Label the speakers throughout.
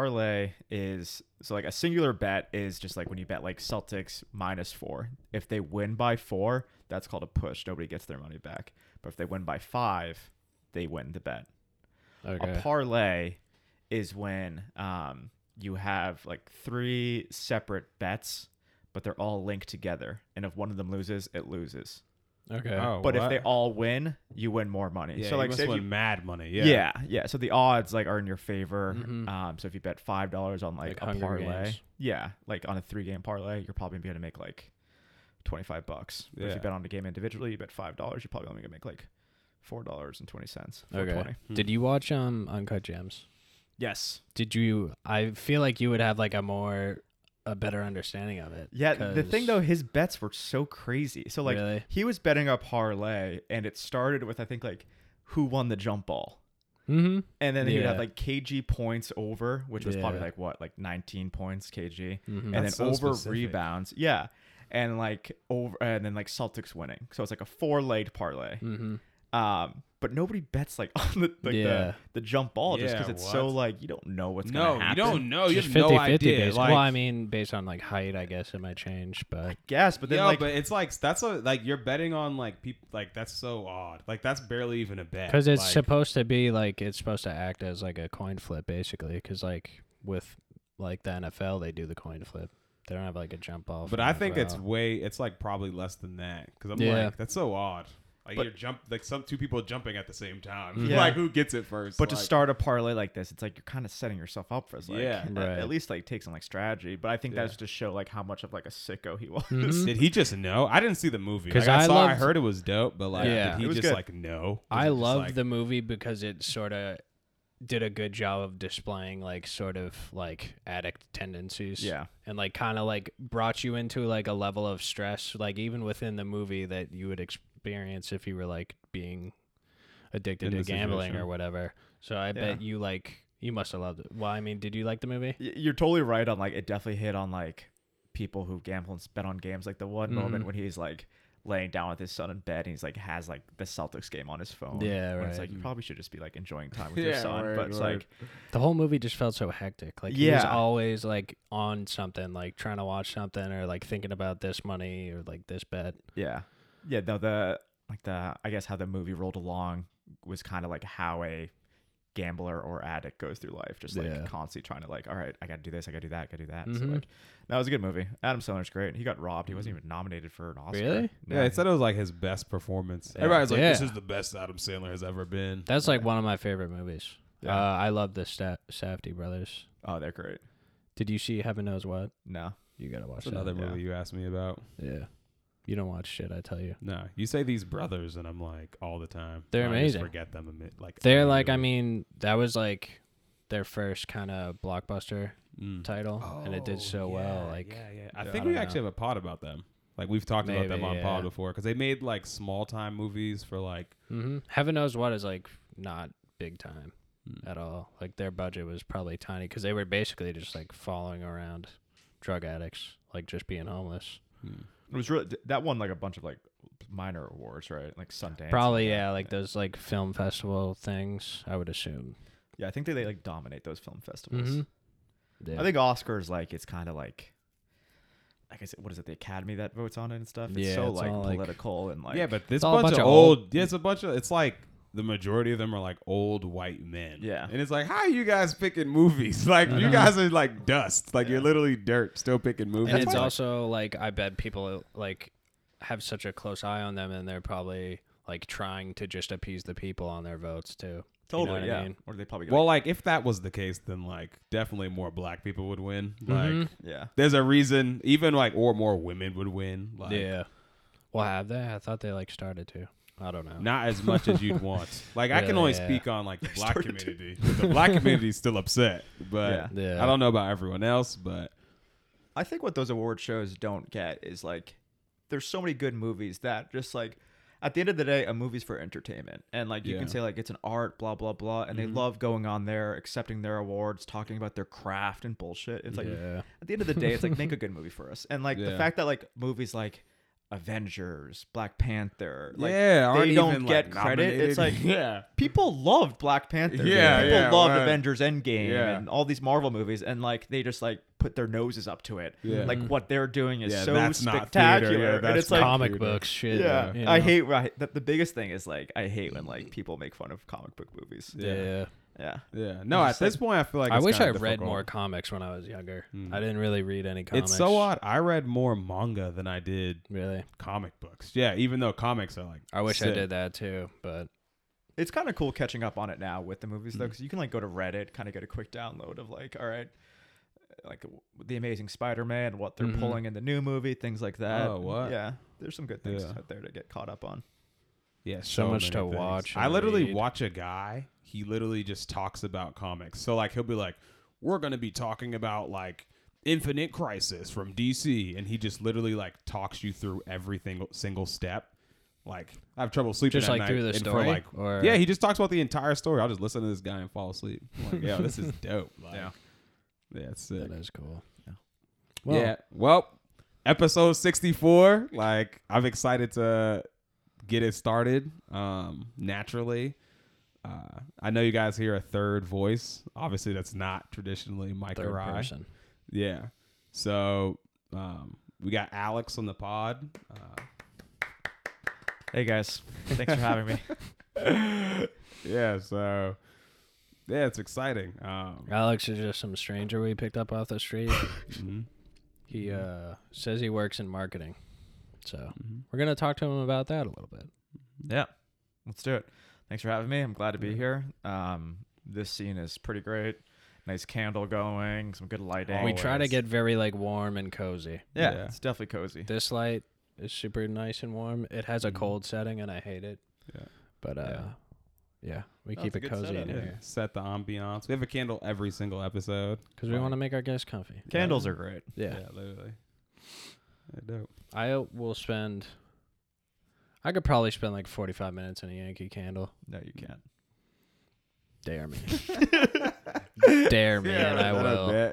Speaker 1: parlay is so like a singular bet is just like when you bet like Celtics minus four. If they win by four, that's called a push. Nobody gets their money back. But if they win by five, they win the bet.
Speaker 2: Okay.
Speaker 1: A parlay is when um, you have like three separate bets, but they're all linked together. And if one of them loses, it loses.
Speaker 2: okay.
Speaker 3: Oh,
Speaker 1: But if
Speaker 3: what?
Speaker 1: they all win, you win more money.
Speaker 3: yeah,
Speaker 1: so like,
Speaker 3: you
Speaker 1: say
Speaker 3: must
Speaker 1: if
Speaker 3: win
Speaker 1: you,
Speaker 3: mad money.
Speaker 1: yeah.
Speaker 3: Yeah.
Speaker 1: yeah, So the odds like are in your favor.
Speaker 2: Mhm.
Speaker 1: Um, so if you bet five dollars on like,
Speaker 2: Like
Speaker 1: a
Speaker 2: Hunger
Speaker 1: parlay,
Speaker 2: Games.
Speaker 1: yeah, like on a three game parlay, you're probably gonna make like twenty five bucks. But If
Speaker 3: Yeah.
Speaker 1: you bet on a game individually, you bet five dollars, you're probably only gonna make like four dollars and twenty cents.
Speaker 2: Okay. Did you watch um Uncut Gems?
Speaker 1: Yes.
Speaker 2: Did you? I feel like you would have like a more a better understanding of it.
Speaker 1: Yeah, the thing
Speaker 2: 'cause-
Speaker 1: though, his bets were so crazy. So like
Speaker 2: Really?
Speaker 1: he was betting a parlay, and it started with I think like who won the jump ball,
Speaker 2: Mm-hmm.
Speaker 1: and then he'd
Speaker 2: Yeah.
Speaker 1: have like KG points over, which was probably
Speaker 2: Yeah.
Speaker 1: like what like 19 points KG,
Speaker 2: Mhm.
Speaker 1: and
Speaker 3: That's
Speaker 1: then
Speaker 3: so
Speaker 1: over
Speaker 3: specific.
Speaker 1: rebounds, yeah, and like over and then like Celtics winning. So it's like a four legged parlay.
Speaker 2: Mm-hmm.
Speaker 1: Um, but nobody bets like on the like
Speaker 2: Yeah.
Speaker 1: the, the jump ball just
Speaker 3: Yeah,
Speaker 1: because it's so
Speaker 3: what?
Speaker 1: like you don't know what's
Speaker 3: No,
Speaker 1: gonna
Speaker 3: you
Speaker 1: happen.
Speaker 3: don't know. Oh, You
Speaker 2: Just
Speaker 3: have
Speaker 2: 50
Speaker 3: no
Speaker 2: 50
Speaker 3: idea.
Speaker 2: based.
Speaker 3: Like,
Speaker 2: well, I mean, based on like height, I guess it might change, but
Speaker 1: Guess, but then
Speaker 3: yeah,
Speaker 1: like
Speaker 3: but it's like that's a like you're betting on like people like that's so odd. Like that's barely even a bet.
Speaker 2: because it's
Speaker 3: like,
Speaker 2: supposed to be like it's supposed to act as like a coin flip, basically. Because like with like the NFL, they do the coin flip. They don't have like a jump off.
Speaker 3: But I think it's way. It's like probably less than that. Because I'm
Speaker 2: Yeah.
Speaker 3: like that's so odd. Like
Speaker 1: But-
Speaker 3: you're jump like some two people jumping at the same time.
Speaker 1: Yeah.
Speaker 3: like who gets it first?
Speaker 1: But to
Speaker 3: Like,
Speaker 1: start a parlay like this, it's like you're kind of setting yourself up for this. Like,
Speaker 3: Yeah.
Speaker 1: at-
Speaker 2: Right.
Speaker 1: At least like take some like strategy. But I think
Speaker 3: Yeah.
Speaker 1: that's just to show like how much of like a sicko he was.
Speaker 2: Mm-hmm.
Speaker 3: Did he just know? I didn't see the movie.
Speaker 2: 'Cause
Speaker 3: Like, I,
Speaker 2: I
Speaker 3: saw. I
Speaker 2: loved-
Speaker 3: heard it was dope, but like,
Speaker 2: Yeah.
Speaker 3: did
Speaker 1: It
Speaker 3: he
Speaker 1: was
Speaker 3: just
Speaker 1: good.
Speaker 3: like know?
Speaker 2: I love
Speaker 3: the.
Speaker 2: the movie because it sort of did a good job of displaying like sort of like addict tendencies.
Speaker 1: Yeah.
Speaker 2: And like kind of like brought you into like a level of stress, like even within the movie that you would experience if you were like being addicted
Speaker 3: In
Speaker 2: to
Speaker 3: the
Speaker 2: gambling
Speaker 3: situation.
Speaker 2: or whatever. So I bet you like you must have loved it. Well, I mean, did you like the movie?
Speaker 1: Y- You're totally right on like it definitely hit on like people who gamble and bet on games. Like the one
Speaker 3: Mm-hmm.
Speaker 1: moment when he's like laying down with his son in bed and he's like has like the Celtics game on his phone.
Speaker 2: Yeah,
Speaker 1: Oh, When It's
Speaker 2: right.
Speaker 1: like you probably should just be like enjoying time with your
Speaker 3: Yeah,
Speaker 1: son.
Speaker 3: word,
Speaker 1: but it's
Speaker 3: word.
Speaker 1: like
Speaker 2: The whole movie just felt so hectic. Like he was
Speaker 1: Yeah.
Speaker 2: always like on something, like trying to watch something or like thinking about this money or like this bet.
Speaker 1: yeah. Yeah, no the like the I guess how the movie rolled along was kind of like how a gambler or addict goes through life, just like
Speaker 2: Yeah.
Speaker 1: constantly trying to like, all right, I gotta do this, I gotta do that, I gotta do that. So
Speaker 3: Mm-hmm.
Speaker 2: Mhm.
Speaker 1: like that was a good movie. Adam Sandler's great. He got robbed. He wasn't even nominated for an Oscar.
Speaker 2: Really?
Speaker 1: No.
Speaker 3: Yeah, it said it was like his best performance. Everybody was like, "This
Speaker 2: Yeah.
Speaker 3: is the best Adam Sandler has ever been."
Speaker 2: That's like one of my favorite movies.
Speaker 1: Yeah.
Speaker 2: Uh, I love the Sta- Safdie brothers.
Speaker 1: Oh, they're great.
Speaker 2: Did you see Heaven Knows What?
Speaker 1: No.
Speaker 2: You gotta watch
Speaker 3: That's another
Speaker 1: yeah.
Speaker 3: movie you asked me about.
Speaker 2: that. Yeah, you don't watch shit. I tell you,
Speaker 3: No, you say these brothers, and I'm like all the time.
Speaker 2: They're
Speaker 3: I just
Speaker 2: amazing.
Speaker 3: forget them. Amid, like
Speaker 2: they're like. I
Speaker 3: immediately.
Speaker 2: mean, that was like their first kind of blockbuster
Speaker 3: Mm.
Speaker 2: title, and it did so
Speaker 3: Oh, yeah,
Speaker 2: well. Like,
Speaker 3: yeah, yeah. I
Speaker 2: Oh, yeah,
Speaker 3: think
Speaker 2: I
Speaker 3: we
Speaker 2: don't
Speaker 3: actually have a pod about them. Like we've talked about them
Speaker 2: Maybe,
Speaker 3: on pod
Speaker 2: yeah.
Speaker 3: before because they made like small time movies for like
Speaker 2: hmm Heaven Knows What is like not big time
Speaker 3: Mm.
Speaker 2: at all. Like their budget was probably tiny because they were basically just like following around drug addicts, like just being homeless.
Speaker 3: hmm.
Speaker 1: It was really that won like a bunch of like minor awards, right? Like Sundance. and
Speaker 2: probably
Speaker 1: all that.
Speaker 2: yeah, like those like film festival things. I would assume.
Speaker 1: Yeah, I think they, they like dominate those film festivals.
Speaker 2: Mhm. Yeah.
Speaker 1: I think Oscars like it's kind of like I guess what is it the Academy that votes on it and stuff. It's
Speaker 2: Yeah,
Speaker 1: so
Speaker 2: it's
Speaker 1: like
Speaker 2: all, like-
Speaker 1: political and like
Speaker 3: yeah, but this
Speaker 2: It's all a
Speaker 3: bunch,
Speaker 2: bunch
Speaker 3: of
Speaker 2: of
Speaker 3: old,
Speaker 2: old-
Speaker 3: yeah, it's a bunch of it's like the majority of them are like old white men.
Speaker 1: Yeah.
Speaker 3: and it's like how are you guys picking movies? Like you guys are like dust. Like you're literally dirt still picking movies.
Speaker 2: and it's
Speaker 3: Like,
Speaker 2: also like I bet people like have such a close eye on them, and they're probably like trying to just appease the people on their votes too.
Speaker 1: totally
Speaker 2: you know what
Speaker 1: yeah.
Speaker 2: I mean?
Speaker 1: Or they probably get,
Speaker 3: well, like if that was the case, then like definitely more black people would win. Like
Speaker 2: Mhm.
Speaker 1: like, yeah.
Speaker 3: there's a reason, even like or more women would win. Like,
Speaker 2: yeah. Well, have they? I thought they like started to. I don't know.
Speaker 3: Not as much as you'd want. Like I can
Speaker 2: Really,
Speaker 3: only
Speaker 2: yeah.
Speaker 3: speak on like the black community. The black community's still upset, but
Speaker 2: Yeah. Yeah.
Speaker 3: I don't know about everyone else. But
Speaker 1: I think what those award shows don't get is like there's so many good movies that just like at the end of the day, a movie's for entertainment. And like you
Speaker 3: Yeah.
Speaker 1: can say like it's an art, blah, blah, blah. And they love going on there, accepting their awards, talking about their craft and bullshit. It's like
Speaker 2: yeah.
Speaker 1: at the end of the day, it's like make a good movie for us. And like
Speaker 3: Yeah.
Speaker 1: the fact that like movies like Avengers, Black Panther. Like,
Speaker 3: yeah,
Speaker 1: they
Speaker 3: aren't
Speaker 1: don't
Speaker 3: even,
Speaker 1: get
Speaker 3: like,
Speaker 1: credit. It's like
Speaker 3: nominated. yeah,
Speaker 1: people loved Black Panther.
Speaker 3: Yeah,
Speaker 1: people
Speaker 3: yeah,
Speaker 1: loved
Speaker 3: right.
Speaker 1: Avengers Endgame
Speaker 3: Yeah.
Speaker 1: and all these Marvel movies, and like they just like put their noses up to it.
Speaker 3: Yeah. Mm.
Speaker 1: Like what they're doing is
Speaker 3: Yeah,
Speaker 1: so
Speaker 3: that's not
Speaker 1: spectacular,
Speaker 3: theater. Yeah,
Speaker 1: and
Speaker 3: that's
Speaker 1: it's like.
Speaker 3: not-
Speaker 2: comic
Speaker 3: Dude.
Speaker 2: books shit.
Speaker 1: yeah,
Speaker 2: you
Speaker 1: I
Speaker 2: know?
Speaker 1: hate. Right, the, the biggest thing is like I hate when like people make fun of comic book movies.
Speaker 2: Yeah.
Speaker 1: Yeah,
Speaker 3: yeah. No, at this point, I feel like
Speaker 2: I
Speaker 3: it's
Speaker 2: wish I
Speaker 3: kinda
Speaker 2: read
Speaker 3: difficult.
Speaker 2: more comics when I was younger.
Speaker 3: Mm.
Speaker 2: I didn't really read any comics.
Speaker 3: It's so odd. I read more manga than I did
Speaker 2: Really,
Speaker 3: comic books. Yeah, even though comics are like,
Speaker 2: I wish I
Speaker 3: sick.
Speaker 2: did that too, but
Speaker 1: it's kind of cool catching up on it now with the movies
Speaker 2: Mm-hmm.
Speaker 1: though, because you can like go to Reddit, kind of get a quick download of like, all right, like w- the Amazing Spider-Man, what they're
Speaker 2: Mhm.
Speaker 1: pulling in the new movie, things like that.
Speaker 3: Oh, what?
Speaker 1: Yeah, there's some good things
Speaker 3: Yeah.
Speaker 1: out there to get caught up on.
Speaker 3: Yeah,
Speaker 2: So much
Speaker 3: many
Speaker 2: to watch
Speaker 3: I
Speaker 2: and
Speaker 3: literally
Speaker 2: read.
Speaker 3: watch a guy. He literally just talks about comics. So like he'll be like, "We're gonna be talking about like Infinite Crisis from DC," and he just literally like talks you through every single single step. Like I have trouble sleeping
Speaker 2: Just,
Speaker 3: at
Speaker 2: like,
Speaker 3: night
Speaker 2: through the
Speaker 3: and for,
Speaker 2: story?
Speaker 3: like-
Speaker 2: Or-
Speaker 3: yeah, he just talks about the entire story. I'll just listen to this guy and fall asleep. I'm like, yeah, this is dope. Like, yeah,
Speaker 1: Yeah.
Speaker 3: yeah, it's sick.
Speaker 2: that is cool.
Speaker 1: Yeah.
Speaker 2: Well,
Speaker 3: yeah. Well, episode 64. Like, I'm excited to get it started um, naturally. Uh, I know you guys hear a third voice. Obviously, that's not traditionally Mike
Speaker 2: third
Speaker 3: or I.
Speaker 2: person.
Speaker 3: Yeah. So um, we got Alex on the pod. Uh,
Speaker 1: Hey guys, thanks for having me.
Speaker 3: yeah. So yeah, it's exciting. Um,
Speaker 2: Alex is just some stranger we picked up off the street.
Speaker 3: mhm.
Speaker 2: he uh, says he works in marketing, so
Speaker 3: Mhm.
Speaker 2: we're gonna talk to him about that a little bit.
Speaker 1: Yeah, let's do it. Thanks for having me. I'm glad to be here. Um, this scene is pretty great. Nice candle going, some good lighting.
Speaker 2: We try to
Speaker 3: Always.
Speaker 2: get very like warm and cozy.
Speaker 1: Yeah,
Speaker 3: Yeah.
Speaker 1: it's definitely cozy.
Speaker 2: This light is super nice and warm. It has a
Speaker 3: Mhm.
Speaker 2: cold setting, and I hate it.
Speaker 3: Yeah.
Speaker 2: But uh, yeah, we
Speaker 1: No,
Speaker 2: keep it
Speaker 1: it's a good
Speaker 2: cozy in
Speaker 1: setup.
Speaker 3: Yeah,
Speaker 2: here
Speaker 3: set the ambiance. We have a candle every single episode.
Speaker 2: because we
Speaker 3: Fine.
Speaker 2: want to make our guests comfy.
Speaker 1: Candles are great.
Speaker 2: Yeah.
Speaker 3: literally. Yeah, dope.
Speaker 2: I will spend. I could probably spend like forty-five minutes in a Yankee candle.
Speaker 1: No, you can't.
Speaker 2: Dare me, dare me, and I will.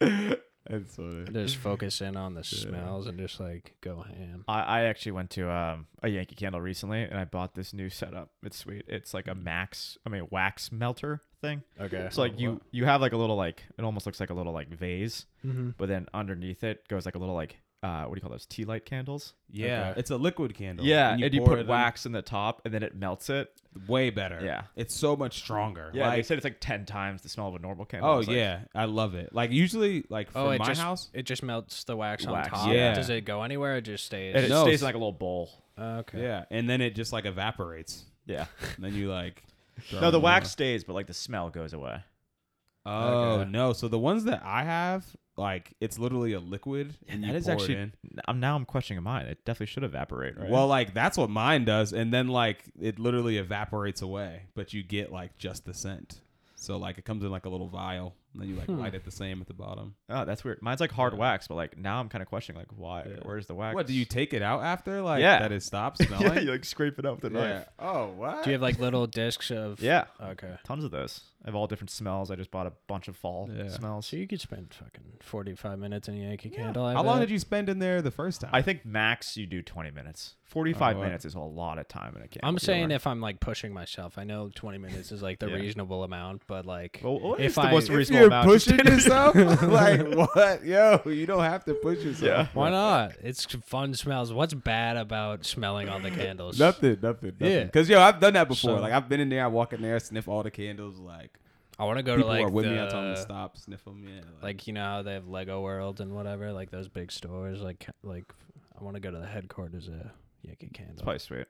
Speaker 3: That's funny.
Speaker 2: Just focus in on the smells and just like go ham.
Speaker 1: I, I actually went to um, a Yankee Candle recently, and I bought this new setup. It's sweet. It's like a max, I mean, wax melter thing.
Speaker 2: Okay.
Speaker 1: So like you
Speaker 3: wow.
Speaker 1: you have like a little like it almost looks like a little like vase,
Speaker 2: mm-hmm.
Speaker 1: but then underneath it goes like a little like uh, what do you call those tea light candles?
Speaker 3: Yeah,
Speaker 2: Okay.
Speaker 3: it's a liquid candle.
Speaker 1: Yeah, and you,
Speaker 3: pour it
Speaker 1: put
Speaker 3: in.
Speaker 1: wax in the top, and then it melts it.
Speaker 3: Way better.
Speaker 1: Yeah.
Speaker 3: it's so much stronger.
Speaker 1: Yeah, they
Speaker 3: Like,
Speaker 1: said it's like ten times the smell of a normal candle. I
Speaker 3: oh
Speaker 1: was like,
Speaker 3: yeah, I love it. Like usually, like
Speaker 2: Oh,
Speaker 3: for
Speaker 2: it
Speaker 3: my
Speaker 2: just
Speaker 3: house,
Speaker 2: it just melts the wax,
Speaker 1: Wax,
Speaker 2: on top.
Speaker 3: yeah.
Speaker 2: Does it go anywhere? It just stays.
Speaker 1: and it
Speaker 3: No,
Speaker 1: stays
Speaker 3: s-
Speaker 1: in like a little bowl.
Speaker 2: okay.
Speaker 3: yeah, and then it just like evaporates.
Speaker 1: Yeah.
Speaker 3: And then you like. throw
Speaker 1: no, the
Speaker 3: it
Speaker 1: wax stays, but like the smell goes away.
Speaker 3: away. Oh
Speaker 2: Okay.
Speaker 3: no! So the ones that I have, like it's literally a liquid, and
Speaker 1: that
Speaker 3: you
Speaker 1: is
Speaker 3: pour it
Speaker 1: actually-
Speaker 3: in.
Speaker 1: I'm now I'm questioning mine. It definitely should evaporate, right?
Speaker 3: Well, like that's what mine does, and then like it literally evaporates away, but you get like just the scent. So like it comes in like a little vial, and then you like
Speaker 2: Hmm.
Speaker 3: light it the same at the bottom.
Speaker 1: oh, that's weird. Mine's like hard
Speaker 3: Yeah.
Speaker 1: wax, but like now I'm kind of questioning like why?
Speaker 3: Yeah.
Speaker 1: Where's the wax?
Speaker 3: What do you take it out after? Like
Speaker 1: Yeah.
Speaker 3: that it stops
Speaker 1: yeah,
Speaker 3: smelling.
Speaker 1: you like scrape it up with a knife.
Speaker 3: Yeah. Oh what?
Speaker 2: Do you have like little discs of?
Speaker 1: Yeah,
Speaker 2: Okay.
Speaker 1: tons of those. I have all different smells. I just bought a bunch of fall
Speaker 3: Yeah.
Speaker 1: smells.
Speaker 2: So you could spend fucking forty-five minutes in a Yankee
Speaker 3: Yeah.
Speaker 2: candle. I
Speaker 3: How long
Speaker 2: bet.
Speaker 3: did you spend in there the first time?
Speaker 1: I think max you do 20 minutes. 45
Speaker 3: Oh, wow.
Speaker 1: minutes is a lot of time in a candle.
Speaker 2: I'm saying
Speaker 1: if
Speaker 2: if I'm like pushing myself, I know 20 minutes is like the
Speaker 1: Yeah.
Speaker 2: reasonable amount, but like
Speaker 1: Well, what
Speaker 2: if
Speaker 1: is the
Speaker 2: I
Speaker 1: most
Speaker 3: if
Speaker 1: reasonable
Speaker 3: you're
Speaker 1: amount you
Speaker 3: pushing yourself, like what? Yo, you don't have to push
Speaker 1: Yeah.
Speaker 3: yourself.
Speaker 2: why not? It's fun smells. What's bad about smelling all the candles?
Speaker 3: Nothing, nothing, nothing.
Speaker 2: Yeah.
Speaker 3: Cause yo, I've done that before.
Speaker 2: So-
Speaker 3: like I've been in there, I walk in there, sniff all the candles, like
Speaker 2: I want to go to
Speaker 3: people
Speaker 2: like
Speaker 3: are with me. I
Speaker 2: the-
Speaker 3: tell them to stop, sniff them. Yeah,
Speaker 2: Like you know how they have Lego World and whatever, like those big stores. Like like I want to go to the headquarters of Yankee
Speaker 1: It's
Speaker 2: Candle.
Speaker 1: probably sweet.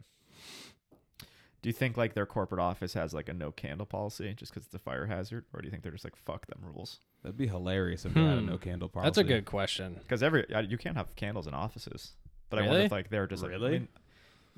Speaker 1: Do you think like their corporate office has like a no candle policy just because it's a fire hazard, or do you think they're just like fuck them rules?
Speaker 3: That'd be hilarious if they had a
Speaker 2: Hmm.
Speaker 3: no candle party.
Speaker 2: That's a good question.
Speaker 1: Because every uh, you can't have candles in offices, but I wonder
Speaker 2: Really?
Speaker 1: if like they're just like, I
Speaker 3: Really?
Speaker 1: mean,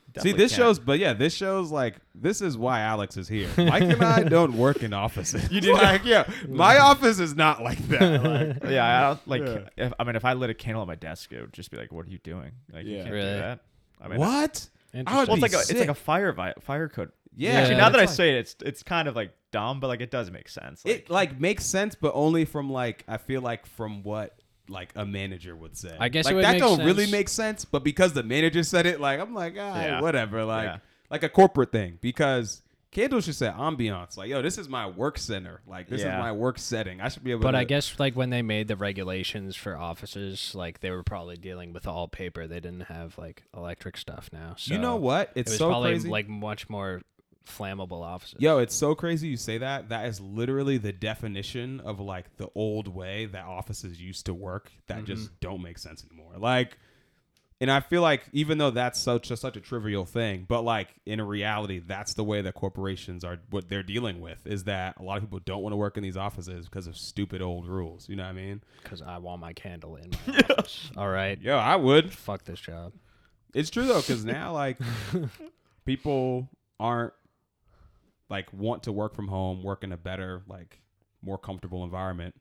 Speaker 3: See,
Speaker 1: definitely
Speaker 3: this
Speaker 1: can't.
Speaker 3: shows, but yeah, this shows like this is why Alex is here. Mike and I don't work in offices. You do like, yeah, my office is not like that. Like,
Speaker 1: Yeah, I don't like.
Speaker 3: Yeah.
Speaker 1: If, I mean, if I lit a candle on my desk, it would just be like, "What are you doing? Like, you
Speaker 3: Yeah.
Speaker 1: can't do
Speaker 2: Really?
Speaker 1: that." I mean,
Speaker 3: what? I would
Speaker 2: Interesting.
Speaker 1: Well,
Speaker 3: be
Speaker 1: it's like a, it's like a
Speaker 3: sick.
Speaker 1: fire vi- fire code.
Speaker 3: Yeah,
Speaker 1: Actually, now that I
Speaker 3: it's like-
Speaker 1: say it, it's it's kind of like dumb, but like it does make sense. Like,
Speaker 3: it like makes sense, but only from like I feel like from what like a manager would say.
Speaker 2: I guess
Speaker 3: like
Speaker 2: it would
Speaker 3: that
Speaker 2: make
Speaker 3: don't really
Speaker 2: sense.
Speaker 3: make sense, but because the manager said it, like I'm like, ah,
Speaker 1: Yeah.
Speaker 3: whatever, like
Speaker 1: Yeah.
Speaker 3: like a corporate thing. Because Kendall should say ambiance, like yo, this is my work center, like this
Speaker 1: Yeah.
Speaker 3: is my work setting. I should be able.
Speaker 2: But
Speaker 3: to,
Speaker 2: I guess like when they made the regulations for offices, like they were probably dealing with all paper. They didn't have like electric stuff now. So
Speaker 3: you know what?
Speaker 2: It
Speaker 3: It's
Speaker 2: was
Speaker 3: so
Speaker 2: probably
Speaker 3: crazy.
Speaker 2: like much more flammable offices.
Speaker 3: Yo, it's so crazy you say that. That is literally the definition of like the old way that offices used to work that just don't make sense anymore. Like and I feel like even though that's such a, such a trivial thing, but like in reality, that's the way that corporations are what they're dealing with is that a lot of people don't want to work in these offices because of stupid old rules. You know what I mean?
Speaker 2: because I want my candle in my office. All right,
Speaker 3: Yo, I would.
Speaker 2: fuck this job.
Speaker 3: It's true though, because now like people aren't like want to work from home, work in a better, like more comfortable environment,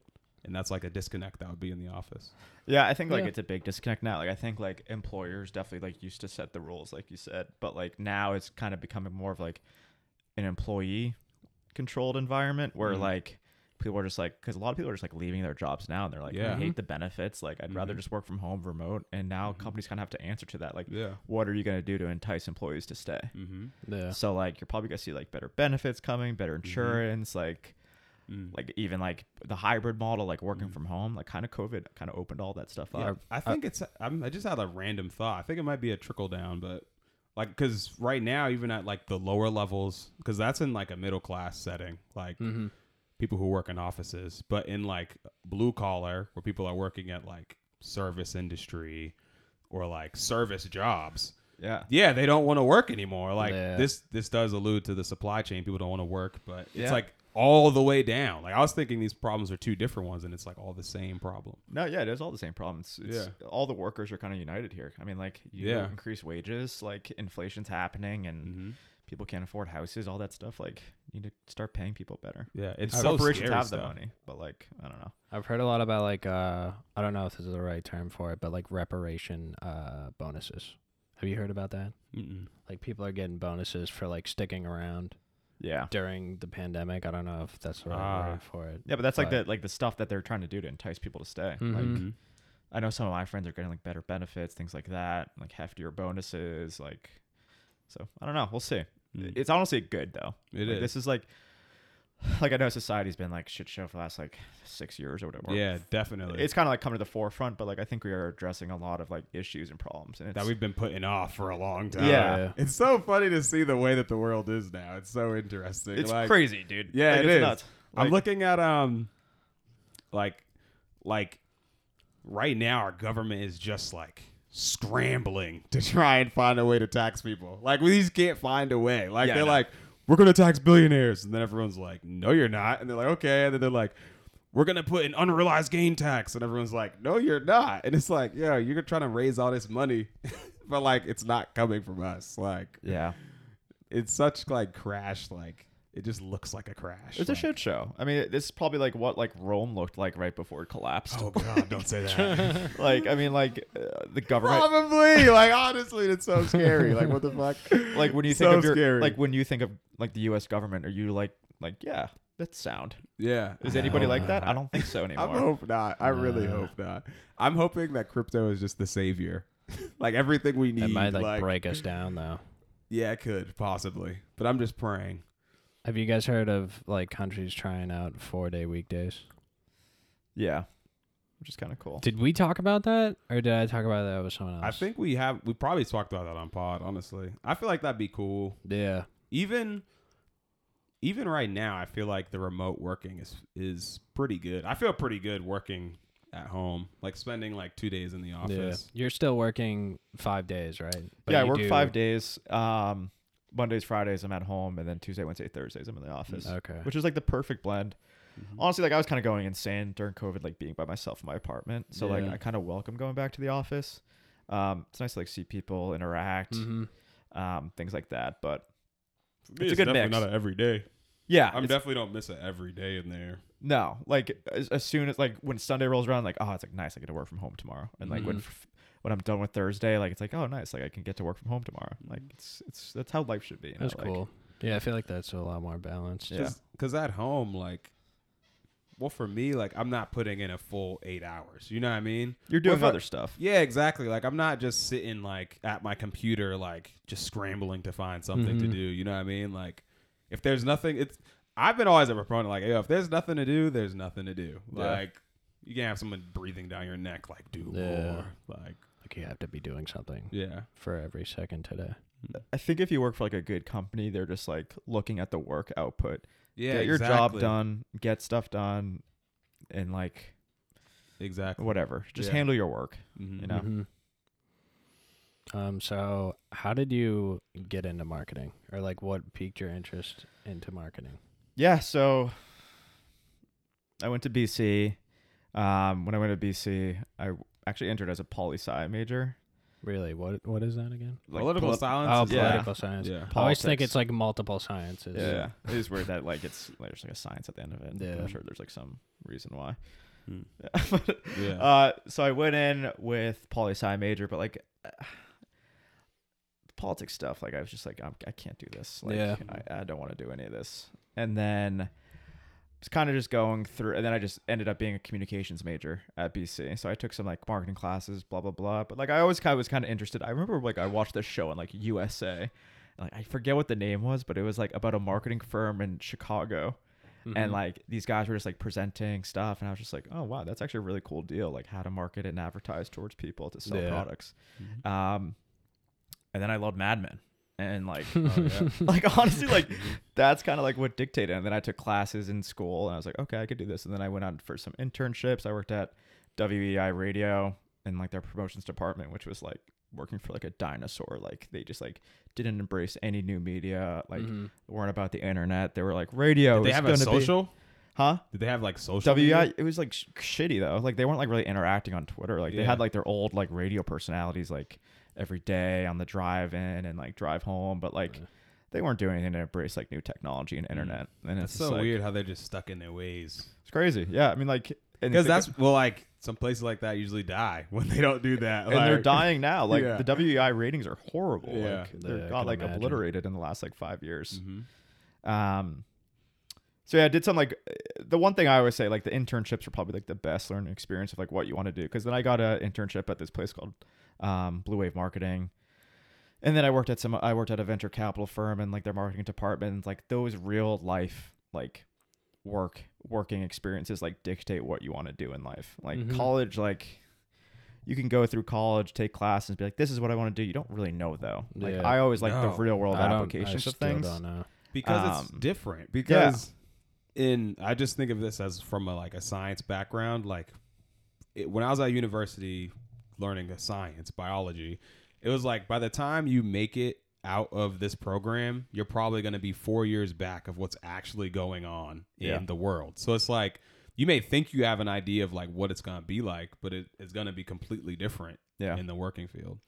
Speaker 3: and that's like a disconnect that would be in the office.
Speaker 1: Yeah, I think like
Speaker 2: Yeah.
Speaker 1: it's a big disconnect now. Like I think like employers definitely like used to set the rules, like you said, but like now it's kind of becoming more of like an employee controlled environment where like people are just like because a lot of people are just like leaving their jobs now and they're like
Speaker 3: Yeah.
Speaker 1: I hate the benefits. Like I'd rather just work from home remote, and now companies kind of have to answer to that. Like
Speaker 3: Yeah.
Speaker 1: what are you gonna do to entice employees to stay?
Speaker 3: Mm-hmm.
Speaker 2: Yeah.
Speaker 1: So like you're probably gonna see like better benefits coming, better insurance, like
Speaker 3: Mm.
Speaker 1: like even like the hybrid model, like working from home, like kind of COVID kind of opened all that stuff up.
Speaker 3: I think it's. I'm, I just had a random thought. I think it might be a trickle down, but like because right now, even at like the lower levels, because that's in like a middle class setting, like
Speaker 2: Mm-hmm.
Speaker 3: people who work in offices, but in like blue collar, where people are working at like service industry or like service jobs.
Speaker 1: Yeah.
Speaker 3: yeah, they don't want to work anymore. Like
Speaker 2: Yeah.
Speaker 3: this this does allude to the supply chain. People don't want to work, but it's
Speaker 1: Yeah.
Speaker 3: like all the way down. Like I was thinking these problems are two different ones and it's like all the same problem.
Speaker 1: No, yeah, it is all the same problem. It's, it's all the workers are kind of united here. I mean, like you
Speaker 3: Yeah. Mm.
Speaker 1: increase wages, like inflation's happening, and people can't afford houses, all that stuff. Like you need to start paying people better.
Speaker 3: Yeah, it's so
Speaker 1: Corporations
Speaker 3: scary
Speaker 1: have the
Speaker 3: stuff.
Speaker 1: money, but like I don't know.
Speaker 2: I've heard a lot about like uh I don't know if this is the right term for it, but like reparation uh bonuses. Have you heard about that?
Speaker 3: Mm-mm.
Speaker 2: Like people are getting bonuses for like sticking around
Speaker 1: Yeah,
Speaker 2: during the pandemic. I don't know if that's the right
Speaker 3: Ah.
Speaker 2: word for it.
Speaker 1: yeah, but that's like
Speaker 2: But-
Speaker 1: the like the stuff that they're trying to do to entice people to stay.
Speaker 3: Mm.
Speaker 1: Like
Speaker 2: Mhm.
Speaker 1: I know some of my friends are getting like better benefits, things like that, like heftier bonuses, like so I don't know. We'll see.
Speaker 3: Mm.
Speaker 1: It's honestly good though.
Speaker 3: It
Speaker 1: Like,
Speaker 3: is.
Speaker 1: This is like like I know society's been like shit show for the last like six years or whatever.
Speaker 3: Yeah, definitely.
Speaker 1: It's kind of like coming to the forefront, but like I think we are addressing a lot of like issues and problems. And it's,
Speaker 3: that we've been putting off for a long time.
Speaker 1: Yeah.
Speaker 3: It's so funny to see the way that the world is now. It's so interesting.
Speaker 1: it's
Speaker 3: like,
Speaker 1: crazy, dude.
Speaker 3: Yeah,
Speaker 1: Like,
Speaker 3: it
Speaker 1: it's
Speaker 3: is.
Speaker 1: nuts.
Speaker 3: I'm
Speaker 1: Like-
Speaker 3: looking at um, like, like, right now our government is just like scrambling to try and find a way to tax people. Like we just can't find a way. Like
Speaker 1: Yeah, I
Speaker 3: they're
Speaker 1: know.
Speaker 3: like, we're gonna tax billionaires, and then everyone's like, no, you're not, and they're like, okay, and then they're like. We're gonna put an unrealized gain tax, and everyone's like, "No, you're not." And it's like, "Yeah, you're trying to raise all this money, but like, it's not coming from us. Like,
Speaker 1: Yeah,
Speaker 3: it's such like crash. Like, it just looks like a crash.
Speaker 1: it's a
Speaker 3: like,
Speaker 1: shit show. I mean, this is probably like what like Rome looked like right before it collapsed.
Speaker 3: Oh God, don't say that.
Speaker 1: Like I mean, like uh, the government.
Speaker 3: Probably, like honestly, it's so scary. Like what the fuck?
Speaker 1: like when you think
Speaker 3: Oh, so
Speaker 1: of your
Speaker 3: scary.
Speaker 1: like when you think of like the U.S. government, are you like like yeah, that's sound?
Speaker 3: yeah.
Speaker 1: Is
Speaker 3: I
Speaker 1: anybody
Speaker 3: hope
Speaker 1: like that?
Speaker 3: not.
Speaker 1: I don't think so
Speaker 3: I
Speaker 1: anymore.
Speaker 3: hope not. I really
Speaker 2: Nah.
Speaker 3: hope not. I'm hoping that crypto is just the savior. like everything we need.
Speaker 2: That might like,
Speaker 3: like
Speaker 2: break us down though.
Speaker 3: Yeah, it could possibly, but I'm just praying.
Speaker 2: Have you guys heard of like countries trying out four day weekdays?
Speaker 1: yeah, which is kind of cool.
Speaker 2: Did we talk about that? Or did I talk about that with someone else?
Speaker 3: I think we have. We probably talked about that on pod. Honestly, I feel like that'd be cool.
Speaker 2: Yeah.
Speaker 3: even even right now i feel like the remote working is is pretty good i feel pretty good working at home like spending like two days in the office
Speaker 2: You're still working five days, right? But
Speaker 1: yeah, I
Speaker 2: you
Speaker 1: work
Speaker 2: do-
Speaker 1: five days. Um, Mondays, Fridays, I'm at home, and then Tuesday, Wednesday, Thursdays, I'm in the office.
Speaker 2: Okay.
Speaker 1: Which is like the perfect blend. Honestly, like I was kind of going insane during COVID, like being by myself in my apartment. So like
Speaker 2: Yeah.
Speaker 1: I kind of welcome going back to the office. Um, it's nice to like see people interact,
Speaker 2: Mhm.
Speaker 1: um, things like that. But
Speaker 3: For
Speaker 1: It's a good
Speaker 3: definitely
Speaker 1: mix.
Speaker 3: not an everyday
Speaker 1: yeah,
Speaker 3: i
Speaker 1: it's-
Speaker 3: definitely don't miss it every day in there
Speaker 1: No, like as, as soon as like when Sunday rolls around, like oh, it's like nice, I get to work from home tomorrow. And like when
Speaker 2: Mhm.
Speaker 1: f- when I'm done with Thursday, like it's like oh, nice, like I can get to work from home tomorrow. Like it's it's that's how life should be. You
Speaker 2: Mm-hmm. That's
Speaker 1: know? like-
Speaker 2: cool. yeah, I feel like that's a lot more balanced.
Speaker 1: Yeah.
Speaker 3: because at home like well, for me, like I'm not putting in a full eight hours. You know what I mean?
Speaker 1: You're doing
Speaker 3: Well, if I-
Speaker 1: other stuff.
Speaker 3: Yeah, exactly. Like I'm not just sitting like at my computer, like just scrambling to find something to
Speaker 1: Mm-hmm.
Speaker 2: Mhm.
Speaker 3: do. You know what I mean? Like if there's nothing, it's I've been always a proponent like, yo, if there's nothing to do, there's nothing to do.
Speaker 1: Yeah.
Speaker 3: Like you can have someone breathing down your neck, like do
Speaker 2: Yeah.
Speaker 3: more. Like
Speaker 2: Like you have to be doing something
Speaker 3: yeah,
Speaker 2: for every second today.
Speaker 1: I think if you work for like a good company, they're just like looking at the work output.
Speaker 3: yeah.
Speaker 1: get your job
Speaker 3: exactly.
Speaker 1: done, get stuff done, and like
Speaker 3: Exactly.
Speaker 1: whatever. Just
Speaker 3: Yeah.
Speaker 1: handle your work.
Speaker 3: Mhm.
Speaker 1: You know?
Speaker 2: Mhm. Um. So, how did you get into marketing, or like what piqued your interest into marketing?
Speaker 1: Yeah, so I went to BC. Um, when I went to BC, I w- actually entered as a poli sci major.
Speaker 2: Really, what what is that again?
Speaker 1: Like
Speaker 3: Political
Speaker 1: polit-
Speaker 2: Oh,
Speaker 3: silence. is-
Speaker 1: yeah.
Speaker 2: political science.
Speaker 3: Yeah.
Speaker 2: I always think
Speaker 1: Politics.
Speaker 2: it's like multiple sciences.
Speaker 1: Yeah, it is weird that like it's like, there's like a science at the end of it.
Speaker 2: Yeah.
Speaker 1: I'm sure there's like some reason why.
Speaker 3: Hmm.
Speaker 1: Yeah. But,
Speaker 3: Yeah.
Speaker 1: Uh, so I went in with poli sci major, but like uh, politics stuff, like I was just like I'm, I can't do this. Like,
Speaker 2: Yeah.
Speaker 1: I, I don't want to do any of this. And then it's kind of just going through, and then I just ended up being a communications major at BC. So I took some like marketing classes, blah blah blah. But like I always kind of was kind of interested. I remember like I watched this show on like USA. and, Like I forget what the name was, but it was like about a marketing firm in Chicago
Speaker 2: Mm-hmm.
Speaker 3: Mm-hmm.
Speaker 1: and like these guys were just like presenting stuff and i was just like oh wow that's actually a really cool deal like how to market and advertise towards people to sell
Speaker 2: Yeah.
Speaker 1: products
Speaker 3: Mm-hmm. Oh,
Speaker 1: um and then i loved mad men and like
Speaker 3: Oh, yeah.
Speaker 1: like honestly like that's kind of like what dictated and then i took classes in school and i was like okay i could do this and then i went on for some internships i worked at wei radio and like their promotions department which was like working for like a dinosaur like they just like didn't embrace any new media like
Speaker 2: Mhm.
Speaker 1: weren't about the internet they were like radio
Speaker 3: Mm-hmm. Did they
Speaker 1: is
Speaker 3: have
Speaker 1: gonna
Speaker 3: a
Speaker 1: be-
Speaker 3: social?
Speaker 1: huh
Speaker 3: Did they have like social? media?
Speaker 1: WI, it was like sh- shitty though. Like they weren't like really interacting on Twitter. Like they
Speaker 3: Yeah.
Speaker 1: had like their old like radio personalities like every day on the drive in and like drive home, but like
Speaker 2: Yeah.
Speaker 1: they weren't doing anything to embrace like new technology and internet. And
Speaker 3: Mm. That's
Speaker 1: it's just,
Speaker 3: so
Speaker 1: like-
Speaker 3: weird how they're just stuck in their ways.
Speaker 1: It's crazy. Yeah, I mean like and
Speaker 3: Because
Speaker 1: think-
Speaker 3: that's well, like some places like that usually die when they don't do that.
Speaker 1: and they're
Speaker 3: like-
Speaker 1: dying now. Like
Speaker 3: Yeah.
Speaker 1: the WEI ratings are horrible.
Speaker 3: Yeah.
Speaker 1: Like
Speaker 2: Yeah, I
Speaker 1: they're
Speaker 2: can
Speaker 1: got like
Speaker 2: imagine.
Speaker 1: obliterated in the last like five years.
Speaker 3: Mhm.
Speaker 1: Um, so yeah, I did some like the one thing I always say like the internships are probably like the best learning experience of like what you want to do because then I got an internship at this place called um, Blue Wave Marketing, and then I worked at some I worked at a venture capital firm and like their marketing department like those real life like work working experiences like dictate what you want to do in life like
Speaker 2: Mhm.
Speaker 1: college like you can go through college take classes and be like this is what I want to do you don't really know though like
Speaker 2: Yeah.
Speaker 1: I always like
Speaker 3: No.
Speaker 1: the real world
Speaker 2: I don't- I
Speaker 1: applications of
Speaker 2: still
Speaker 1: things
Speaker 2: Don't know.
Speaker 3: Because it's
Speaker 1: Um,
Speaker 3: different. Because in I just think of this as from a, like a science background. Like it, when I was at university learning a science biology, it was like by the time you make it out of this program, you're probably going to be four years back of what's actually going on
Speaker 1: Yeah.
Speaker 3: in the world. So it's like you may think you have an idea of like what it's going to be like, but it, it's going to be completely different
Speaker 1: yeah
Speaker 3: in the working field.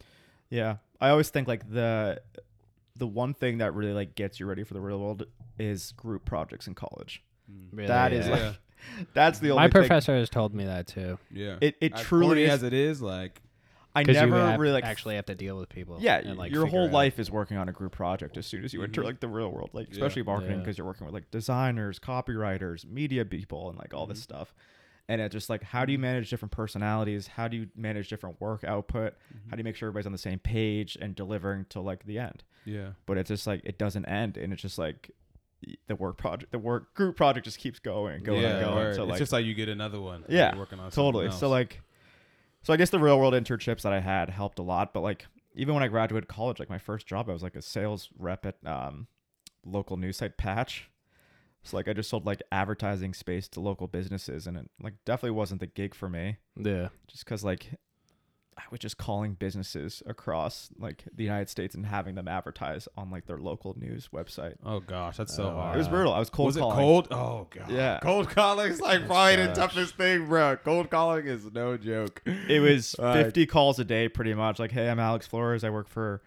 Speaker 1: Yeah, I always think like the the one thing that really like gets you ready for the real world is group projects in college.
Speaker 2: Really,
Speaker 1: That is
Speaker 2: yeah.
Speaker 1: like that's the only
Speaker 2: my
Speaker 1: thing-
Speaker 2: professor has told me that too.
Speaker 3: Yeah.
Speaker 1: It it
Speaker 3: As
Speaker 1: truly
Speaker 3: corny
Speaker 1: is.
Speaker 3: as it is, like
Speaker 1: I
Speaker 2: 'Cause you
Speaker 1: never
Speaker 2: have-
Speaker 1: really like
Speaker 2: actually have to deal with people.
Speaker 1: Yeah,
Speaker 2: and, like,
Speaker 1: your
Speaker 2: figure
Speaker 1: whole
Speaker 2: out-
Speaker 1: life is working on a group project as soon as you enter
Speaker 3: Mhm.
Speaker 1: like the real world, like
Speaker 3: Yeah.
Speaker 1: especially marketing
Speaker 2: Yeah.
Speaker 1: because you're working with like designers, copywriters, media people, and like all this
Speaker 3: Mm-hmm.
Speaker 1: stuff. And it's just like, how do you manage different personalities? How do you manage different work output?
Speaker 3: Mm-hmm.
Speaker 1: How do you make sure everybody's on the same page and delivering to like the end?
Speaker 3: yeah.
Speaker 1: but it's just like it doesn't end and it's just like y- the work project the work group project just keeps going and going
Speaker 3: yeah,
Speaker 1: and going
Speaker 3: word.
Speaker 1: so
Speaker 3: it's
Speaker 1: like
Speaker 3: just like you get another one. and
Speaker 1: Yeah,
Speaker 3: you're working on something
Speaker 1: totally
Speaker 3: else.
Speaker 1: so like so i guess the real world internships that i had helped a lot but like even when i graduated college like my first job i was like a sales rep at um local news site patch so like i just sold like advertising space to local businesses and it like definitely wasn't the gig for me
Speaker 2: Yeah.
Speaker 1: just because like i was just calling businesses across like the united states and having them advertise on like their local news website
Speaker 3: oh gosh, that's so
Speaker 2: Oh,
Speaker 3: hard.
Speaker 1: it was
Speaker 2: Uh,
Speaker 1: brutal. I was cold
Speaker 3: was it
Speaker 1: calling.
Speaker 3: cold? Oh god.
Speaker 1: Yeah.
Speaker 3: Cold calling's like probably the
Speaker 2: sucks.
Speaker 3: toughest thing, bro. Cold calling is no joke.
Speaker 1: It was
Speaker 3: Like-
Speaker 1: 50 calls a day, pretty much. Like, hey, I'm Alex Flores. I work for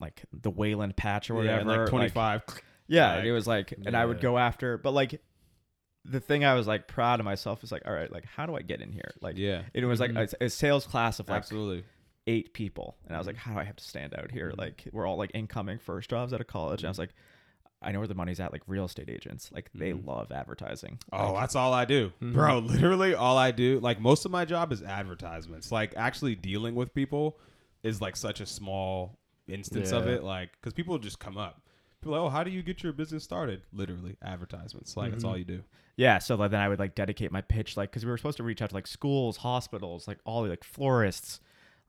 Speaker 1: like the Wayland Patch or
Speaker 3: yeah,
Speaker 1: whatever.
Speaker 3: and, like
Speaker 1: Like,
Speaker 3: twenty five.
Speaker 1: yeah,
Speaker 3: like-
Speaker 1: and it was like, and I would
Speaker 2: Yeah.
Speaker 1: go after, but like, the thing I was like proud of myself is like, all right, like, how do I get in here? Like,
Speaker 3: yeah. Mm-hmm.
Speaker 1: it was like
Speaker 2: Mhm.
Speaker 1: a, a sales class of like
Speaker 3: Absolutely.
Speaker 1: eight
Speaker 3: Mm-hmm. Mm-hmm.
Speaker 1: people, and I was like, how do I have to stand out here? Like, we're all like incoming first jobs out of college, and I was like, I know where the money's at. Like real estate agents, like they
Speaker 3: Mm-hmm.
Speaker 1: love advertising.
Speaker 3: Oh, that's all I do.
Speaker 1: Mm-hmm.
Speaker 3: Bro, literally all I do, like most of my job is advertisements. Like actually dealing with people is like such a small instance of
Speaker 2: Yeah.
Speaker 3: it. Like, because people just come up. People are like, oh, how do you get your business started? Literally advertisements. Like,
Speaker 1: Mm-hmm.
Speaker 3: that's all you do.
Speaker 1: Yeah, so like, then I would like dedicate my pitch like because we were supposed to reach out to like schools, hospitals, like all the like florists,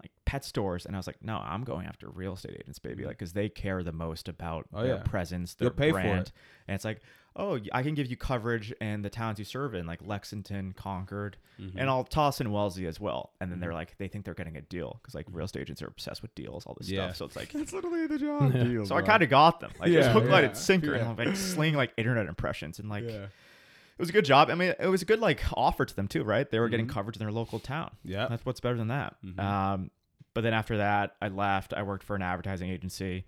Speaker 1: like pet stores, and I was like, no, I'm going after real estate agents, baby, like because they care the most about
Speaker 3: Oh,
Speaker 1: their
Speaker 3: yeah.
Speaker 1: presence, their
Speaker 3: They'll pay for it.
Speaker 1: brand, and it's like, oh, y- I can give you coverage in the towns you serve in, like Lexington, Concord,
Speaker 3: Mm-hmm.
Speaker 1: and I'll toss in Wellesley as well, and then they're like, they think they're getting a deal because like real estate agents are obsessed with deals, all this
Speaker 3: Mm-hmm. Yeah.
Speaker 1: stuff, so it's like.
Speaker 3: That's literally the job.
Speaker 1: So I kind of got them. Like just
Speaker 3: Yeah,
Speaker 1: hook, line,
Speaker 3: yeah,
Speaker 1: and sinker,
Speaker 3: yeah.
Speaker 1: and like sling like internet impressions, and like
Speaker 3: Yeah.
Speaker 1: it was a good job. I mean, it was a good like offer to them too, right? They were getting coverage in their local town.
Speaker 3: Yeah.
Speaker 1: that's what's better than that. Um, but then after that, I left. I worked for an advertising agency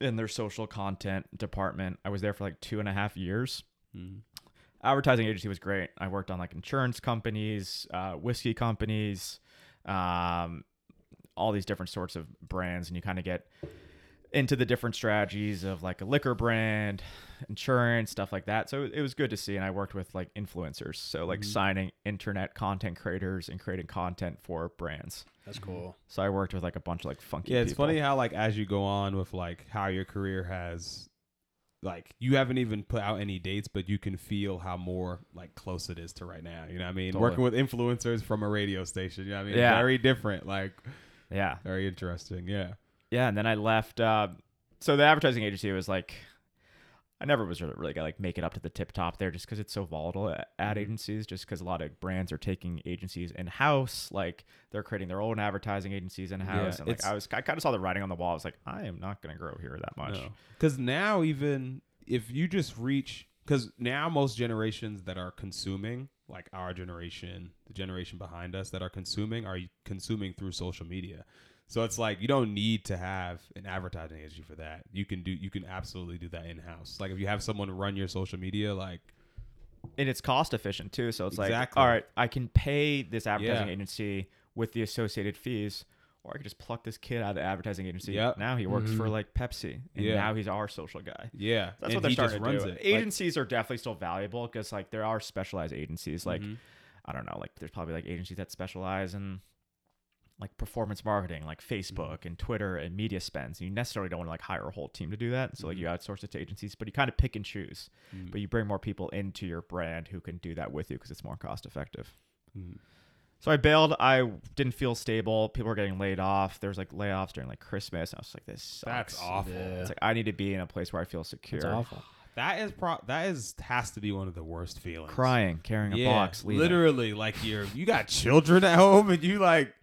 Speaker 1: in their social content department. I was there for like two and a half years. Advertising agency was great. I worked on like insurance companies, uh, whiskey companies, um, all these different sorts of brands, and you kind of get into the different strategies of like a liquor brand, insurance, stuff like that. So it was good to see. And I worked with like influencers. So
Speaker 3: Mm-hmm.
Speaker 1: like signing internet content creators and creating content for brands.
Speaker 2: That's cool.
Speaker 1: So I worked with like a bunch of like funky
Speaker 3: Yeah, it's
Speaker 1: people.
Speaker 3: funny how like as you go on with like how your career has like you haven't even put out any dates, but you can feel how more like close it is to right now. You know what I mean?
Speaker 1: Totally.
Speaker 3: Working with influencers from a radio station, you know what I mean?
Speaker 1: Yeah.
Speaker 3: Very different, like
Speaker 1: Yeah.
Speaker 3: very interesting. Yeah.
Speaker 1: Yeah. And then I left. Uh, so the advertising agency was like, I never was really, really gonna like make it up to the tip top there just because it's so volatile at
Speaker 3: Mm-hmm.
Speaker 1: ad agencies, just because a lot of brands are taking agencies in house. Like they're creating their own advertising agencies in house. and like
Speaker 3: it's-
Speaker 1: I was, I kind of saw the writing on the wall. I was like, I am not going to grow here that much.
Speaker 3: Because now, even if you just reach, because now most generations that are consuming, like our generation, the generation behind us that are consuming, are consuming through social media. So it's like you don't need to have an advertising agency for that. You can do, you can absolutely do that in house. Like if you have someone run your social media, like
Speaker 1: and it's cost efficient too. So it's like,
Speaker 3: Exactly.
Speaker 1: all right, I can pay this advertising
Speaker 3: Yeah.
Speaker 1: agency with the associated fees, or I could just pluck this kid out of the advertising agency.
Speaker 3: Yep. Mm-hmm.
Speaker 1: Now he works for like Pepsi, and
Speaker 3: Yeah.
Speaker 1: now he's our social guy.
Speaker 3: yeah,
Speaker 1: That's
Speaker 3: and
Speaker 1: what they're
Speaker 3: he
Speaker 1: starting
Speaker 3: just
Speaker 1: to
Speaker 3: runs
Speaker 1: do.
Speaker 3: it. Like,
Speaker 1: Agencies are definitely still valuable because like there are specialized agencies. Like
Speaker 3: Mm-hmm.
Speaker 1: I don't know, like there's probably like agencies that specialize in like performance marketing, like
Speaker 3: Mm-hmm.
Speaker 1: Facebook and Twitter and media spends. You necessarily don't want to like hire a whole team to do that, so like
Speaker 3: Mm-hmm.
Speaker 1: you outsource it to agencies. But you kind of pick and choose. But you bring more people into your brand who can do that with you because it's more cost effective.
Speaker 3: Mhm.
Speaker 1: So I bailed. I didn't feel stable. People were getting laid off. There was like layoffs during like Christmas. I was like, this sucks.
Speaker 3: that's awful.
Speaker 2: Yeah.
Speaker 1: It's like I need to be in a place where I feel secure.
Speaker 2: It's awful.
Speaker 3: That is pro. That is has to be one of the worst feelings.
Speaker 1: Crying, carrying a box, leaving.
Speaker 3: Literally, like you're you got children at home and you like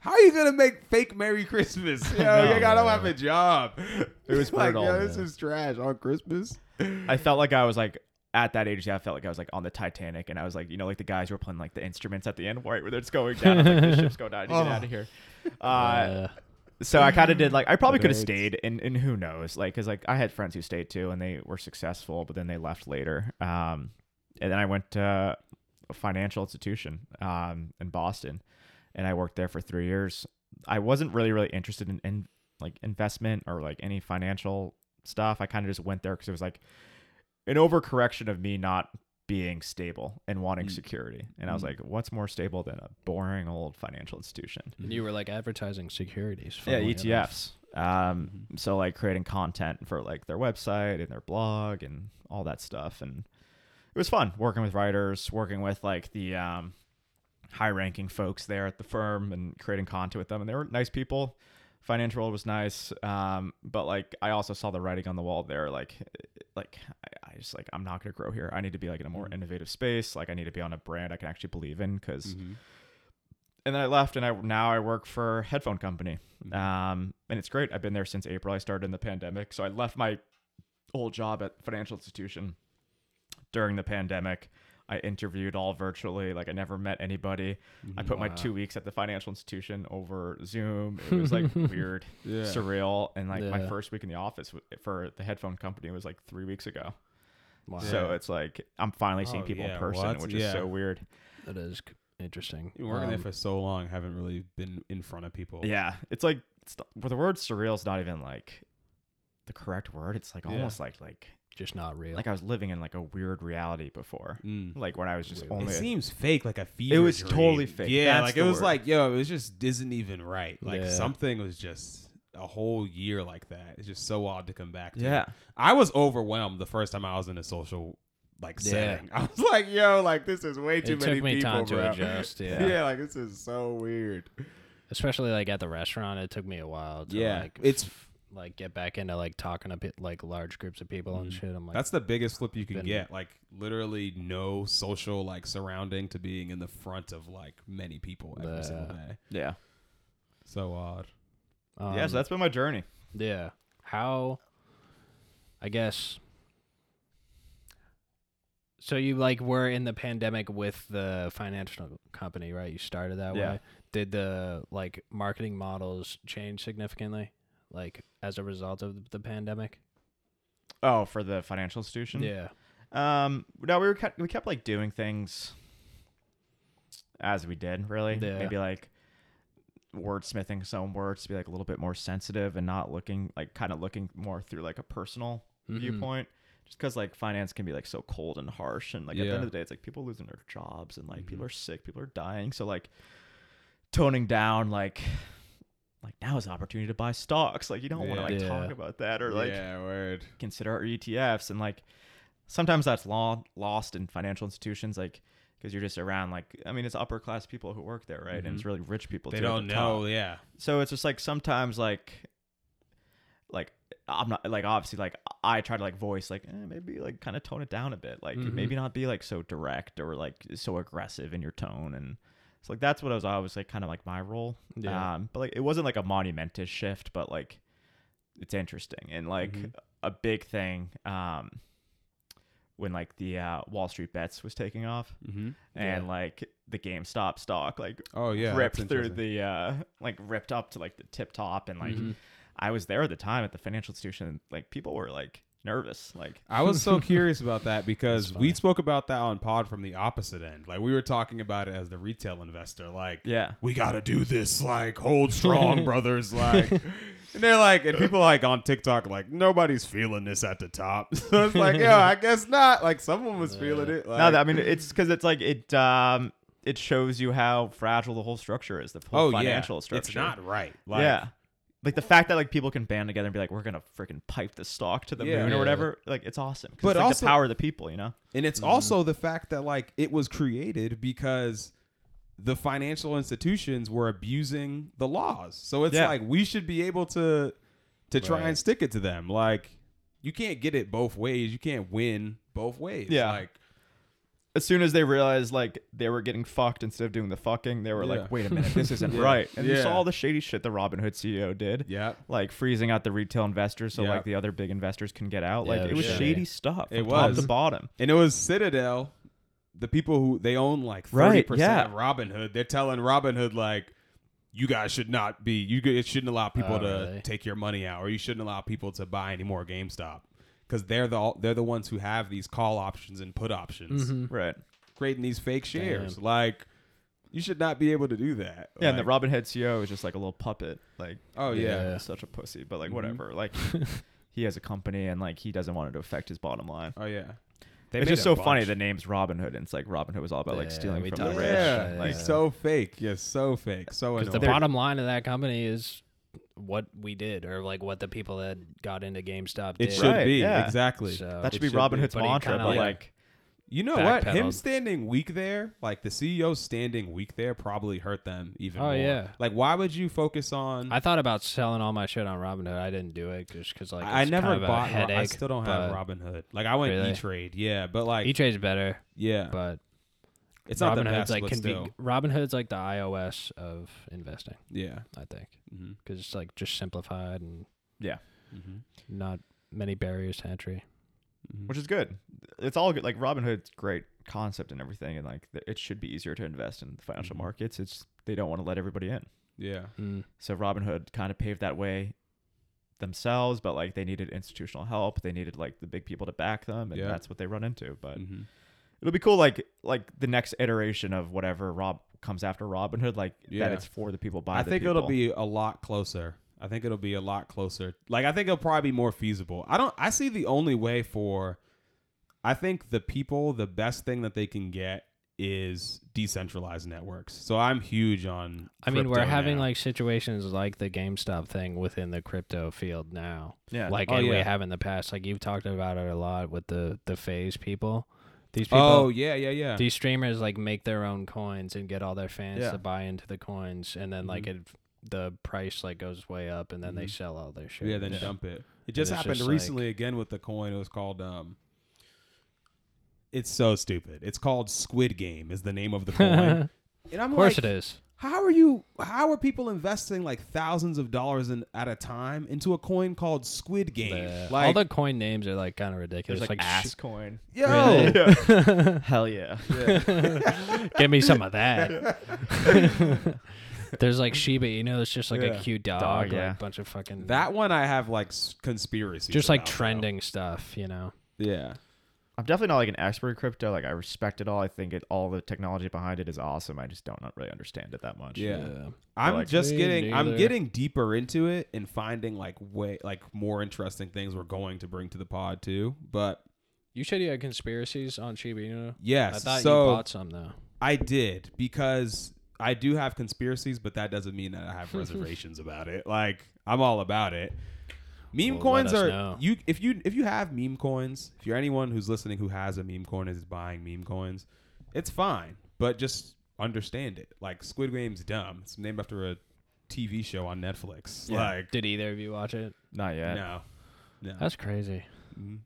Speaker 3: how are you gonna make fake Merry Christmas? Yo,
Speaker 1: No.
Speaker 3: you gotta have a job.
Speaker 1: It was
Speaker 3: like,
Speaker 1: brutal.
Speaker 3: yo, this
Speaker 1: Yeah.
Speaker 3: is trash on Christmas.
Speaker 1: I felt like I was like at that age. Yeah, I felt like I was like on the Titanic, and I was like, you know, like the guys who were playing like the instruments at the end, right, where they're just going down. I was like, this ship's going down. You get out of here. Uh,
Speaker 2: Uh,
Speaker 1: so I kind of did like I probably
Speaker 3: That
Speaker 1: could have
Speaker 3: hurts.
Speaker 1: stayed, and and who knows, like because like I had friends who stayed too, and they were successful, but then they left later. Um, and then I went to a financial institution um in Boston, and I worked there for three years. I wasn't really really interested in, in like investment or like any financial stuff. I kind of just went there because it was like an overcorrection of me not being stable and wanting security. And I was like, what's more stable than a boring old financial institution?
Speaker 2: and you were like advertising securities.
Speaker 1: yeah
Speaker 3: E
Speaker 2: funnily enough.
Speaker 1: etfs um so like creating content for like their website and their blog and all that stuff and it was fun working with writers working with like the um high ranking folks there at the firm and creating content with them and they were nice people financial world was nice um but like i also saw the writing on the wall there like like i, I just like i'm not gonna grow here i need to be like in a more innovative space like i need to be on a brand i can actually believe in because
Speaker 3: Mm-hmm.
Speaker 1: and then I left, and I now I work for a headphone company, um, and it's great. I've been there since April. I started in the pandemic, so I left my old job at financial institution during the pandemic. I interviewed all virtually, like I never met anybody. I put my two weeks at the financial institution over Zoom. It was like weird,
Speaker 3: Yeah.
Speaker 1: surreal, and like my
Speaker 2: Yeah.
Speaker 1: first week in the office w- for the headphone company was like three weeks ago.
Speaker 2: Wow.
Speaker 1: So it's like I'm finally seeing
Speaker 3: Oh,
Speaker 1: people
Speaker 3: yeah,
Speaker 1: in person,
Speaker 3: what?
Speaker 1: which
Speaker 3: Yeah.
Speaker 1: is so weird.
Speaker 2: that is c- interesting.
Speaker 3: You're working there
Speaker 2: Um,
Speaker 3: for so long, haven't really been in front of people.
Speaker 1: Yeah, it's like it's not, well, the word surreal is not even like the correct word. It's like
Speaker 3: Yeah.
Speaker 1: almost like like
Speaker 2: just not real.
Speaker 1: Like I was living in like a weird reality before.
Speaker 3: Mm.
Speaker 1: Like when I was just
Speaker 2: It
Speaker 1: only
Speaker 3: It
Speaker 1: a-
Speaker 3: seems fake, like a fever.
Speaker 1: was
Speaker 3: dream.
Speaker 1: totally fake.
Speaker 3: Yeah,
Speaker 1: That's
Speaker 3: like
Speaker 1: the
Speaker 3: it was
Speaker 1: word.
Speaker 3: like, yo, it was just isn't even right. Like
Speaker 2: Yeah.
Speaker 3: something was just a whole year like that. It's just so odd to come back to.
Speaker 1: yeah.
Speaker 3: I was overwhelmed the first time I was in a social like
Speaker 2: Yeah.
Speaker 3: setting. I was like, yo, like this is way too
Speaker 2: it
Speaker 3: many
Speaker 2: took me
Speaker 3: people.
Speaker 2: time to
Speaker 3: bro.
Speaker 2: adjust.
Speaker 3: Yeah.
Speaker 2: Yeah.
Speaker 3: like this is so weird.
Speaker 2: especially like at the restaurant, it took me a while. To,
Speaker 3: Yeah,
Speaker 2: like,
Speaker 3: it's-
Speaker 2: f- like get back into like talking to pe- like large groups of people and shit. I'm like,
Speaker 3: Mm. That's the biggest flip you can
Speaker 2: been-
Speaker 3: get. Like literally no social like surrounding to being in the front of like many people every
Speaker 2: Yeah.
Speaker 3: single day.
Speaker 1: Yeah.
Speaker 3: So odd.
Speaker 2: um,
Speaker 1: yeah, so that's been my journey.
Speaker 2: yeah. How, I guess. So you like were in the pandemic with the financial company, right? You started that
Speaker 1: Yeah.
Speaker 2: way. Did the like marketing models change significantly, like as a result of the pandemic?
Speaker 1: Oh, for the financial
Speaker 3: Mm-hmm.
Speaker 1: institution?
Speaker 2: Yeah.
Speaker 1: Um, no, we were kept, we kept like doing things as we did, really.
Speaker 2: Yeah.
Speaker 1: Maybe like wordsmithing some words to be like a little bit more sensitive and not looking like kind of looking more through like a personal
Speaker 3: Mm-hmm.
Speaker 2: Mhm.
Speaker 1: viewpoint. Just because like finance can be like so cold and harsh, and like at the
Speaker 3: Yeah. Mm-hmm.
Speaker 1: end of the day, it's like people losing their jobs and like people are sick, people are dying. So like toning down, like like now is an opportunity to buy stocks. Like you don't want to like
Speaker 2: Yeah.
Speaker 1: talk about that or like
Speaker 3: yeah, word.
Speaker 1: consider our ETFs and like sometimes that's law lost in financial institutions like because you're just around like I mean it's upper class people who work there right and it's really rich people
Speaker 3: Mm-hmm. They
Speaker 1: too at
Speaker 3: don't
Speaker 1: the top.
Speaker 3: know. Yeah.
Speaker 1: so it's just like sometimes like like I'm not like obviously like I try to like voice like eh, maybe like kind of tone it down a bit like
Speaker 2: Mhm.
Speaker 1: maybe not be like so direct or like so aggressive in your tone and so like that's what I was always like kind of like my role
Speaker 2: Mm-hmm. Yeah.
Speaker 1: um but like it wasn't like a monumentous shift but like it's interesting and like
Speaker 3: Mhm.
Speaker 1: a big thing um when like the uh, Wall Street bets was taking off
Speaker 3: Mm-hmm.
Speaker 1: and like the GameStop stock like
Speaker 3: Oh yeah.
Speaker 1: ripped
Speaker 3: that's
Speaker 1: through
Speaker 3: interesting. Mm-hmm.
Speaker 1: the uh like ripped up to like the tip top and like
Speaker 2: Mhm.
Speaker 1: I was there at the time at the financial institution and, like people were like nervous like
Speaker 3: I was so curious about that because
Speaker 2: That's
Speaker 3: we
Speaker 2: funny.
Speaker 3: spoke about that on pod from the opposite end. Like we were talking about it as the retail investor. Like
Speaker 1: yeah
Speaker 3: we gotta do this. Like hold strong, brothers. Like. And they're like, and people like on TikTok, like nobody's feeling this at the top. So it's like, yo, I guess not. Like someone was feeling it. Like,
Speaker 1: no I mean it's because it's like it um it shows you how fragile the whole structure is the whole
Speaker 3: oh
Speaker 1: financial
Speaker 3: yeah,
Speaker 1: structure
Speaker 3: it's not right. Like,
Speaker 1: yeah like the fact that like people can band together and be like we're gonna freaking pipe the stock to the
Speaker 3: Yeah.
Speaker 1: moon
Speaker 2: Yeah.
Speaker 1: or whatever like it's awesome 'Cause
Speaker 3: But
Speaker 1: it's, like,
Speaker 3: also-
Speaker 1: the power of the people you know
Speaker 3: And it's also the fact that like it was created because the financial institutions were abusing the laws. So it's
Speaker 1: Yeah.
Speaker 3: like we should be able to to try
Speaker 2: Right.
Speaker 3: and stick it to them. Like you can't get it both ways. You can't win both ways.
Speaker 1: Yeah.
Speaker 3: Like
Speaker 1: as soon as they realized like they were getting fucked instead of doing the fucking, they were
Speaker 3: Yeah.
Speaker 1: like, "Wait a minute, this isn't
Speaker 3: Yeah.
Speaker 1: right." And you
Speaker 3: Yeah.
Speaker 1: saw all the shady shit the Robin Hood CEO did,
Speaker 3: yeah.
Speaker 1: like freezing out the retail investors so
Speaker 3: Yeah.
Speaker 1: like the other big investors can get out. Like
Speaker 2: Yeah,
Speaker 1: it was
Speaker 2: yeah.
Speaker 1: shady stuff.
Speaker 3: It
Speaker 1: from top
Speaker 3: was.
Speaker 1: to bottom.
Speaker 3: And it was Citadel, the people who they own like 30%
Speaker 1: Right, yeah.
Speaker 3: of Robinhood. They're telling Robinhood like you guys should not be you g- it shouldn't allow people
Speaker 2: Oh,
Speaker 3: to
Speaker 2: really?
Speaker 3: take your money out or you shouldn't allow people to buy any more GameStop cuz they're the they're the ones who have these call options and put options
Speaker 2: Mm-hmm.
Speaker 1: Right.
Speaker 3: creating these fake shares. Like you should not be able to do that.
Speaker 1: Yeah, and the
Speaker 3: Like,
Speaker 1: Robin Hood CEO is just like a little puppet. Like
Speaker 3: Oh yeah.
Speaker 2: Yeah.
Speaker 1: such a pussy, but like
Speaker 3: Mhm.
Speaker 1: whatever. Like he has a company and like he doesn't want it to affect his bottom line.
Speaker 3: Oh yeah. They
Speaker 1: It's
Speaker 3: made
Speaker 1: just
Speaker 3: a
Speaker 1: so
Speaker 3: bunch.
Speaker 1: funny the name's Robin Hood and it's like Robin Hood was all about like
Speaker 2: Yeah,
Speaker 1: stealing
Speaker 2: we
Speaker 1: from the
Speaker 2: talked
Speaker 1: rich.
Speaker 2: about
Speaker 3: yeah,
Speaker 2: that.
Speaker 1: Like
Speaker 3: He's so fake. Yes, so fake. So
Speaker 2: Because the
Speaker 3: annoying.
Speaker 2: bottom line of that company is what we did, or like what the people that got into GameStop did.
Speaker 3: it should
Speaker 1: Right,
Speaker 3: be
Speaker 1: yeah.
Speaker 3: exactly.
Speaker 2: So-
Speaker 1: that
Speaker 3: It
Speaker 1: should be
Speaker 3: should
Speaker 1: Robin
Speaker 3: be,
Speaker 1: Hood's
Speaker 2: but he
Speaker 1: mantra,
Speaker 2: kinda,
Speaker 1: but
Speaker 2: like-
Speaker 1: like
Speaker 3: You know what? Him
Speaker 2: backpedaled.
Speaker 3: standing weak there, like the CEO standing weak there, probably hurt them even
Speaker 2: Oh,
Speaker 3: more.
Speaker 2: yeah.
Speaker 3: Like, why would you focus on?
Speaker 2: I thought about selling all my shit on Robinhood. I didn't do it just because like
Speaker 3: I
Speaker 2: it's
Speaker 3: never
Speaker 2: kind of a
Speaker 3: bought. Ro-
Speaker 2: Headache,
Speaker 3: I still don't have Robinhood. Like, I went
Speaker 2: Really?
Speaker 3: E Trade. Yeah, but like,
Speaker 2: E Trade's better,
Speaker 3: yeah,
Speaker 2: but
Speaker 3: it's not the
Speaker 2: Robinhood's
Speaker 3: best.
Speaker 2: like
Speaker 3: but
Speaker 2: can
Speaker 3: still.
Speaker 2: be Robinhood's like the iOS of investing,
Speaker 3: yeah.
Speaker 2: I think,
Speaker 3: hmm
Speaker 2: because it's like just simplified and
Speaker 3: hmm
Speaker 2: not many barriers to entry.
Speaker 1: which is good. It's all good. Like Robinhood's great concept and everything, and like th- it should be easier to invest in the financial
Speaker 3: Mhm.
Speaker 1: markets. It's they don't want to let everybody in,
Speaker 3: yeah.
Speaker 2: Mm.
Speaker 1: so Robinhood kind of paved that way themselves. But like they needed institutional help, they needed like the big people to back them, and
Speaker 3: Yeah.
Speaker 1: that's what they run into. But
Speaker 3: hmm
Speaker 1: it'll be cool, like like the next iteration of whatever Rob comes after Robinhood, like
Speaker 3: Yeah.
Speaker 1: that it's for the people by
Speaker 3: I
Speaker 1: the
Speaker 3: think it'll
Speaker 1: people.
Speaker 3: be a lot closer I think it'll be a lot closer. Like I think it'll probably be more feasible. I don't I see the only way for I think the people the best thing that they can get is decentralized networks. So I'm huge on
Speaker 2: I mean, we're
Speaker 3: crypto
Speaker 2: having
Speaker 3: now.
Speaker 2: like situations like the GameStop thing within the crypto field now,
Speaker 1: Yeah.
Speaker 2: like
Speaker 3: Oh,
Speaker 2: and we
Speaker 3: yeah.
Speaker 2: have in the past. Like you've talked about it a lot with the the phase people. These people,
Speaker 3: Oh yeah, yeah, yeah.
Speaker 2: these streamers like make their own coins and get all their fans
Speaker 1: Yeah.
Speaker 2: to buy into the coins, and then like
Speaker 3: Mm-hmm.
Speaker 2: it, the price like goes way up, and then they
Speaker 3: Mhm.
Speaker 2: sell all their shit.
Speaker 3: yeah, then dump it. It just
Speaker 2: it's
Speaker 3: happened
Speaker 2: just, like-
Speaker 3: recently again with the coin. It was called um It's so stupid. It's called Squid Game is the name of the coin. and I'm
Speaker 2: Of course
Speaker 3: like,
Speaker 2: it is.
Speaker 3: How are you? How are people investing like thousands of dollars in, at a time into a coin called Squid Game?
Speaker 2: The- all
Speaker 3: like,
Speaker 2: the coin names are like kind of ridiculous.
Speaker 1: There's like,
Speaker 2: like
Speaker 1: ass
Speaker 2: sh-
Speaker 1: coin.
Speaker 3: yo,
Speaker 2: Really?
Speaker 1: Hell yeah.
Speaker 2: Give me some of that. There's like Shiba Inu. It's just like
Speaker 3: Yeah.
Speaker 2: a cute dog,
Speaker 1: Dog,
Speaker 2: like,
Speaker 1: yeah.
Speaker 2: bunch of fucking
Speaker 3: that one I have like conspiracy.
Speaker 2: just like trending stuff, you know.
Speaker 3: Yeah,
Speaker 1: I'm definitely not like an expert in crypto. Like I respect it all. I think it all the technology behind it is awesome. I just don't not really understand it that much.
Speaker 3: yeah.
Speaker 2: Yeah.
Speaker 3: I'm
Speaker 1: Like,
Speaker 3: just
Speaker 2: me
Speaker 3: getting. I'm
Speaker 2: neither.
Speaker 3: getting deeper into it and finding like way like more interesting things we're going to bring to the pod too. But
Speaker 2: You said you had conspiracies on Shiba Inu.
Speaker 3: yes,
Speaker 2: I thought
Speaker 3: so
Speaker 2: you bought some though.
Speaker 3: I did because I do have conspiracies, but that doesn't mean that I have reservations about it. Like I'm all about it. Meme
Speaker 2: Well, let
Speaker 3: coins
Speaker 2: us
Speaker 3: are
Speaker 2: know.
Speaker 3: you if you if you have meme coins, if you're anyone who's listening who has a meme coin and is buying meme coins, it's fine. But just understand it. Like Squid Game's dumb. It's named after a TV show on Netflix.
Speaker 1: Yeah.
Speaker 3: Like
Speaker 2: Did either of you watch it?
Speaker 1: Not yet.
Speaker 3: no. No.
Speaker 2: That's crazy.
Speaker 3: Mhm.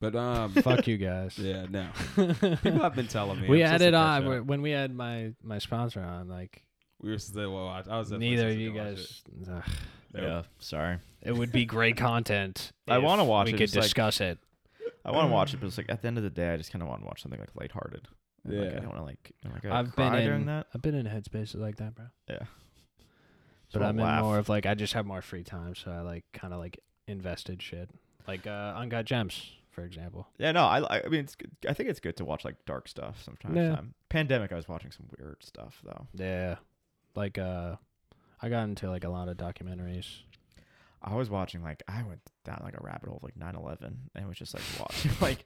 Speaker 3: But um
Speaker 2: Fuck you guys.
Speaker 3: yeah, no. People have been telling me.
Speaker 2: we
Speaker 3: I'm
Speaker 2: had
Speaker 3: supposed
Speaker 2: it
Speaker 3: to catch
Speaker 2: on
Speaker 3: up.
Speaker 2: when we had my my sponsor on. Like
Speaker 3: We were still watch. I was definitely
Speaker 2: neither of
Speaker 3: supposed to
Speaker 2: you
Speaker 3: go
Speaker 2: guys.
Speaker 3: watch it.
Speaker 2: Ugh.
Speaker 1: Yeah. Sorry.
Speaker 2: It would be great content.
Speaker 1: I
Speaker 2: if
Speaker 1: wanna watch
Speaker 2: We
Speaker 1: it,
Speaker 2: could
Speaker 1: just, like-
Speaker 2: discuss it.
Speaker 1: I want to watch it, but it's like at the end of the day, I just kind of want to watch something like lighthearted. And, Like,
Speaker 3: Yeah.
Speaker 1: I don't want to like. am I gonna
Speaker 2: I've been
Speaker 1: cry
Speaker 2: in.
Speaker 1: during that.
Speaker 2: I've been in headspaces like that, bro.
Speaker 1: Just
Speaker 2: But
Speaker 1: wanna
Speaker 2: I'm
Speaker 1: laugh.
Speaker 2: in more of like I just have more free time, so I like kind of like invested shit, like uh, Ungot Gems, for example.
Speaker 1: Yeah, no, I, I mean, it's good. I think it's good to watch like dark stuff sometimes.
Speaker 2: Yeah.
Speaker 1: Time. Pandemic, I was watching some weird stuff though.
Speaker 2: Yeah, like uh, I got into like a lot of documentaries.
Speaker 1: I was watching like I went down like a rabbit hole of like 9/11 and was just like watching like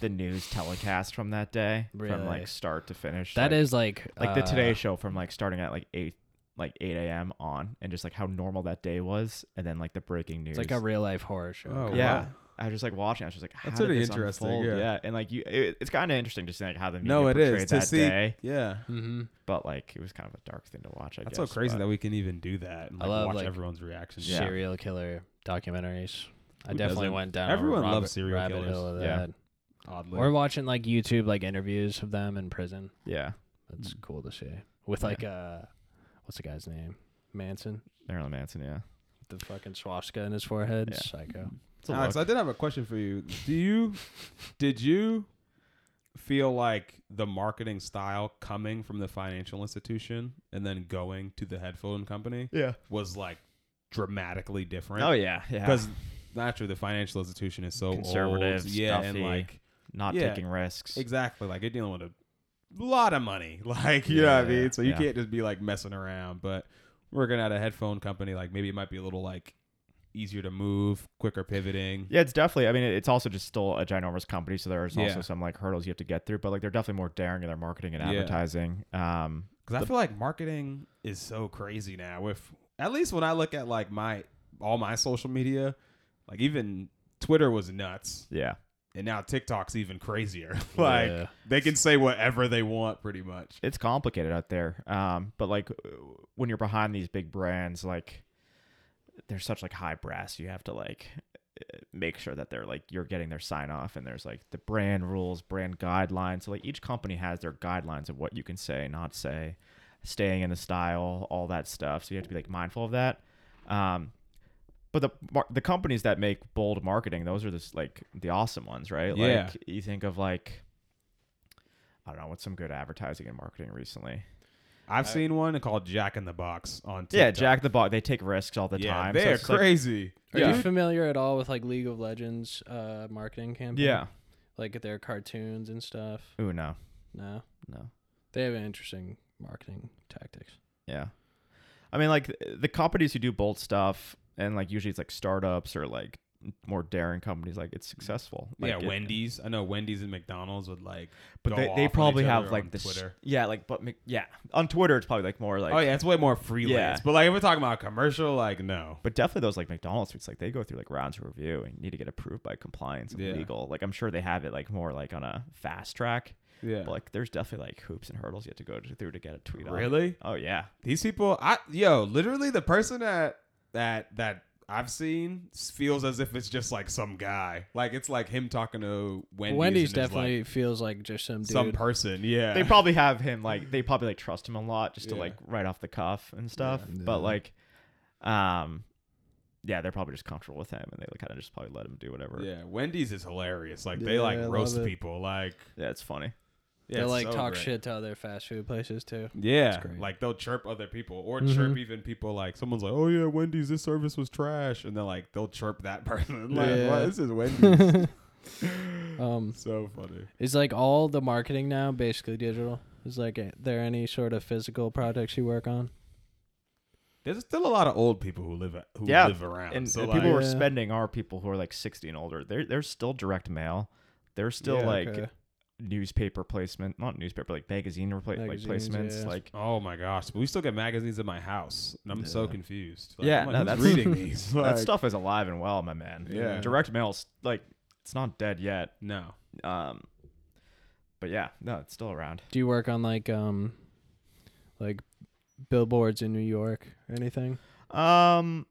Speaker 1: the news telecast from that day from
Speaker 2: Really?
Speaker 1: like start to finish. like,
Speaker 2: That is like
Speaker 1: like the Today
Speaker 2: uh,
Speaker 1: Show from like starting at like eight like 8 a.m. on and just like how normal that day was and then like the breaking news.
Speaker 2: It's like a real life horror show.
Speaker 3: Oh,
Speaker 2: kinda.
Speaker 1: yeah.
Speaker 3: wow.
Speaker 1: I was just like watching. I was just like, how
Speaker 3: That's
Speaker 1: did
Speaker 3: pretty
Speaker 1: this
Speaker 3: interesting,
Speaker 1: unfold?
Speaker 3: yeah.
Speaker 1: and like you, it, it's kind of interesting just like how the media
Speaker 3: No, it
Speaker 1: portrayed
Speaker 3: is to
Speaker 1: that
Speaker 3: see.
Speaker 1: day.
Speaker 3: Yeah,
Speaker 2: Mhm.
Speaker 1: But like, it was kind of a dark thing to watch. I
Speaker 3: that's
Speaker 1: guess,
Speaker 3: so crazy
Speaker 1: but-
Speaker 3: that we can even do that and
Speaker 2: I
Speaker 3: like,
Speaker 2: love,
Speaker 3: watch
Speaker 2: like,
Speaker 3: everyone's reactions.
Speaker 1: Yeah.
Speaker 2: Serial killer documentaries. I definitely
Speaker 3: Who doesn't?
Speaker 2: went down. a
Speaker 3: Everyone
Speaker 2: rabbit-
Speaker 3: loves serial
Speaker 2: rabbit
Speaker 3: killers.
Speaker 2: Hill of
Speaker 1: Yeah.
Speaker 2: that.
Speaker 3: Oddly,
Speaker 2: Or watching like YouTube like interviews of them in prison.
Speaker 1: Yeah,
Speaker 2: That's
Speaker 3: Mm.
Speaker 2: cool to see. With like uh, what's the guy's name? Manson.
Speaker 1: Marilyn Manson. Yeah,
Speaker 2: the fucking swastika in his forehead.
Speaker 1: Yeah.
Speaker 2: Psycho.
Speaker 1: It's a
Speaker 3: Alex,
Speaker 1: look.
Speaker 3: I did have a question for you. Do you, did you, feel like the marketing style coming from the financial institution and then going to the headphone company
Speaker 1: yeah.
Speaker 3: was like dramatically different?
Speaker 1: Oh yeah, yeah.
Speaker 3: because naturally the financial institution is so
Speaker 1: Conservative,
Speaker 3: old, yeah,
Speaker 1: stuffy.
Speaker 3: and like
Speaker 1: not
Speaker 3: Yeah.
Speaker 1: taking risks.
Speaker 3: Exactly. Like you're dealing with a lot of money. Like, you know what I
Speaker 1: Yeah,
Speaker 3: mean? So you
Speaker 1: yeah.
Speaker 3: can't just be like messing around. But working at a headphone company, like maybe it might be a little like easier to move, quicker pivoting.
Speaker 1: Yeah, it's definitely. I mean, it- it's also just still a ginormous company, so there's
Speaker 3: Yeah.
Speaker 1: also some like hurdles you have to get through. But like, they're definitely more daring in their marketing and
Speaker 3: Yeah.
Speaker 1: advertising. Um,
Speaker 3: Because I feel like marketing is so crazy now. If at least when I look at like my all my social media, like even Twitter was nuts,
Speaker 1: yeah,
Speaker 3: and now TikTok's even crazier. like they can say whatever they want, pretty much.
Speaker 1: it's complicated out there. Um, but like, when you're behind these big brands, like, there's such like high brass. You have to like eh, make sure that they're like you're getting their sign off, and there's like the brand rules, brand guidelines. So like each company has their guidelines of what you can say, not say, staying in the style, all that stuff. So you have to be like mindful of that. Um, but the mar- the companies that make bold marketing, those are just like the awesome ones, right?
Speaker 3: Yeah.
Speaker 1: Like you think of like I don't know what's some good advertising and marketing recently.
Speaker 3: I've seen one called Jack in the Box on TikTok.
Speaker 1: Yeah, Jack the Bot. They take risks all the
Speaker 3: yeah,
Speaker 1: time. so
Speaker 3: They're
Speaker 1: it's like-
Speaker 3: crazy.
Speaker 2: Are
Speaker 1: Yeah.
Speaker 2: you familiar at all with like League of Legends uh, marketing campaign?
Speaker 1: yeah.
Speaker 2: Like their cartoons and stuff?
Speaker 1: Ooh no,
Speaker 2: No.
Speaker 1: no.
Speaker 2: They have interesting marketing tactics.
Speaker 1: Yeah. I mean, like th- the companies who do bold stuff, and like usually it's like startups or like more daring companies. Like it's successful. Like,
Speaker 3: yeah,
Speaker 1: it-
Speaker 3: Wendy's. I know Wendy's and McDonald's would like,
Speaker 1: But
Speaker 3: go
Speaker 1: they,
Speaker 3: off
Speaker 1: they
Speaker 3: on
Speaker 1: probably
Speaker 3: each
Speaker 1: have
Speaker 3: other on
Speaker 1: like this.
Speaker 3: Twitter.
Speaker 1: Yeah, like but Mc- yeah, on Twitter it's probably like more like.
Speaker 3: oh yeah, it's way more freelance.
Speaker 1: Yeah.
Speaker 3: But like if we're talking about a commercial, like no.
Speaker 1: But definitely those like McDonald's tweets, like they go through like rounds of review and need to get approved by compliance and
Speaker 3: Yeah.
Speaker 1: legal. Like I'm sure they have it like more like on a fast track.
Speaker 3: Yeah.
Speaker 1: But like there's definitely like hoops and hurdles you have to go to- through to get a tweet. on.
Speaker 3: Really?
Speaker 1: Oh yeah.
Speaker 3: These people, I yo, literally the person that that that I've seen s- feels as if it's just like some guy. Like it's like him talking to Wendy's.
Speaker 2: Wendy's,
Speaker 3: and it's,
Speaker 2: definitely feels like just some
Speaker 3: like,
Speaker 2: dude.
Speaker 3: some person. Yeah.
Speaker 1: They probably have him like they probably like trust him a lot just to
Speaker 3: Yeah.
Speaker 1: like right off the cuff and stuff.
Speaker 2: Yeah.
Speaker 1: But
Speaker 2: Yeah.
Speaker 1: like, um, yeah, they're probably just comfortable with him and they kind of just probably let him do whatever.
Speaker 3: yeah, Wendy's is hilarious. Like they
Speaker 2: Yeah,
Speaker 3: like
Speaker 2: I
Speaker 3: roast
Speaker 2: love it.
Speaker 3: people. Like
Speaker 1: Yeah, it's funny.
Speaker 3: yeah,
Speaker 2: they
Speaker 3: it's
Speaker 2: like
Speaker 3: so
Speaker 2: talk
Speaker 3: great.
Speaker 2: shit to other fast food places too.
Speaker 3: Yeah,
Speaker 2: great.
Speaker 3: like they'll chirp other people or
Speaker 2: Mhm.
Speaker 3: chirp even people like someone's like, "Oh yeah, Wendy's this service was trash," and they're like they'll chirp that person like,
Speaker 2: Yeah.
Speaker 3: "What? This is Wendy's."
Speaker 2: um,
Speaker 3: so funny.
Speaker 2: is like all the marketing now basically digital? Is like a- there any sort of physical products you work on?
Speaker 3: There's still a lot of old people who live at, who
Speaker 1: Yeah,
Speaker 3: live around.
Speaker 1: and
Speaker 3: so
Speaker 1: the
Speaker 3: like,
Speaker 1: people who are
Speaker 2: Yeah.
Speaker 1: spending are people who are like 60 and older. They're they're still direct mail. They're still
Speaker 3: Yeah,
Speaker 1: like uh,
Speaker 2: Okay.
Speaker 1: newspaper placement, not newspaper, like magazine repla- like
Speaker 2: Magazines,
Speaker 1: placements.
Speaker 2: yeah.
Speaker 1: Like
Speaker 3: oh my gosh, but we still get magazines in my house, and I'm so
Speaker 1: Yeah.
Speaker 3: confused.
Speaker 1: Yeah,
Speaker 3: I'm
Speaker 1: no,
Speaker 3: who's
Speaker 1: that's-
Speaker 3: reading these. Like,
Speaker 1: that stuff is alive and well, my man.
Speaker 3: Yeah.
Speaker 1: direct mail's like it's not dead yet.
Speaker 3: No,
Speaker 1: Um, but yeah, no, it's still around.
Speaker 2: Do you work on like um, like billboards in New York or anything?
Speaker 1: Um,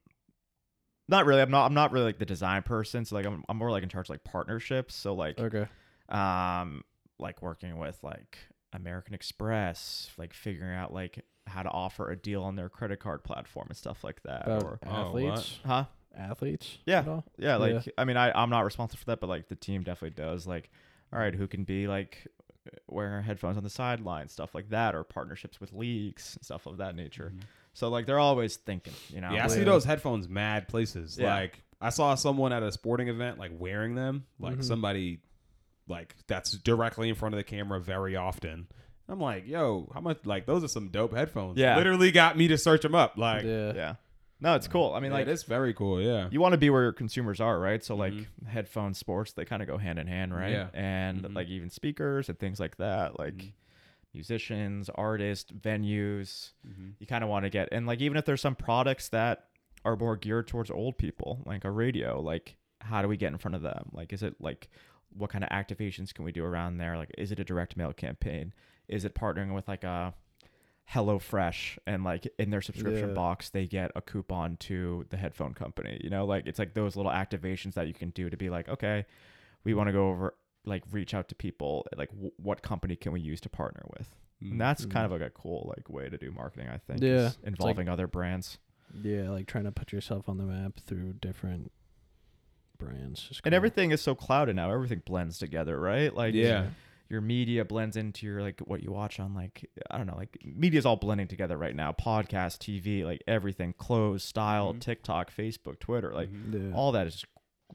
Speaker 1: not really. I'm not. I'm not really like the design person. So like, I'm I'm more like in charge of like partnerships. So like,
Speaker 2: Okay.
Speaker 1: um like working with like American Express, like figuring out like how to offer a deal on their credit card platform and stuff like that.
Speaker 2: About
Speaker 1: or
Speaker 3: oh,
Speaker 2: athletes.
Speaker 1: huh?
Speaker 2: athletes.
Speaker 1: Yeah.
Speaker 2: at all?
Speaker 1: Yeah,
Speaker 2: Yeah.
Speaker 1: like I mean I, I'm not responsible for that, but like the team definitely does. Like, all right, who can be like wearing headphones on the sideline, stuff like that, or partnerships with leagues and stuff of that nature. So like they're always thinking, you know.
Speaker 3: Mm-hmm. yeah, I see
Speaker 2: Yeah.
Speaker 3: those headphones mad places.
Speaker 1: Yeah.
Speaker 3: Like I saw someone at a sporting event like wearing them. Like
Speaker 1: Mm-hmm.
Speaker 2: Mhm.
Speaker 3: somebody like that's directly in front of the camera very often. I'm like, yo, how much? Like those are some dope headphones.
Speaker 1: Yeah.
Speaker 3: literally got me to search them up. Like,
Speaker 2: yeah.
Speaker 1: Yeah. No, it's cool. I mean,
Speaker 3: yeah,
Speaker 1: like
Speaker 3: it's very cool. Yeah,
Speaker 1: you want to be where your consumers are, right? So like
Speaker 3: Mhm.
Speaker 1: headphones, sports, they kind of go hand in hand, right?
Speaker 3: Yeah.
Speaker 1: And
Speaker 3: Mhm.
Speaker 1: like even speakers and things like that, like
Speaker 3: Mhm.
Speaker 1: musicians, artists, venues,
Speaker 3: Mhm.
Speaker 1: you kind of want to get and like even if there's some products that are more geared towards old people, like a radio, like how do we get in front of them? Like is it like what kind of activations can we do around there? Like is it a direct mail campaign? Is it partnering with like a Hello Fresh and like in their subscription
Speaker 2: Yeah.
Speaker 1: box they get a coupon to the headphone company. You know, like it's like those little activations that you can do to be like, okay, we want to go over like reach out to people. Like w- what company can we use to partner with? And that's kind of like a cool like way to do marketing, I think.
Speaker 2: Yeah.
Speaker 1: is
Speaker 2: It's like-
Speaker 1: involving other brands.
Speaker 2: Yeah, like trying to put yourself on the map through different brands. Is
Speaker 1: And
Speaker 2: cool.
Speaker 1: everything is so clouded now. Everything blends together, right? Like
Speaker 3: yeah.
Speaker 1: your media blends into your like what you watch on like I don't know, like media's all blending together right now. Podcast, TV, like everything, clothes, style,
Speaker 2: Mm-hmm.
Speaker 3: Mhm.
Speaker 1: TikTok, Facebook, Twitter, like
Speaker 3: Mhm.
Speaker 2: Yeah.
Speaker 1: all that is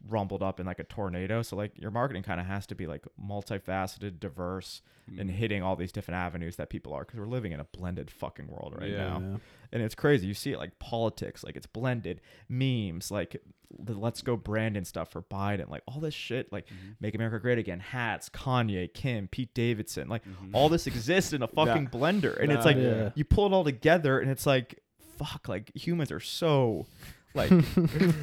Speaker 1: rumbled up in like a tornado. So like your marketing kind of has to be like multifaceted, diverse,
Speaker 3: Mm-hmm.
Speaker 2: Mm-hmm.
Speaker 1: and hitting all these different avenues that people are because we're living in a blended fucking world right
Speaker 3: Yeah.
Speaker 1: now. and it's crazy. You see it like politics, like it's blended memes, like the "Let's Go Brandon" stuff for Biden, like all this shit, like "Make America Great Again" hats, Kanye, Kim, Pete Davidson, like
Speaker 3: Mm-hmm.
Speaker 1: all this exists in a fucking blender, and it's
Speaker 3: Nah,
Speaker 1: like
Speaker 2: yeah.
Speaker 1: you pull it all together, and it's like fuck, like humans are so. Like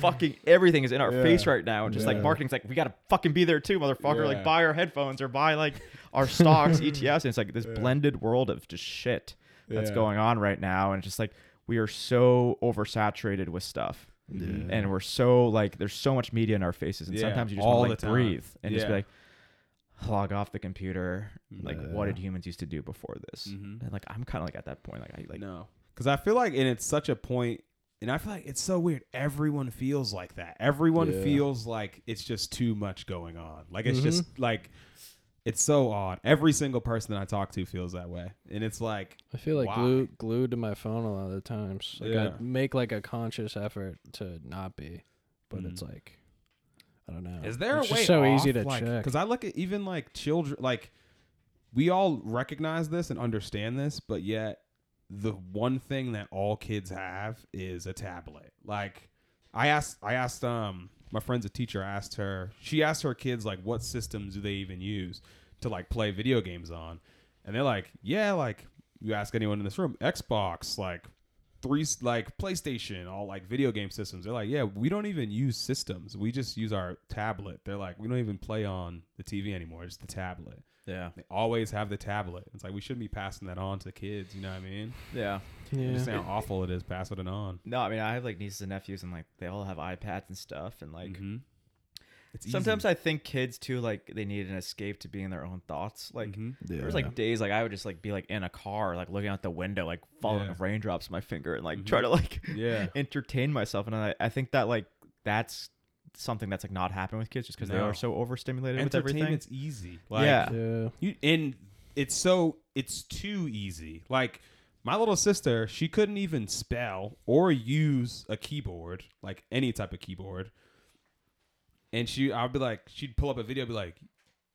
Speaker 1: fucking everything is in our
Speaker 3: Yeah.
Speaker 1: face right now, and just like
Speaker 2: Yeah.
Speaker 1: marketing's like we gotta fucking be there too, motherfucker.
Speaker 3: Yeah.
Speaker 1: Like buy our headphones or buy like our stocks, ETFs. And it's like this blended world of just shit that's
Speaker 3: Yeah.
Speaker 1: going on right now and it's just like we are so oversaturated with stuff
Speaker 3: Yeah.
Speaker 1: and we're so like there's so much media in our faces and
Speaker 3: Yeah,
Speaker 1: sometimes you just
Speaker 3: all
Speaker 1: want to like
Speaker 3: the time.
Speaker 1: breathe and just be
Speaker 3: Yeah.
Speaker 1: like log off the computer like what
Speaker 2: Yeah.
Speaker 1: did humans used to do before this
Speaker 3: Mhm.
Speaker 1: and like i'm kind of like at that point like i like
Speaker 3: no because i feel like and it's such a point and i feel like it's so weird everyone feels like that everyone
Speaker 2: Yeah.
Speaker 3: feels like it's just too much going on like it's
Speaker 2: Mhm.
Speaker 3: just like it's so odd every single person that i talk to feels that way and it's like
Speaker 2: I feel like
Speaker 3: Why?
Speaker 2: glued, glued to my phone a lot of the times. Like
Speaker 3: Yeah.
Speaker 2: I make like a conscious effort to not be, but it's like I don't know.
Speaker 3: Hmm. is there
Speaker 2: it's
Speaker 3: a way
Speaker 2: just so easy to check?
Speaker 3: because i look at even like children like we all recognize this and understand this but yet the one thing that all kids have is a tablet. Like I asked I asked um my friend's a teacher, I asked her she asked her kids like what systems do they even use to like play video games on? And they're like, Yeah, like you ask anyone in this room, Xbox, like three like PlayStation, all like video game systems. They're like, Yeah, we don't even use systems. We just use our tablet. They're like, We don't even play on the TV anymore, it's the tablet.
Speaker 1: Yeah.
Speaker 3: They always have the tablet. It's like we shouldn't be passing that on to kids. You know what I mean?
Speaker 1: Yeah.
Speaker 3: I'm just saying
Speaker 2: Yeah.
Speaker 3: how awful it is passing it on.
Speaker 1: No, I mean I have like nieces and nephews and like they all have iPads and stuff and like
Speaker 3: Mhm. It's
Speaker 1: Mm-hmm. sometimes I think kids too like they need an escape to being their own thoughts. Like
Speaker 4: Yeah.
Speaker 1: there was like days like I would just like be like in a car like looking out the window like following
Speaker 3: Yeah.
Speaker 1: raindrops on my finger and like try to like
Speaker 3: yeah,
Speaker 1: entertain myself and I, I think that like that's something that's like not happening with kids just because they
Speaker 3: No.
Speaker 1: are so overstimulated with everything.
Speaker 3: entertainment's easy. Like,
Speaker 1: Yeah.
Speaker 2: Yeah.
Speaker 3: you and it's so it's too easy. Like my little sister, she couldn't even spell or use a keyboard, like any type of keyboard. And she, I'd be like, she'd pull up a video, be like,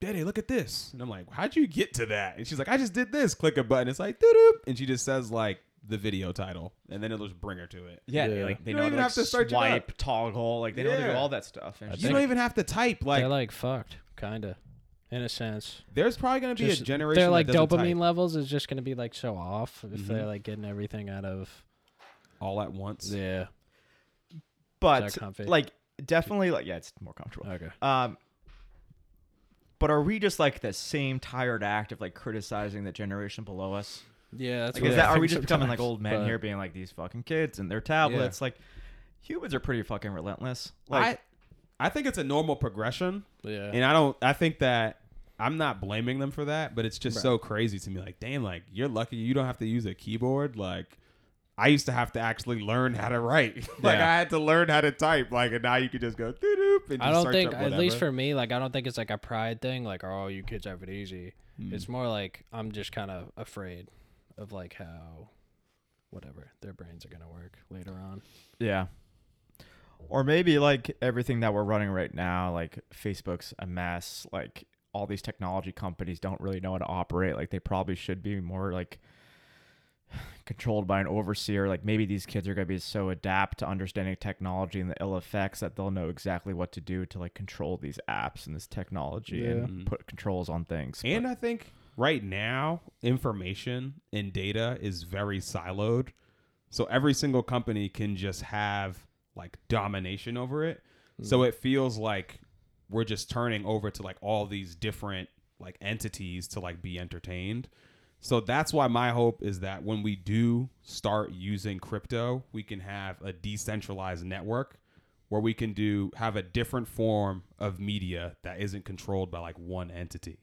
Speaker 3: "Daddy, look at this," and I'm like, "How'd you get to that?" And she's like, "I just did this. Click a button. It's like doo and she just says like the video title, and then it'll just bring her to it.
Speaker 1: Yeah,
Speaker 4: Yeah.
Speaker 1: like they
Speaker 3: You
Speaker 1: know how to
Speaker 3: don't even
Speaker 1: like,
Speaker 3: have to search it up.
Speaker 1: swipe, toggle, like they know how to
Speaker 3: Yeah.
Speaker 1: do all that stuff. And
Speaker 2: I
Speaker 3: You
Speaker 1: she's
Speaker 2: think-
Speaker 3: don't even have to type. Like,
Speaker 2: they're like fucked, kinda, in a sense.
Speaker 3: there's probably gonna be
Speaker 2: Just-
Speaker 3: a generation.
Speaker 2: Their like
Speaker 3: that doesn't
Speaker 2: dopamine
Speaker 3: type Mm-hmm.
Speaker 2: levels is just gonna be like so off if they're like getting everything out of
Speaker 3: all at once.
Speaker 2: yeah.
Speaker 1: but
Speaker 2: comfy?
Speaker 1: like definitely like yeah, it's more comfortable.
Speaker 2: Okay.
Speaker 1: Um, but are we just like the same tired act of like criticizing the generation below us?
Speaker 2: Yeah, that's
Speaker 1: Like, is
Speaker 2: what
Speaker 1: that
Speaker 2: I
Speaker 1: are we
Speaker 2: think
Speaker 1: just becoming like
Speaker 2: sometimes,
Speaker 1: old men
Speaker 2: but-
Speaker 1: here, being like these fucking kids and their tablets? Like humans are pretty fucking relentless. Like
Speaker 3: I, I think it's a normal progression,
Speaker 2: Yeah.
Speaker 3: and I don't. I think that I'm not blaming them for that, but it's just
Speaker 2: Right.
Speaker 3: so crazy to me. Like, damn, like you're lucky you don't have to use a keyboard. Like, I used to have to actually learn how to write. like,
Speaker 1: Yeah.
Speaker 3: I had to learn how to type. Like, and now you can just go doop and just
Speaker 2: I don't
Speaker 3: search
Speaker 2: think,
Speaker 3: up
Speaker 2: at least
Speaker 3: whatever.
Speaker 2: for me, like I don't think it's like a pride thing, like oh you kids have it easy.
Speaker 3: Hmm.
Speaker 2: It's more like I'm just kind of afraid of like how, whatever their brains are gonna work later on.
Speaker 1: yeah. Or maybe like everything that we're running right now, like Facebook's a mess. Like all these technology companies don't really know how to operate. Like they probably should be more like controlled by an overseer. Like maybe these kids are going to be so adapt to understanding technology and the ill effects that they'll know exactly what to do to like control these apps and this technology and put controls on things. But-
Speaker 3: And I think right now, information and data is very siloed. So every single company can just have like domination over it.
Speaker 1: Hmm.
Speaker 3: So it feels like we're just turning over to like all these different like entities to like be entertained. So that's why my hope is that when we do start using crypto, we can have a decentralized network where we can do have a different form of media that isn't controlled by like one entity.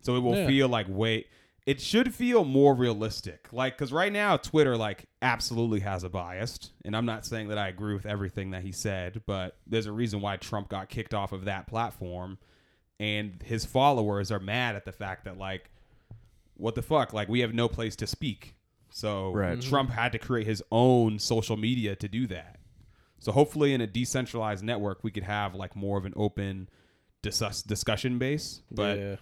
Speaker 3: So it will
Speaker 2: Yeah.
Speaker 3: feel like wait, it should feel more realistic. Like cuz right now Twitter like absolutely has a bias and I'm not saying that I agree with everything that he said, but there's a reason why Trump got kicked off of that platform and his followers are mad at the fact that like what the fuck? Like we have no place to speak. So
Speaker 1: Right.
Speaker 3: Trump had to create his own social media to do that. So hopefully in a decentralized network we could have like more of an open discuss- discussion base, but
Speaker 2: yeah,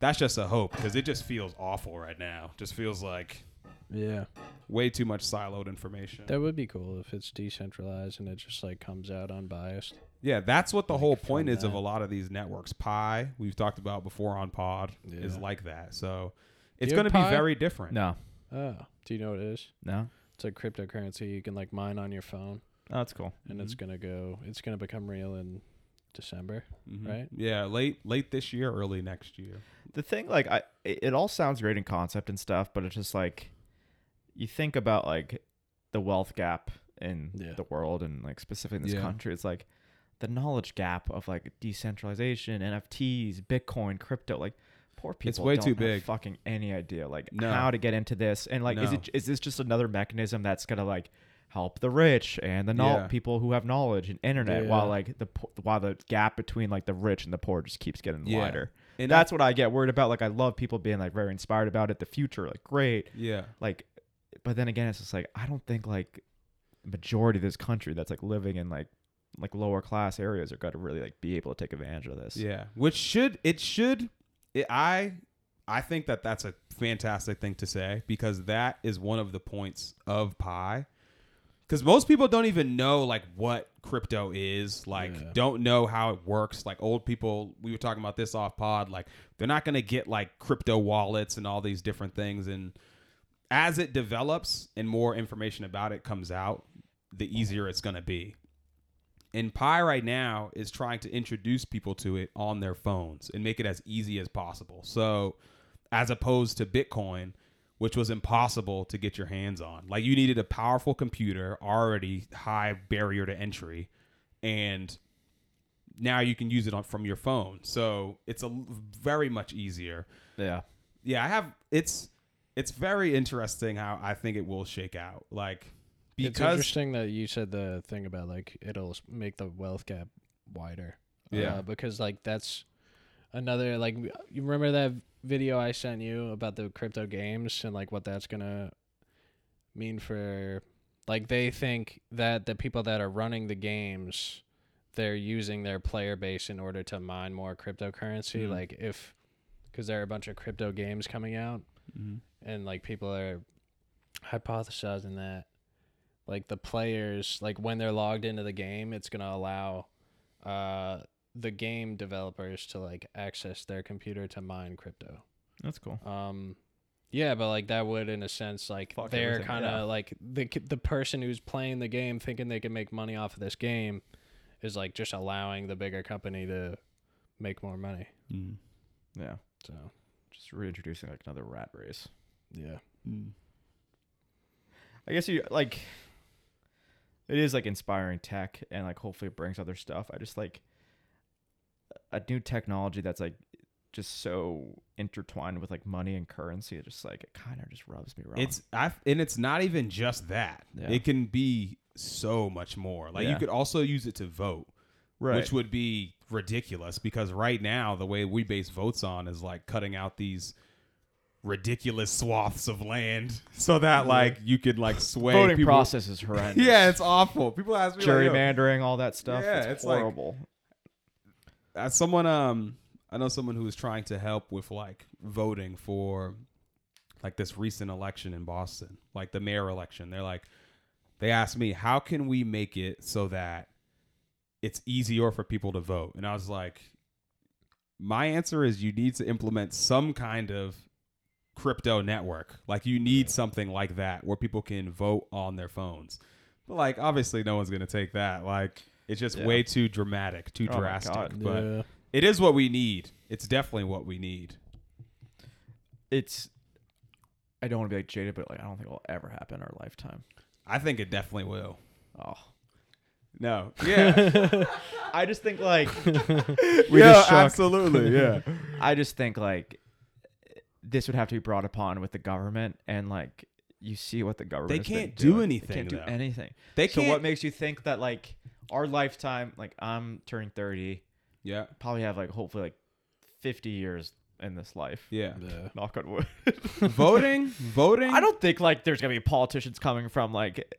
Speaker 3: that's just a hope because it just feels awful right now. Just feels like
Speaker 2: yeah,
Speaker 3: way too much siloed information.
Speaker 2: that would be cool if it's decentralized and it just like comes out unbiased.
Speaker 3: Yeah, that's what the whole point
Speaker 2: from
Speaker 3: is of
Speaker 2: that.
Speaker 3: a lot of these networks. Pi, we've talked about before on Pod, is
Speaker 2: Yeah.
Speaker 3: like that. So it's
Speaker 2: you
Speaker 3: going to
Speaker 2: have
Speaker 3: be
Speaker 2: Pi?
Speaker 3: very different.
Speaker 1: no,
Speaker 2: Oh, do you know what it is?
Speaker 1: no,
Speaker 2: It's like cryptocurrency you can like mine on your phone,
Speaker 1: no, that's cool.
Speaker 2: and
Speaker 3: Mm-hmm.
Speaker 2: it's gonna go, it's gonna become real in December,
Speaker 1: Mm-hmm.
Speaker 3: Mhm.
Speaker 2: right?
Speaker 3: Yeah, late late this year, early next year.
Speaker 1: the thing like i it it all sounds great in concept and stuff but it's just like you think about like the wealth gap in
Speaker 2: Yeah.
Speaker 1: the world and like specifically in this
Speaker 3: Yeah.
Speaker 1: country it's like the knowledge gap of like decentralization nfts bitcoin crypto like poor people
Speaker 3: way
Speaker 1: don't
Speaker 3: too
Speaker 1: have
Speaker 3: big.
Speaker 1: fucking any idea like
Speaker 3: No.
Speaker 1: how to get into this and like is
Speaker 3: No.
Speaker 1: it is this just another mechanism that's gonna like help the rich and the know-
Speaker 3: Yeah.
Speaker 1: people who have knowledge and internet while
Speaker 2: Yeah.
Speaker 1: like the po- while the gap between like the rich and the poor just keeps getting
Speaker 3: Yeah.
Speaker 1: wider
Speaker 3: And
Speaker 1: and that's what I get worried about. Like I love people being like very inspired about it. The future, like great.
Speaker 3: Yeah.
Speaker 1: Like, but then again, it's just like I don't think like majority of this country that's like living in like like lower class areas are going to really like be able to take advantage of this.
Speaker 3: Yeah, which should it should it, I I think that that's a fantastic thing to say because that is one of the points of Pi. Because most people don't even know like what crypto is, like
Speaker 2: Yeah.
Speaker 3: don't know how it works. Like old people, we were talking about this off pod. Like they're not gonna get like crypto wallets and all these different things. And as it develops and more information about it comes out, the easier it's gonna be. And Pi right now is trying to introduce people to it on their phones and make it as easy as possible. So, as opposed to Bitcoin, which was impossible to get your hands on, like you needed a powerful computer, already high barrier to entry, and now you can use it on, from your phone. So it's a l- very much easier
Speaker 1: Yeah.
Speaker 3: yeah, I have. It's it's very interesting how I think it will shake out. Like
Speaker 2: it's
Speaker 3: because
Speaker 2: interesting that you said the thing about like it'll s- make the wealth gap wider.
Speaker 3: Yeah.
Speaker 2: Uh, because like that's another like w- you remember that video I sent you about the crypto games and like what that's gonna mean for like they think that the people that are running the games they're using their player base in order to mine more cryptocurrency
Speaker 3: Mhm.
Speaker 2: like if because there are a bunch of crypto games coming out
Speaker 3: Mm-hmm.
Speaker 2: and like people are hypothesizing that like the players like when they're logged into the game it's going to allow uh the game developers to like access their computer to mine crypto
Speaker 1: That's cool.
Speaker 2: um yeah but like that would in a sense like
Speaker 1: Fuck
Speaker 2: they're
Speaker 1: everything,
Speaker 2: kind of
Speaker 1: yeah.
Speaker 2: like the ki- the person who's playing the game thinking they can make money off of this game is like just allowing the bigger company to make more money
Speaker 3: Mm-hmm.
Speaker 1: Yeah.
Speaker 2: so
Speaker 1: Just reintroducing like another rat race.
Speaker 2: yeah
Speaker 1: I guess you like it is like inspiring tech and like hopefully it brings other stuff. I just like a new technology that's like just so intertwined with like money and currency. It just like it kind of just rubs me wrong.
Speaker 3: it's I and it's not even just that.
Speaker 1: Yeah.
Speaker 3: It can be so much more. Like you
Speaker 1: Yeah.
Speaker 3: could also use it to vote,
Speaker 1: right.
Speaker 3: which would be ridiculous because right now the way we base votes on is like cutting out these ridiculous swaths of land so that like you could like sway
Speaker 1: voting
Speaker 3: people.
Speaker 1: process is horrendous.
Speaker 3: Yeah, it's awful. People ask me like, yo,
Speaker 1: gerrymandering, all that stuff.
Speaker 3: Yeah,
Speaker 1: it's,
Speaker 3: it's like-
Speaker 1: horrible.
Speaker 3: as someone um I know someone who was trying to help with like voting for like this recent election in Boston, like the mayor election. They're like they asked me, "How can we make it so that it's easier for people to vote?" And I was like, "My answer is you need to implement some kind of crypto network. Like you need something like that where people can vote on their phones." But like obviously no one's going to take that. Like it's just
Speaker 1: Yeah.
Speaker 3: way too dramatic, too
Speaker 1: Oh my
Speaker 3: drastic,
Speaker 1: God.
Speaker 3: but
Speaker 2: yeah.
Speaker 3: it is what we need. It's definitely what we need.
Speaker 1: It's I don't want to be like jaded, but like I don't think it'll ever happen in our lifetime.
Speaker 3: I think it definitely will.
Speaker 1: Oh,
Speaker 3: No. Yeah.
Speaker 1: I just think like
Speaker 3: we
Speaker 1: Yeah,
Speaker 3: just absolutely. Yeah.
Speaker 1: I just think like this would have to be brought upon with the government and like you see what the government
Speaker 3: They
Speaker 1: has been
Speaker 3: can't do
Speaker 1: doing.
Speaker 3: anything,
Speaker 1: They can't do
Speaker 3: though.
Speaker 1: anything.
Speaker 3: They
Speaker 1: so
Speaker 3: can't-
Speaker 1: what makes you think that like our lifetime, like I'm turning thirty,
Speaker 3: yeah.
Speaker 1: probably have like hopefully like fifty years in this life.
Speaker 3: Yeah.
Speaker 2: yeah
Speaker 1: Knock on wood.
Speaker 3: Voting, voting.
Speaker 1: I don't think like there's gonna be politicians coming from like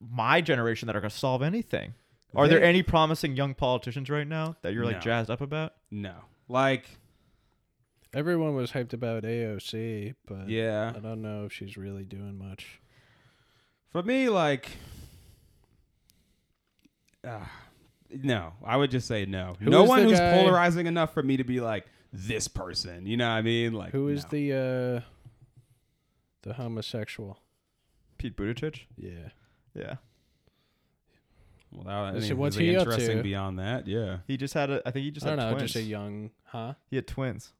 Speaker 1: my generation that are gonna solve anything. Are there
Speaker 3: They-
Speaker 1: any promising young politicians right now that you're like
Speaker 3: No.
Speaker 1: jazzed up about?
Speaker 3: No. Like,
Speaker 2: everyone was hyped about AOC but
Speaker 3: yeah.
Speaker 2: I don't know if she's really doing much.
Speaker 3: For me, like, ah, no. I would just say no.
Speaker 2: Who
Speaker 3: no
Speaker 2: is
Speaker 3: one
Speaker 2: the
Speaker 3: who's
Speaker 2: guy-
Speaker 3: polarizing enough for me to be like this person. You know what I mean? Like,
Speaker 2: Who is
Speaker 3: no.
Speaker 2: the uh the homosexual?
Speaker 1: Pete Buttigieg?
Speaker 2: Yeah.
Speaker 1: Yeah.
Speaker 3: Well, that, I
Speaker 2: Is
Speaker 3: mean,
Speaker 2: it- what's
Speaker 3: is it
Speaker 2: he up
Speaker 3: interesting
Speaker 2: to?
Speaker 3: beyond that? Yeah.
Speaker 1: He just had a I think he just
Speaker 2: I don't
Speaker 1: had
Speaker 2: know,
Speaker 1: twins.
Speaker 2: just a young huh?
Speaker 1: he had twins.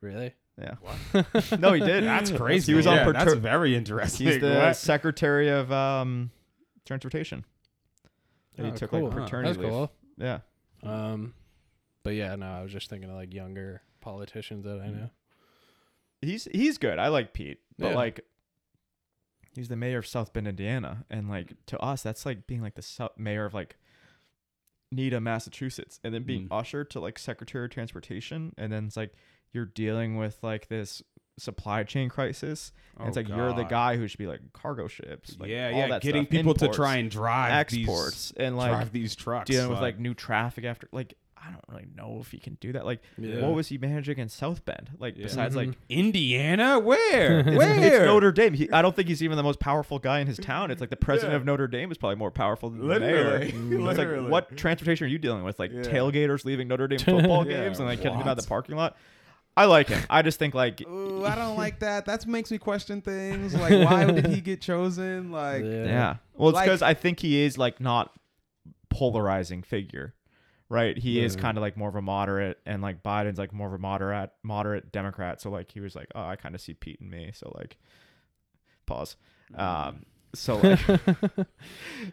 Speaker 2: Really?
Speaker 1: Yeah. no, he did.
Speaker 3: That's crazy.
Speaker 1: He was on
Speaker 3: Yeah,
Speaker 1: pater-
Speaker 3: that's very interesting.
Speaker 1: He's the
Speaker 3: What?
Speaker 1: secretary of um transportation. And he
Speaker 2: Oh,
Speaker 1: took
Speaker 2: cool.
Speaker 1: like
Speaker 3: Huh.
Speaker 1: paternity
Speaker 2: That's
Speaker 1: leave.
Speaker 2: cool.
Speaker 1: Yeah.
Speaker 2: Um but yeah, no, I was just thinking of like younger politicians that
Speaker 1: Mm-hmm.
Speaker 2: I know.
Speaker 1: He's he's good. I like Pete. But
Speaker 2: Yeah.
Speaker 1: like he's the mayor of South Bend, Indiana, and like to us that's like being like the sou- mayor of like Needham, Massachusetts, and then being
Speaker 3: Mm.
Speaker 1: ushered to like secretary of transportation and then it's like you're dealing with like this supply chain crisis and it's
Speaker 3: Oh,
Speaker 1: like you're the
Speaker 3: God.
Speaker 1: guy who should be like cargo ships like
Speaker 3: yeah,
Speaker 1: all
Speaker 3: yeah,
Speaker 1: that
Speaker 3: getting
Speaker 1: stuff,
Speaker 3: people
Speaker 1: imports,
Speaker 3: to try and drive
Speaker 1: exports
Speaker 3: these,
Speaker 1: and like
Speaker 3: drive these trucks,
Speaker 1: dealing with like new traffic after like I I don't really know if he can do that. Like,
Speaker 2: Yeah.
Speaker 1: what was he managing in South Bend? Like,
Speaker 3: Yeah.
Speaker 1: besides like
Speaker 2: Mhm.
Speaker 3: Indiana? Where?
Speaker 2: It's-
Speaker 3: Where?
Speaker 1: It's Notre Dame. He, I don't think he's even the most powerful guy in his town. It's like the president
Speaker 3: Yeah.
Speaker 1: of Notre Dame is probably more powerful than
Speaker 3: Literally.
Speaker 1: the mayor. It's
Speaker 3: Literally.
Speaker 1: like, what transportation are you dealing with? Like
Speaker 3: Yeah.
Speaker 1: tailgaters leaving Notre Dame football
Speaker 3: Yeah,
Speaker 1: games and like getting him out of
Speaker 3: what?
Speaker 1: the parking lot. I like him. I just think like
Speaker 3: Ooh, I don't like that. That makes me question things. Like, why did he get chosen? Like,
Speaker 1: yeah. Well, it's
Speaker 3: Like-
Speaker 1: because I think he is like not polarizing figure, right? He is
Speaker 3: Mm.
Speaker 2: Yeah.
Speaker 1: kind of like more of a moderate, and like Biden's like more of a moderate moderate Democrat. So like he was like, oh, I kind of see Pete and me. So like, pause.
Speaker 3: Mm.
Speaker 1: Um, so like,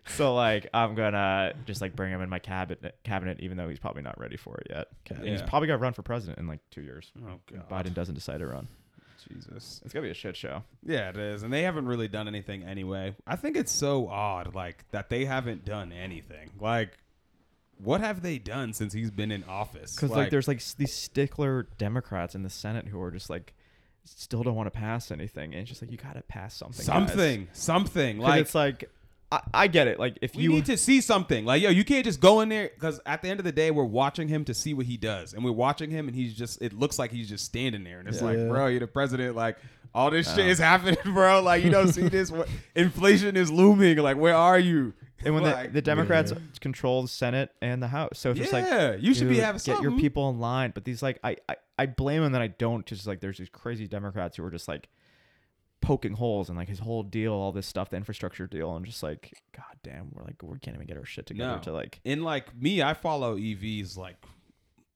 Speaker 1: so like I'm gonna just like bring him in my cabinet cabinet, even though he's probably not ready for it yet. And He's
Speaker 3: Yeah.
Speaker 1: probably gonna run for president in like two years.
Speaker 3: oh god,
Speaker 1: Biden doesn't decide to run.
Speaker 3: Jesus.
Speaker 1: It's gonna be a shit show.
Speaker 3: Yeah, it is, and they haven't really done anything anyway. I think it's so odd, like that they haven't done anything. Like, what have they done since he's been in office?
Speaker 1: Because like, there's like s- these stickler Democrats in the Senate who are just like still don't want to pass anything, and it's just like you gotta pass something. guys.
Speaker 3: something, something.
Speaker 1: 'Cause
Speaker 3: Like,
Speaker 1: it's like I, I get it. Like if
Speaker 3: we
Speaker 1: you
Speaker 3: need to see something. Like, yo, you can't just go in there because at the end of the day, we're watching him to see what he does, and we're watching him, and he's just. It looks like he's just standing there, and it's like,
Speaker 2: Yeah.
Speaker 3: bro, you're the president. Like, all this shit is happening, bro. Like, you don't see this. What, inflation is looming. Like, where are you?
Speaker 1: and when the,
Speaker 3: Like,
Speaker 1: the Democrats control the Senate and the House, so if
Speaker 3: yeah,
Speaker 1: it's like
Speaker 3: you should be
Speaker 1: dude,
Speaker 3: having
Speaker 1: get your
Speaker 3: something.
Speaker 1: people in line. But these like I, I I blame him that I don't. Just like there's these crazy Democrats who are just like poking holes and like his whole deal, all this stuff, the infrastructure deal, and just like god damn, we're like we can't even get our shit together
Speaker 3: No.
Speaker 1: to like
Speaker 3: And like me, I follow EVs like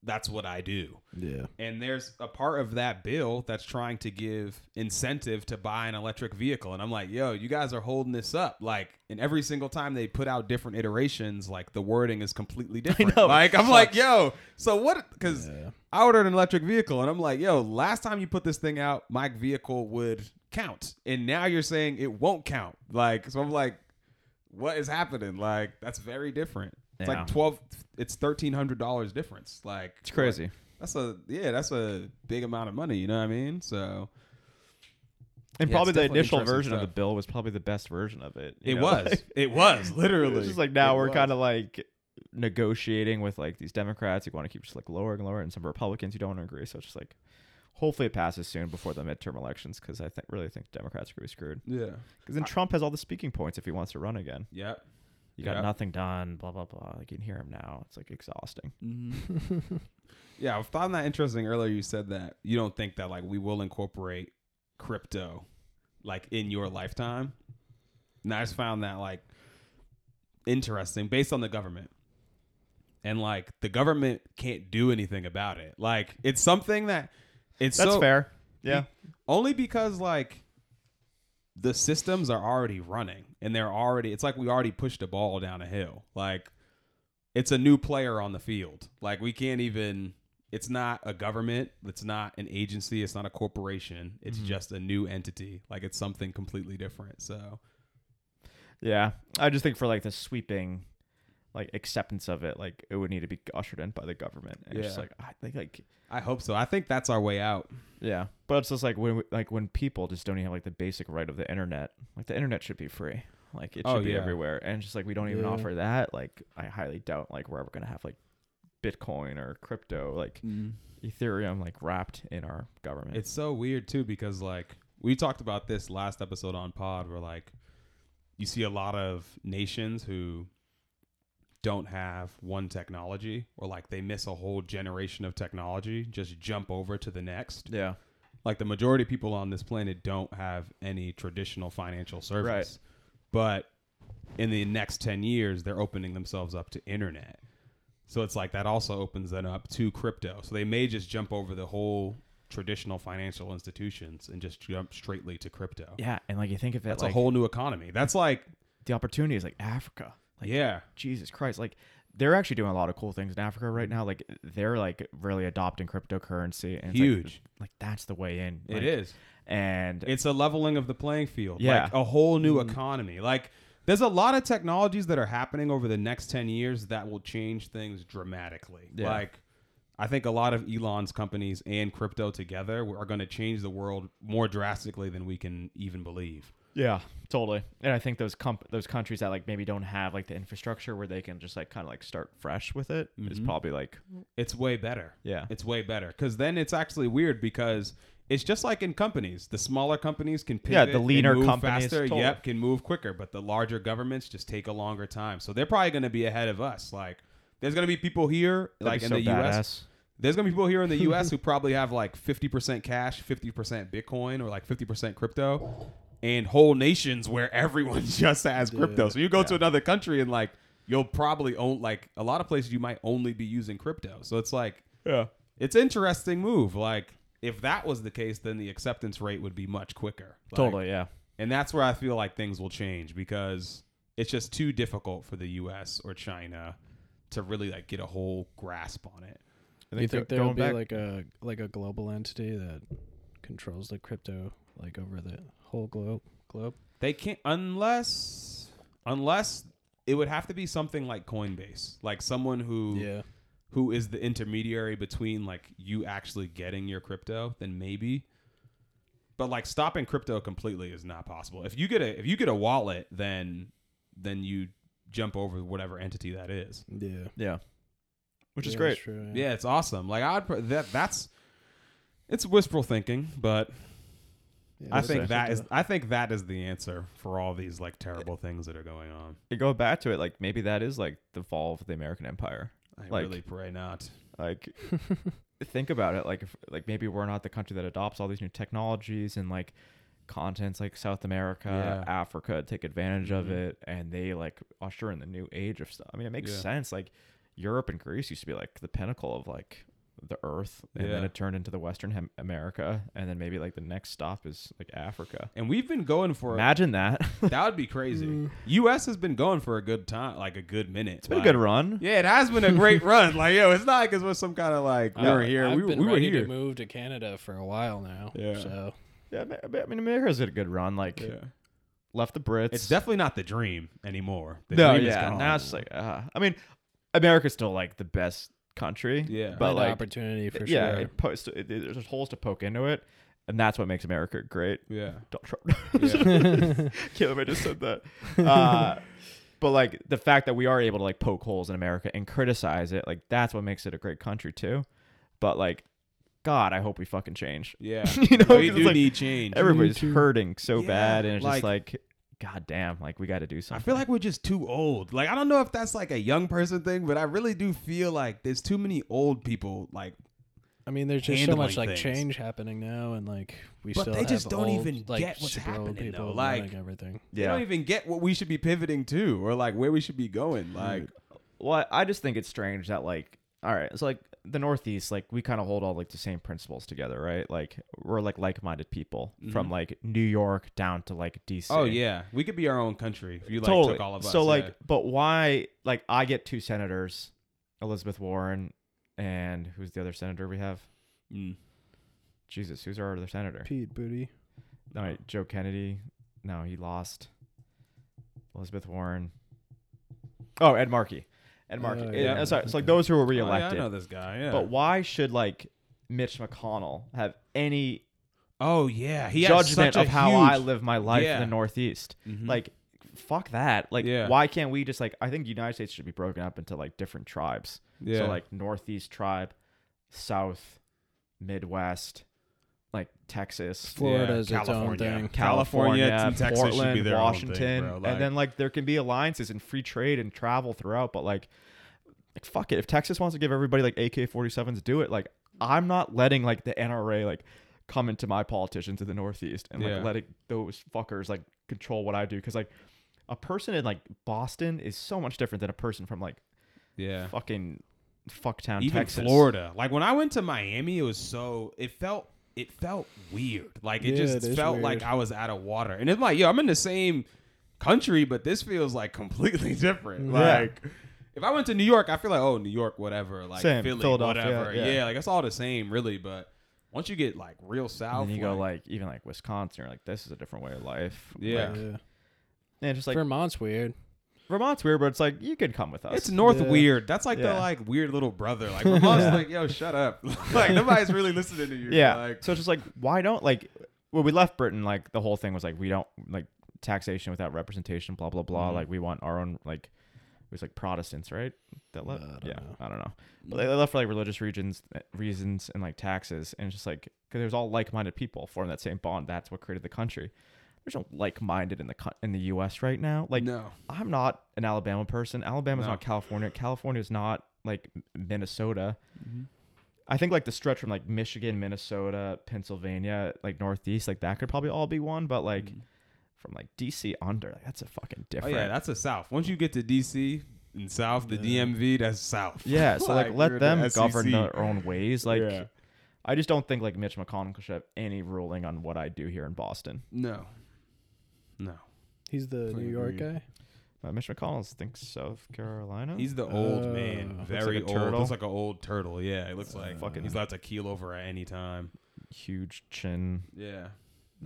Speaker 3: that's what I do.
Speaker 2: Yeah.
Speaker 3: And there's a part of that bill that's trying to give incentive to buy an electric vehicle. And I'm like, yo, you guys are holding this up. Like, and every single time they put out different iterations, like the wording is completely different.
Speaker 1: know, it
Speaker 3: like, I'm like, yo, so what? Because
Speaker 2: Yeah.
Speaker 3: I ordered an electric vehicle and I'm like, yo, last time you put this thing out, my vehicle would count. And now you're saying it won't count. Like, so I'm like, what is happening? Like, that's very different. It's
Speaker 1: Yeah.
Speaker 3: like 12, it's $1,300 difference. Like,
Speaker 1: it's crazy.
Speaker 3: that's a, yeah, that's a big amount of money. You know what I mean? So
Speaker 1: And
Speaker 3: Yeah,
Speaker 1: probably
Speaker 3: it's
Speaker 1: the
Speaker 3: definitely
Speaker 1: initial
Speaker 3: interesting
Speaker 1: version of the
Speaker 3: stuff.
Speaker 1: bill was probably the best version of it. you
Speaker 3: it
Speaker 1: know?
Speaker 3: was,
Speaker 1: Like,
Speaker 3: it was
Speaker 1: it's
Speaker 3: literally.
Speaker 1: just like now we're kind of like negotiating with like these Democrats who want to keep just like lower and lower, and some Republicans who don't agree. So it's just like hopefully it passes soon before the midterm elections because I think really think Democrats are gonna be screwed.
Speaker 3: yeah.
Speaker 1: Because then Trump has all the speaking points if he wants to run again.
Speaker 3: Yep.
Speaker 1: You got
Speaker 3: Yeah.
Speaker 1: nothing done, blah blah blah. Like you can hear him now. It's like exhausting.
Speaker 3: Yeah, I found that interesting earlier. You said that you don't think that like we will incorporate crypto like in your lifetime. And I just found that like interesting based on the government. And like the government can't do anything about it. Like it's something that it's
Speaker 1: That's
Speaker 3: so,
Speaker 1: fair. Yeah.
Speaker 3: only because like the systems are already running and they're already it's like we already pushed a ball down a hill. Like it's a new player on the field. Like we can't even it's not a government, it's not an agency, it's not a corporation. It's just a new entity. Like it's something completely different. So
Speaker 1: Yeah, I just think for like the sweeping, like acceptance of it, like it would need to be ushered in by the government. And it's just
Speaker 3: Yeah.
Speaker 1: like I think like
Speaker 3: I hope so. I think that's our way out.
Speaker 1: yeah, but it's just like when we, like when people just don't even have like the basic right of the internet. Like the internet should be free. Like it should
Speaker 3: Oh,
Speaker 1: be
Speaker 3: yeah.
Speaker 1: everywhere, and just like we don't even
Speaker 2: Yeah.
Speaker 1: offer that. Like I highly doubt like we're ever gonna have like Bitcoin or crypto, like Ethereum, like wrapped in our government.
Speaker 3: It's so weird too because like we talked about this last episode on Pod where like you see a lot of nations who don't have one technology or like they miss a whole generation of technology just jump over to the next.
Speaker 1: yeah,
Speaker 3: Like the majority of people on this planet don't have any traditional financial service. But in the next 10 years they're opening themselves up to internet. So it's like that also opens them up to crypto. So they may just jump over the whole traditional financial institutions and just jump straightly to crypto.
Speaker 1: yeah, and like you think of it,
Speaker 3: That's
Speaker 1: like
Speaker 3: a whole new economy. That's like,
Speaker 1: the opportunity is like Africa. Like
Speaker 3: yeah,
Speaker 1: Jesus Christ, like they're actually doing a lot of cool things in Africa right now. Like they're like really adopting cryptocurrency and it's, like,
Speaker 3: Huge.
Speaker 1: Like, that's the way in.
Speaker 3: it is.
Speaker 1: Like, And
Speaker 3: It's a leveling of the playing field.
Speaker 1: Yeah. Mm-hmm.
Speaker 3: Like a whole new economy. Like there's a lot of technologies that are happening over the next 10 years that will change things dramatically.
Speaker 1: Yeah.
Speaker 3: Like I think a lot of Elon's companies and crypto together are going to change the world more drastically than we can even believe.
Speaker 1: Yeah, totally. And I think those comp- those countries that like maybe don't have like the infrastructure where they can just like kind of like start fresh with it is
Speaker 3: Mhm.
Speaker 1: probably like
Speaker 3: It's way better.
Speaker 1: yeah.
Speaker 3: It's way better because then it's actually weird because it's just like in companies. The smaller companies can pivot.
Speaker 1: Yeah, the
Speaker 3: and
Speaker 1: leaner
Speaker 3: move
Speaker 1: companies,
Speaker 3: faster.
Speaker 1: totally.
Speaker 3: Yep, can move quicker, but the larger governments just take a longer time. So they're probably going to be ahead of us. Like, there's going to be people here, like in the U.S. There's going to be people here in the U.S. who probably have like 50% cash, 50% Bitcoin, or like 50% crypto, and whole nations where everyone just has crypto. So you go to another country and like you'll probably own like a lot of places you might only be using crypto. So it's like
Speaker 1: Yeah.
Speaker 3: it's interesting move. Like if that was the case, then the acceptance rate would be much quicker. Like,
Speaker 1: totally. Yeah.
Speaker 3: And that's where I feel like things will change because it's just too difficult for the U.S. or China to really like get a whole grasp on it.
Speaker 1: I
Speaker 2: you
Speaker 1: they're
Speaker 2: think there
Speaker 1: going
Speaker 2: will be
Speaker 1: back-
Speaker 2: like a like a global entity that controls the crypto like over the whole globe? Globe.
Speaker 3: They can't unless unless it would have to be something like Coinbase, like someone who
Speaker 2: Yeah.
Speaker 3: who is the intermediary between like you actually getting your crypto, then maybe. But like stopping crypto completely is not possible. If you get a if you get a wallet, then then you jump over whatever entity that is.
Speaker 2: Yeah.
Speaker 1: yeah, which is
Speaker 2: Yeah,
Speaker 1: great.
Speaker 2: that's true,
Speaker 3: Yeah, it's awesome. Like I'd pr- that that's it's wishful thinking, but
Speaker 2: Yeah,
Speaker 3: I
Speaker 2: that's
Speaker 3: think
Speaker 2: actually
Speaker 3: that is
Speaker 2: the-
Speaker 3: I think that is the answer for all these like terrible things that are going on.
Speaker 1: You go back to it, like maybe that is like the fall of the American Empire.
Speaker 3: I
Speaker 1: Like-
Speaker 3: really pray not.
Speaker 1: Like, think about it. Like, if, like maybe we're not the country that adopts all these new technologies and like continents like South America,
Speaker 3: Yeah.
Speaker 1: Africa take advantage of
Speaker 3: Mhm.
Speaker 1: it, and they like usher in the new age of stuff. I mean, it makes
Speaker 3: Yeah.
Speaker 1: sense. Like, Europe and Greece used to be like the pinnacle of like the Earth, and then
Speaker 3: Yeah.
Speaker 1: it turned into the Western Hem- America, and then maybe like the next stop is like Africa.
Speaker 3: And we've been going for
Speaker 1: Imagine that.
Speaker 3: that would be crazy. US has been going for a good time, like a good minute.
Speaker 1: it's been a good run.
Speaker 3: Yeah, it has been a great run. Like, yo, it's not like it was some kind of like we
Speaker 2: I-
Speaker 3: were here.
Speaker 2: Uh, I've
Speaker 3: we
Speaker 2: been
Speaker 3: we were
Speaker 2: ready
Speaker 3: here.
Speaker 2: to move to Canada for a while now.
Speaker 3: Yeah.
Speaker 2: So
Speaker 1: Yeah, Ma- Ma- I mean, America's had a good run. Like,
Speaker 3: Yeah.
Speaker 1: left the Brits.
Speaker 3: It's definitely not the dream anymore. The
Speaker 1: no,
Speaker 3: dream is
Speaker 1: yeah.
Speaker 3: gone.
Speaker 1: Now it's just like, uh, I mean, America's still like the best country.
Speaker 3: Yeah.
Speaker 1: but
Speaker 2: an
Speaker 1: like,
Speaker 2: opportunity for
Speaker 1: yeah,
Speaker 2: sure.
Speaker 1: it post, it, it- there's holes to poke into it, and that's what makes America great.
Speaker 3: yeah.
Speaker 1: Donald Trump.
Speaker 3: Yeah.
Speaker 1: Can't believe I just said that. Uh, but like the fact that we are able to like poke holes in America and criticize it, like that's what makes it a great country too. But like, God, I hope we fucking change.
Speaker 3: yeah.
Speaker 1: You know,
Speaker 3: we
Speaker 1: 'cause
Speaker 3: do
Speaker 1: like,
Speaker 3: need change.
Speaker 1: Everybody's
Speaker 2: too.
Speaker 1: hurting so
Speaker 3: Yeah,
Speaker 1: bad, and it's just
Speaker 3: like-
Speaker 1: like, God damn, like we got to do
Speaker 3: I
Speaker 1: something.
Speaker 3: feel like we're just too old. Like I don't know if that's like a young person thing, but I really do feel like there's too many old people. Like,
Speaker 2: I mean, there's just so much
Speaker 3: handling
Speaker 2: like
Speaker 3: things.
Speaker 2: change happening now, and like we
Speaker 3: But
Speaker 2: still
Speaker 3: they
Speaker 2: have
Speaker 3: just don't
Speaker 2: old,
Speaker 3: even
Speaker 2: like,
Speaker 3: get what's
Speaker 2: super old
Speaker 3: happening,
Speaker 2: people
Speaker 3: though, like-
Speaker 2: running everything.
Speaker 3: they don't even get what we should be pivoting to, or like where we should be going. Like,
Speaker 1: Well, I I just think it's strange that like, all right, it's like the Northeast, like we kind of hold all like the same principles together, right? Like we're like like-minded people from like New York down to like DC.
Speaker 3: Mm-hmm. oh yeah, we could be our own country if you like
Speaker 1: totally.
Speaker 3: took all of us.
Speaker 1: so like,
Speaker 3: yeah.
Speaker 1: but why? Like, I get two senators, Elizabeth Warren, and who's the other senator we have?
Speaker 3: Mm.
Speaker 1: Jesus, who's our other senator?
Speaker 2: Pete Booty.
Speaker 1: All right, Joe Kennedy. No, he lost. Elizabeth Warren. Oh, Ed Markey. Ed Markey.
Speaker 2: Oh,
Speaker 1: And-
Speaker 2: yeah.
Speaker 1: and sorry, it's like those who were
Speaker 3: Uh, Oh, yeah,
Speaker 1: reelected.
Speaker 3: I know this guy. Yeah.
Speaker 1: But why should like Mitch McConnell have any
Speaker 3: oh yeah, he has
Speaker 1: judgment
Speaker 3: such a
Speaker 1: of how
Speaker 3: huge-
Speaker 1: I live my life
Speaker 3: Yeah.
Speaker 1: in the Northeast?
Speaker 3: Mhm.
Speaker 1: Like, fuck that. Like,
Speaker 3: Yeah.
Speaker 1: why can't we just like? I think the United States should be broken up into like different tribes.
Speaker 3: Yeah.
Speaker 1: So like Northeast tribe, South, Midwest, like Texas.
Speaker 2: Florida is its own
Speaker 3: California.
Speaker 2: thing.
Speaker 3: California and Texas should be
Speaker 1: Portland,
Speaker 3: their own thing,
Speaker 1: Washington,
Speaker 3: bro, like-
Speaker 1: and then like there can be alliances and free trade and travel throughout. But like, like fuck it, if Texas wants to give everybody like AK-47s, do it. Like I'm not letting like the NRA like come into my politicians in the Northeast and like
Speaker 3: Yeah.
Speaker 1: letting those fuckers like control what I do because like a person in like Boston is so much different than a person from like
Speaker 3: yeah.
Speaker 1: fucking fucktown
Speaker 3: even
Speaker 1: Texas.
Speaker 3: Florida. Like when I went to Miami, it was so it felt it felt weird. Like it
Speaker 2: Yeah,
Speaker 3: just
Speaker 2: it is
Speaker 3: felt like
Speaker 2: weird.
Speaker 3: I was out of water. And it's like, yo, I'm in the same country, but this feels like completely different.
Speaker 1: Yeah.
Speaker 3: Like if I went to New York, I feel like, oh, New York, whatever. Like
Speaker 1: Same,
Speaker 3: Philly,
Speaker 1: Philadelphia,
Speaker 3: whatever. Yeah,
Speaker 1: yeah.
Speaker 3: like it's all the same, really. But once you get like real south,
Speaker 1: And then you go like even like Wisconsin, you're like this is a different way of life.
Speaker 3: Yeah.
Speaker 1: Like,
Speaker 2: Yeah.
Speaker 1: and just like
Speaker 2: Vermont's weird.
Speaker 1: Vermont's weird, but it's like you can come with us.
Speaker 3: It's North
Speaker 2: Yeah.
Speaker 3: weird. That's like the
Speaker 1: Yeah.
Speaker 3: like weird little brother. Like my mom's
Speaker 1: Yeah.
Speaker 3: like, yo, shut up. like nobody's really listening to you.
Speaker 1: yeah.
Speaker 3: Like,
Speaker 1: so it's just like why don't like when we left Britain, like the whole thing was like we don't like taxation without representation, blah blah
Speaker 2: Mm-hmm.
Speaker 1: blah. Like we want our own like it was like Protestants, right? That left.
Speaker 2: I don't
Speaker 1: yeah,
Speaker 2: know. Mm.
Speaker 1: I don't know. But they left for like religious regions eh, reasons and like taxes, and it's just like because there's all like-minded people form that same bond. That's what created the country. There's no like-minded in the co- in the U.S. right now. Like
Speaker 3: no.
Speaker 1: I'm not an Alabama person. Alabama's
Speaker 3: No.
Speaker 1: not California. California's not like M- Minnesota.
Speaker 3: Mm-hmm.
Speaker 1: I think like the stretch from like Michigan, Minnesota, Pennsylvania, like Northeast, like that could probably all be one. But like from like DC under, like that's a fucking
Speaker 3: Mm-hmm. Oh
Speaker 1: different.
Speaker 3: yeah, that's the South. Once you get to DC and South, the DMV, that's South.
Speaker 1: Yeah, so like,
Speaker 3: you're
Speaker 1: let them
Speaker 3: the E
Speaker 1: govern
Speaker 3: SEC.
Speaker 1: their own ways. Like
Speaker 3: Yeah.
Speaker 1: I just don't think like Mitch McConnell should have any ruling on what I do here in Boston.
Speaker 3: No. No.
Speaker 2: He's the
Speaker 3: Completely
Speaker 2: New York
Speaker 3: agree.
Speaker 2: guy.
Speaker 1: Uh, Mitch McConnell thinks South Carolina.
Speaker 3: He's the old man,
Speaker 2: Uh,
Speaker 1: Oh, like
Speaker 3: very
Speaker 1: a
Speaker 3: old.
Speaker 1: turtle.
Speaker 3: Looks like an old turtle. Yeah, it looks like
Speaker 1: fucking-
Speaker 3: he's allowed to keel over at any time.
Speaker 1: huge chin.
Speaker 3: Yeah.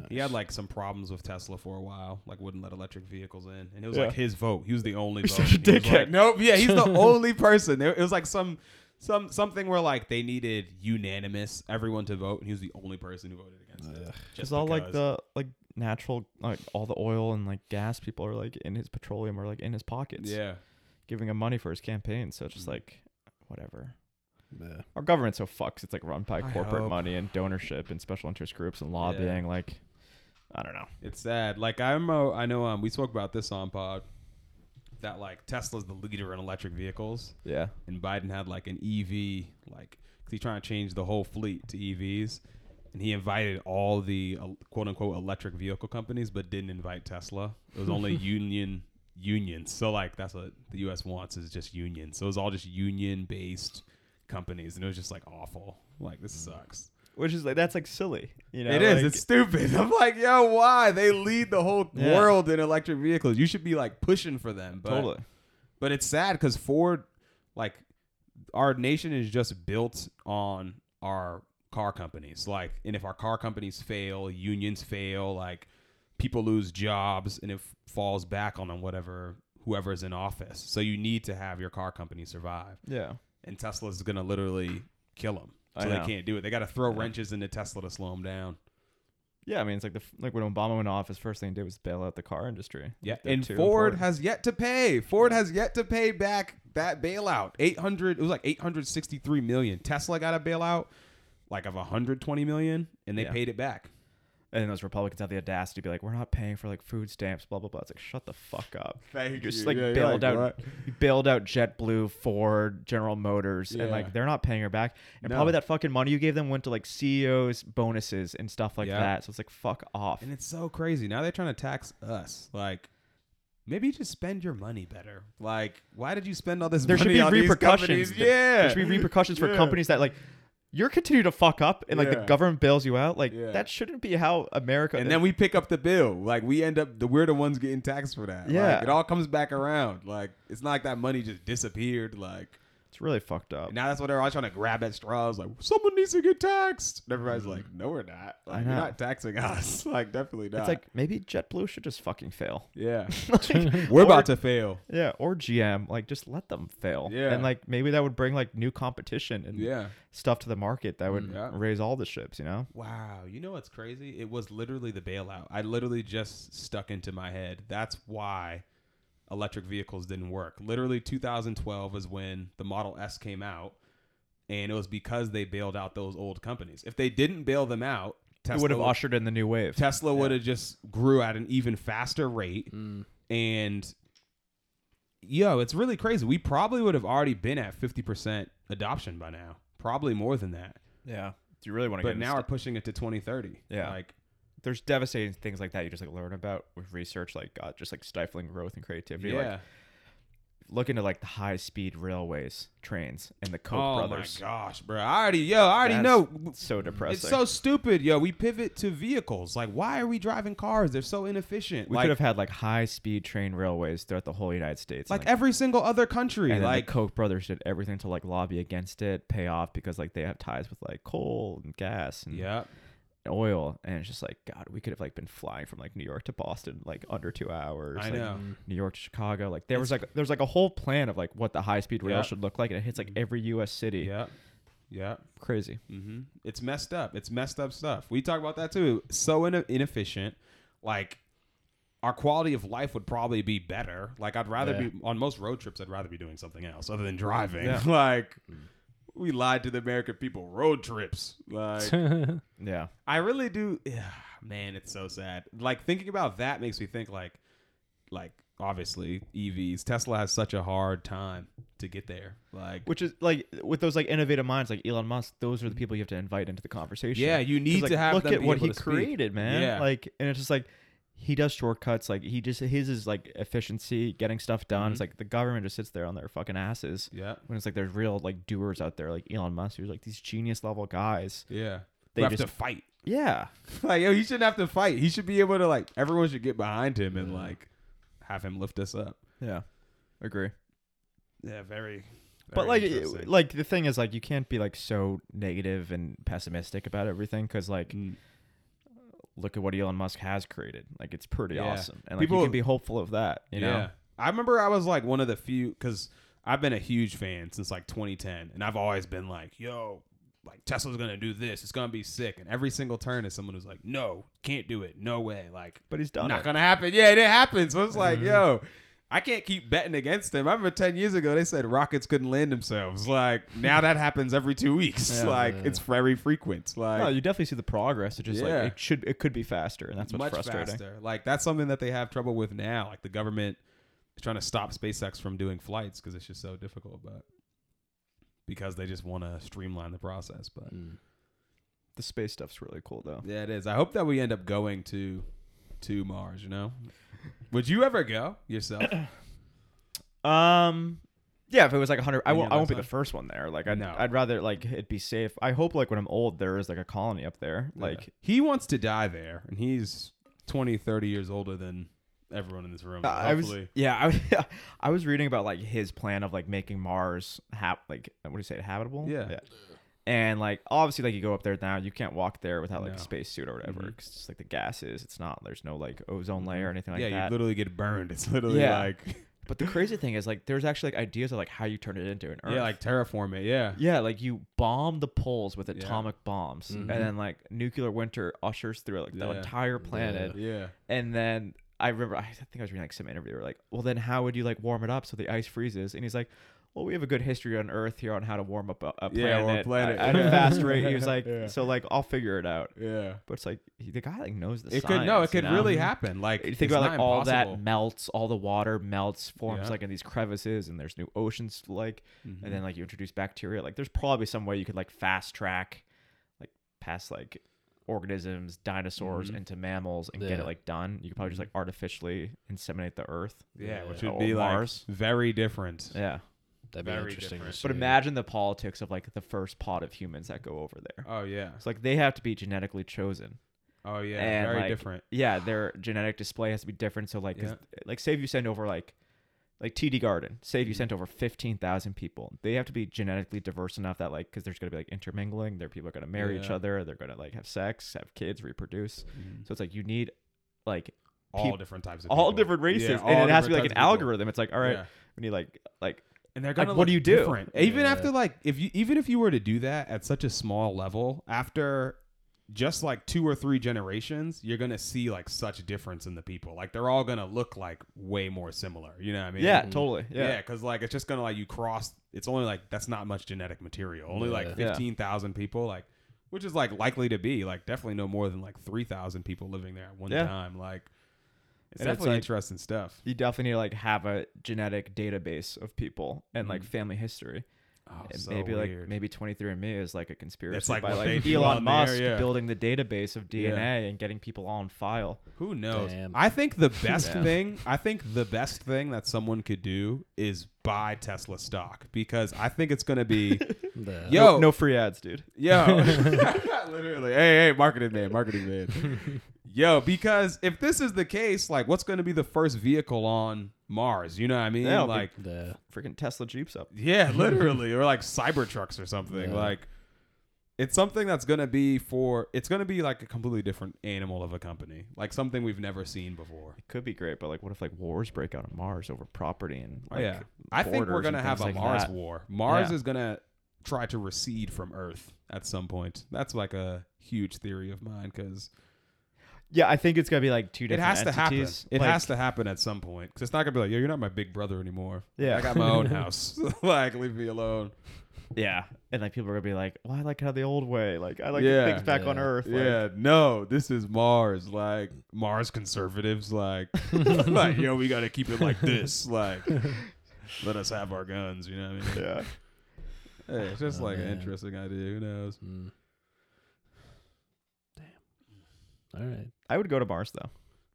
Speaker 3: He had
Speaker 2: Nice.
Speaker 3: like some problems with Tesla for a while, like wouldn't let electric vehicles in, and it was
Speaker 1: Yeah.
Speaker 3: like his vote. He was the only vote.
Speaker 1: He's such a
Speaker 3: And he was
Speaker 1: dickhead.
Speaker 3: like, nope. Yeah, he's the only person. There- It was like some, some something where like they needed unanimous everyone to vote, and he was the only person who voted against it.
Speaker 2: Ugh.
Speaker 1: Just
Speaker 3: Just
Speaker 1: all like the
Speaker 3: because.
Speaker 1: like natural like all the oil and like gas people are like in his petroleum or like in his pockets.
Speaker 3: yeah. Mm.
Speaker 1: Giving him money for his campaign. So it's just like whatever.
Speaker 2: Meh.
Speaker 1: Our government's so fucks. It's like run by
Speaker 3: I
Speaker 1: corporate
Speaker 3: hope.
Speaker 1: money and donorship and special interest groups and lobbying. Like, I don't know.
Speaker 3: It's sad. Like I'm, uh, I know. Um, we spoke about this on pod that like Tesla's the leader in electric vehicles,
Speaker 1: Yeah.
Speaker 3: and Biden had like an EV, like because he's trying to change the whole fleet to EVs, and he invited all the uh, quote unquote electric vehicle companies, but didn't invite Tesla. It was only union unions. So like that's what the U.S. wants is just unions. So it was all just union based companies, and it was just like awful. Like this sucks.
Speaker 1: Which is like that's like silly. You know.
Speaker 3: It is.
Speaker 1: Mm. like-
Speaker 3: it's stupid. I'm like, yo, why? They lead the whole
Speaker 1: Yeah.
Speaker 3: world in electric vehicles. You should be like pushing for them. But,
Speaker 1: totally.
Speaker 3: But it's sad because Ford, like, our nation is just built on our car companies. Like, and if our car companies fail, unions fail, like, people lose jobs, and it f- falls back on whatever whoever's in office. So you need to have your car company survive
Speaker 1: Yeah.
Speaker 3: and Tesla's gonna literally kill them.
Speaker 1: I
Speaker 3: So they
Speaker 1: know.
Speaker 3: can't do it. They got to throw
Speaker 1: know.
Speaker 3: wrenches into Tesla to slow them down.
Speaker 1: Yeah. I mean, it's like the f- like when Obama went off, his first thing he did was bail out the car industry.
Speaker 3: Yeah,
Speaker 1: Like, they're
Speaker 3: and
Speaker 1: too
Speaker 3: Ford
Speaker 1: important.
Speaker 3: has yet to pay. Ford has yet to pay back that bailout. Eight hundred. It was like eight hundred sixty-three million. Tesla got a bailout like of hundred twenty million, and they
Speaker 1: Yeah.
Speaker 3: paid it back.
Speaker 1: and then those Republicans have the audacity to be like, "We're not paying for like food stamps, blah blah blah." It's like, shut the fuck up.
Speaker 3: Thank
Speaker 1: just like bailed out, you bailed out JetBlue, Ford, General Motors, and
Speaker 3: Yeah.
Speaker 1: like they're not paying her back. And
Speaker 3: No.
Speaker 1: probably that fucking money you gave them went to like CEOs, bonuses, and stuff like
Speaker 3: Yeah.
Speaker 1: that. So it's like, fuck off.
Speaker 3: And it's so crazy. Now they're trying to tax us. Like, maybe just spend your money better. Like, why did you spend all this
Speaker 1: There should
Speaker 3: money
Speaker 1: be
Speaker 3: on these
Speaker 1: repercussions.
Speaker 3: companies?
Speaker 1: There-
Speaker 3: Yeah.
Speaker 1: There should be repercussions for
Speaker 3: Yeah.
Speaker 1: companies that like you're continuing to fuck up and like the
Speaker 3: Yeah.
Speaker 1: government bails you out. Like
Speaker 3: Yeah.
Speaker 1: that shouldn't be how America.
Speaker 3: and then we pick up the bill. Like we end up the we're the ones getting taxed for that. Like,
Speaker 1: Yeah.
Speaker 3: it all comes back around. Like it's not like that money just disappeared. Like
Speaker 1: it's really fucked up.
Speaker 3: and now that's what they're all trying to grab at straws. Like someone needs to get taxed. And everybody's like, no, we're not.
Speaker 1: Mm. I
Speaker 3: Like, you're
Speaker 1: know.
Speaker 3: not taxing us. Like definitely not.
Speaker 1: It's like maybe JetBlue should just fucking fail.
Speaker 3: yeah,
Speaker 1: Like,
Speaker 3: we're
Speaker 1: or-
Speaker 3: about to fail.
Speaker 1: Yeah, or GM, like just let them fail.
Speaker 3: Yeah.
Speaker 1: And like maybe that would bring like new competition and
Speaker 3: Yeah.
Speaker 1: stuff to the market that would
Speaker 3: Mm, Yeah.
Speaker 1: raise all the ships, you know?
Speaker 3: Wow, you know what's crazy? It was literally the bailout. I literally just stuck into my head. That's why electric vehicles didn't work. Literally 2012 is when the Model S came out, and it was because they bailed out those old companies. If they didn't bail them out,
Speaker 1: it
Speaker 3: Tesla
Speaker 1: would have ushered in the new wave.
Speaker 3: Tesla would have just grew at an even faster rate
Speaker 2: Mm.
Speaker 3: and yo, it's really crazy. We probably would have already been at 50% adoption by now. Probably more than that.
Speaker 1: yeah. Do you really want to
Speaker 3: But now we're pushing it to 2030.
Speaker 1: Yeah.
Speaker 3: Like
Speaker 1: there's devastating things like that you just like learn about with research, like God, just like stifling growth and creativity. Like look into like the high speed railways, trains, and the Koch
Speaker 3: oh
Speaker 1: brothers.
Speaker 3: my gosh, bro! I already, yo, I already
Speaker 1: That's
Speaker 3: know.
Speaker 1: So depressing.
Speaker 3: It's so stupid, yo. We pivot to vehicles. Like, why are we driving cars? They're so inefficient.
Speaker 1: we
Speaker 3: like,
Speaker 1: could have had like high speed train railways throughout the whole United States. and,
Speaker 3: like every single other country.
Speaker 1: And then
Speaker 3: Like,
Speaker 1: the Koch brothers did everything to like lobby against it, pay off because like they have ties with like coal and gas and
Speaker 3: yeah,
Speaker 1: oil, and it's just like God, we could have like been flying from like New York to Boston like under two hours.
Speaker 3: I
Speaker 1: like,
Speaker 3: know.
Speaker 1: New York to Chicago, like there was like there's like a whole plan of like what the high speed rail
Speaker 3: Yeah. Mm-hmm.
Speaker 1: should look like, and it hits like every U.S. city.
Speaker 3: Yeah, yeah.
Speaker 1: Crazy.
Speaker 3: hmm It's messed up. It's messed up stuff. We talk about that too. So ine- inefficient. Like our quality of life would probably be better. Like I'd rather
Speaker 2: Yeah.
Speaker 3: be on most road trips. I'd rather be doing something else other than driving. like we lied to the American people. Road trips. Like
Speaker 1: Yeah.
Speaker 3: I really do. Yeah, man, it's so sad. Like thinking about that makes me think like, like obviously EVs. Tesla has such a hard time to get there. Like,
Speaker 1: Which is like with those like innovative minds like Elon Musk, those are the people you have to invite into the conversation.
Speaker 3: yeah, you
Speaker 1: 'Cause,
Speaker 3: need
Speaker 1: like,
Speaker 3: to have
Speaker 1: look
Speaker 3: them
Speaker 1: at
Speaker 3: be
Speaker 1: what
Speaker 3: able
Speaker 1: he
Speaker 3: to speak.
Speaker 1: created, man.
Speaker 3: Yeah.
Speaker 1: Like, and it's just like he does shortcuts. Like he just his is like efficiency, getting stuff done.
Speaker 3: Mm-hmm.
Speaker 1: It's like the government just sits there on their fucking asses.
Speaker 3: Yeah,
Speaker 1: When it's like there's real like doers out there, like Elon Musk, who's like these genius level guys.
Speaker 3: yeah.
Speaker 1: They
Speaker 3: They have
Speaker 1: just-
Speaker 3: to fight.
Speaker 1: Yeah,
Speaker 3: Like, yo, he shouldn't have to fight. He should be able to like. Everyone should get behind him and like have him lift us up.
Speaker 1: yeah, agree.
Speaker 3: Yeah, very.
Speaker 1: But
Speaker 3: very
Speaker 1: like, it-
Speaker 3: interesting.
Speaker 1: like the thing is, like you can't be like so negative and pessimistic about everything because like
Speaker 3: Mm.
Speaker 1: look at what Elon Musk has created. Like it's pretty
Speaker 3: Yeah.
Speaker 1: awesome, and like
Speaker 3: People-
Speaker 1: you can be hopeful of that. You know,
Speaker 3: I remember I was like one of the few because I've been a huge fan since like 2010, and I've always been like, yo, like Tesla's gonna do this, it's gonna be sick. And every single turn is someone who's like, no, can't do it, no way, like
Speaker 1: but he's done
Speaker 3: not
Speaker 1: it. Mm-hmm.
Speaker 3: gonna happen. Yeah, it didn't happen. So it's like, yo, I can't keep betting against them. I remember 10 years ago they said rockets couldn't land themselves. Like now that happens every two weeks.
Speaker 2: Yeah.
Speaker 3: like it's very frequent. Like
Speaker 1: No, you definitely see the progress. It just
Speaker 3: Yeah.
Speaker 1: like it should it could be faster, and that's what's
Speaker 3: much
Speaker 1: frustrating.
Speaker 3: faster. Like that's something that they have trouble with now. Like the government is trying to stop SpaceX from doing flights because it's just so difficult. But because they just want to streamline the process. But
Speaker 2: Mm.
Speaker 1: The space stuff's really cool though.
Speaker 3: yeah, it is. I hope that we end up going to to Mars. You know, would you ever go yourself?
Speaker 1: Um, yeah, if it was like 100, I
Speaker 3: When
Speaker 1: won't.
Speaker 3: your
Speaker 1: I won't be the
Speaker 3: last
Speaker 1: first one there. Like I'd,
Speaker 3: No.
Speaker 1: I'd rather like it be safe. I hope like when I'm old, there is like a colony up there. Like
Speaker 3: Yeah. he wants to die there, and he's 20, 30 years older than everyone in this room.
Speaker 1: Uh, I was
Speaker 3: Mm, Hopefully.
Speaker 1: yeah I was, I was reading about like his plan of like making Mars hap like what do you say habitable
Speaker 3: Yeah.
Speaker 1: and like obviously like you go up there now you can't walk there without like
Speaker 3: No.
Speaker 1: a spacesuit or whatever
Speaker 3: Mhm.
Speaker 1: 'cause it's like the gases it's not there's no like ozone layer or anything like
Speaker 3: Mm-hmm. yeah,
Speaker 1: that
Speaker 3: you literally get burned. It's literally
Speaker 1: Yeah.
Speaker 3: like
Speaker 1: but the crazy thing is like there's actually like ideas of like how you turn it into an Earth
Speaker 3: yeah, like terraform it. Yeah,
Speaker 1: yeah like you bomb the poles with atomic bombs
Speaker 2: Mhm.
Speaker 1: and then like nuclear winter ushers through like the
Speaker 3: Mm-hmm. Yeah.
Speaker 1: entire planet
Speaker 3: yeah.
Speaker 1: and then I remember, I think I was reading like some interview. Where like, well, then how would you like warm it up so the ice freezes? And he's like, well, we have a good history on Earth here on how to warm up a, a planet,
Speaker 3: Yeah, warm planet.
Speaker 1: at at a
Speaker 3: Yeah.
Speaker 1: fast rate. He was like,
Speaker 3: Yeah.
Speaker 1: so like I'll figure it out.
Speaker 3: Yeah.
Speaker 1: But it's like he- the guy like knows the
Speaker 3: It
Speaker 1: science.
Speaker 3: could no, it
Speaker 1: you
Speaker 3: could
Speaker 1: know? Mm-hmm.
Speaker 3: really happen. Like
Speaker 1: You
Speaker 3: it's
Speaker 1: think about like
Speaker 3: not
Speaker 1: all that
Speaker 3: impossible.
Speaker 1: melts, all the water melts, forms
Speaker 3: Yeah.
Speaker 1: like in these crevices, and there's new oceans. Like, and then like you introduce bacteria. Like, there's probably some way you could like fast track, like past like organisms, dinosaurs
Speaker 3: Mhm.
Speaker 1: into mammals, and get
Speaker 2: Yeah.
Speaker 1: it like done. You could probably just like artificially inseminate the Earth.
Speaker 3: yeah, which
Speaker 1: Yeah.
Speaker 3: would be
Speaker 1: Or
Speaker 3: like
Speaker 1: uh, Mars.
Speaker 3: very different.
Speaker 1: Yeah,
Speaker 2: That'd be
Speaker 3: Very
Speaker 2: interesting. to
Speaker 3: different.
Speaker 1: but
Speaker 2: see.
Speaker 1: imagine the politics of like the first pod of humans that go over there.
Speaker 3: Oh yeah,
Speaker 1: It's like they have to be genetically chosen.
Speaker 3: oh yeah,
Speaker 1: and,
Speaker 3: very
Speaker 1: like,
Speaker 3: different.
Speaker 1: Yeah, their genetic display has to be different. So like, 'cause- like say if you send over like, like TD Garden, say if
Speaker 3: Mm-hmm.
Speaker 1: you sent over fifteen thousand people, they have to be genetically diverse enough that like, because there's gonna be like intermingling. Their people are gonna marry each
Speaker 3: Yeah.
Speaker 1: other. They're gonna like have sex, have kids, reproduce. So it's like you need like
Speaker 3: All
Speaker 1: mm-hmm. peop-
Speaker 3: different types of
Speaker 1: all
Speaker 3: people.
Speaker 1: different
Speaker 3: Yeah,
Speaker 1: races,
Speaker 3: all
Speaker 1: and it has to be like an
Speaker 3: different types of people.
Speaker 1: algorithm. It's like all right,
Speaker 3: Yeah.
Speaker 1: we need like like
Speaker 3: and they're
Speaker 1: Like,
Speaker 3: gonna
Speaker 1: what do
Speaker 3: look
Speaker 1: you do?
Speaker 3: different. Even
Speaker 2: Yeah.
Speaker 3: after like if you even if you were to do that at such a small level, after just like two or three generations, you're gonna see like such a difference in the people. Like they're all gonna look like way more similar. You know what I mean?
Speaker 1: yeah, totally, yeah.
Speaker 3: Yeah, because like it's just gonna like you cross. It's only like that's not much genetic material. Only like
Speaker 1: Yeah.
Speaker 3: fifteen thousand people, like which is like likely to be like definitely no more than like three thousand people living there at one
Speaker 1: Yeah.
Speaker 3: time. Like it's
Speaker 1: And it's,
Speaker 3: definitely
Speaker 1: like-
Speaker 3: interesting stuff.
Speaker 1: You definitely need to like have a genetic database of people and
Speaker 3: Mm-hmm.
Speaker 1: like family history.
Speaker 3: Oh,
Speaker 1: And
Speaker 3: so
Speaker 1: maybe like
Speaker 3: weird.
Speaker 1: maybe 23andMe is like a conspiracy
Speaker 3: It's like
Speaker 1: by
Speaker 3: what
Speaker 1: like
Speaker 3: they do
Speaker 1: Elon
Speaker 3: on there,
Speaker 1: Musk
Speaker 3: yeah.
Speaker 1: building the database of DNA and getting people on file.
Speaker 3: who knows?
Speaker 2: Damn.
Speaker 3: I think the best
Speaker 1: Yeah.
Speaker 3: thing. I think the best thing that someone could do is buy Tesla stock because I think it's gonna be
Speaker 2: The-
Speaker 3: Yo,
Speaker 1: no, no free ads, dude.
Speaker 3: Yo, literally. Hey, hey, marketing man, marketing man. Yo, because if this is the case, like, what's going to be the first vehicle on Mars? You know what I mean?
Speaker 1: That'll be-
Speaker 3: like,
Speaker 2: the-
Speaker 1: Freaking Tesla Jeeps up.
Speaker 3: yeah, literally, or like Cybertrucks or something.
Speaker 2: Yeah.
Speaker 3: Like, it's something that's going to be for. It's going to be like a completely different animal of a company, like something we've never seen before.
Speaker 1: It could be great, but like, what if like wars break out on Mars over property and like,
Speaker 3: yeah, I think
Speaker 1: borders
Speaker 3: we're
Speaker 1: and
Speaker 3: gonna have a
Speaker 1: things like
Speaker 3: Mars
Speaker 1: that.
Speaker 3: war. Mars
Speaker 1: Yeah.
Speaker 3: is gonna try to recede from Earth at some point. That's like a huge theory of mine because
Speaker 1: Yeah, I think it's gonna be like two
Speaker 3: It
Speaker 1: different
Speaker 3: has to happen.
Speaker 1: entities.
Speaker 3: It
Speaker 1: Like,
Speaker 3: has to happen at some point. Cause it's not gonna be like, yo, you're not my big brother anymore.
Speaker 1: Yeah.
Speaker 3: I got my own house. like, leave me alone.
Speaker 1: Yeah, and like people are gonna be like, "Well, I like how the old way. Like I like
Speaker 3: Yeah.
Speaker 1: things back on
Speaker 2: Yeah.
Speaker 1: Earth. Like,
Speaker 3: yeah, no, this is Mars. Like Mars conservatives, like, like yo, we gotta keep it like this. Like, let us have our guns. You know what I mean?
Speaker 1: yeah.
Speaker 3: Hey, it's just
Speaker 2: Oh,
Speaker 3: like
Speaker 2: man.
Speaker 3: an interesting idea. Who knows?
Speaker 2: Mm. Damn. All right.
Speaker 1: I would go to Mars though.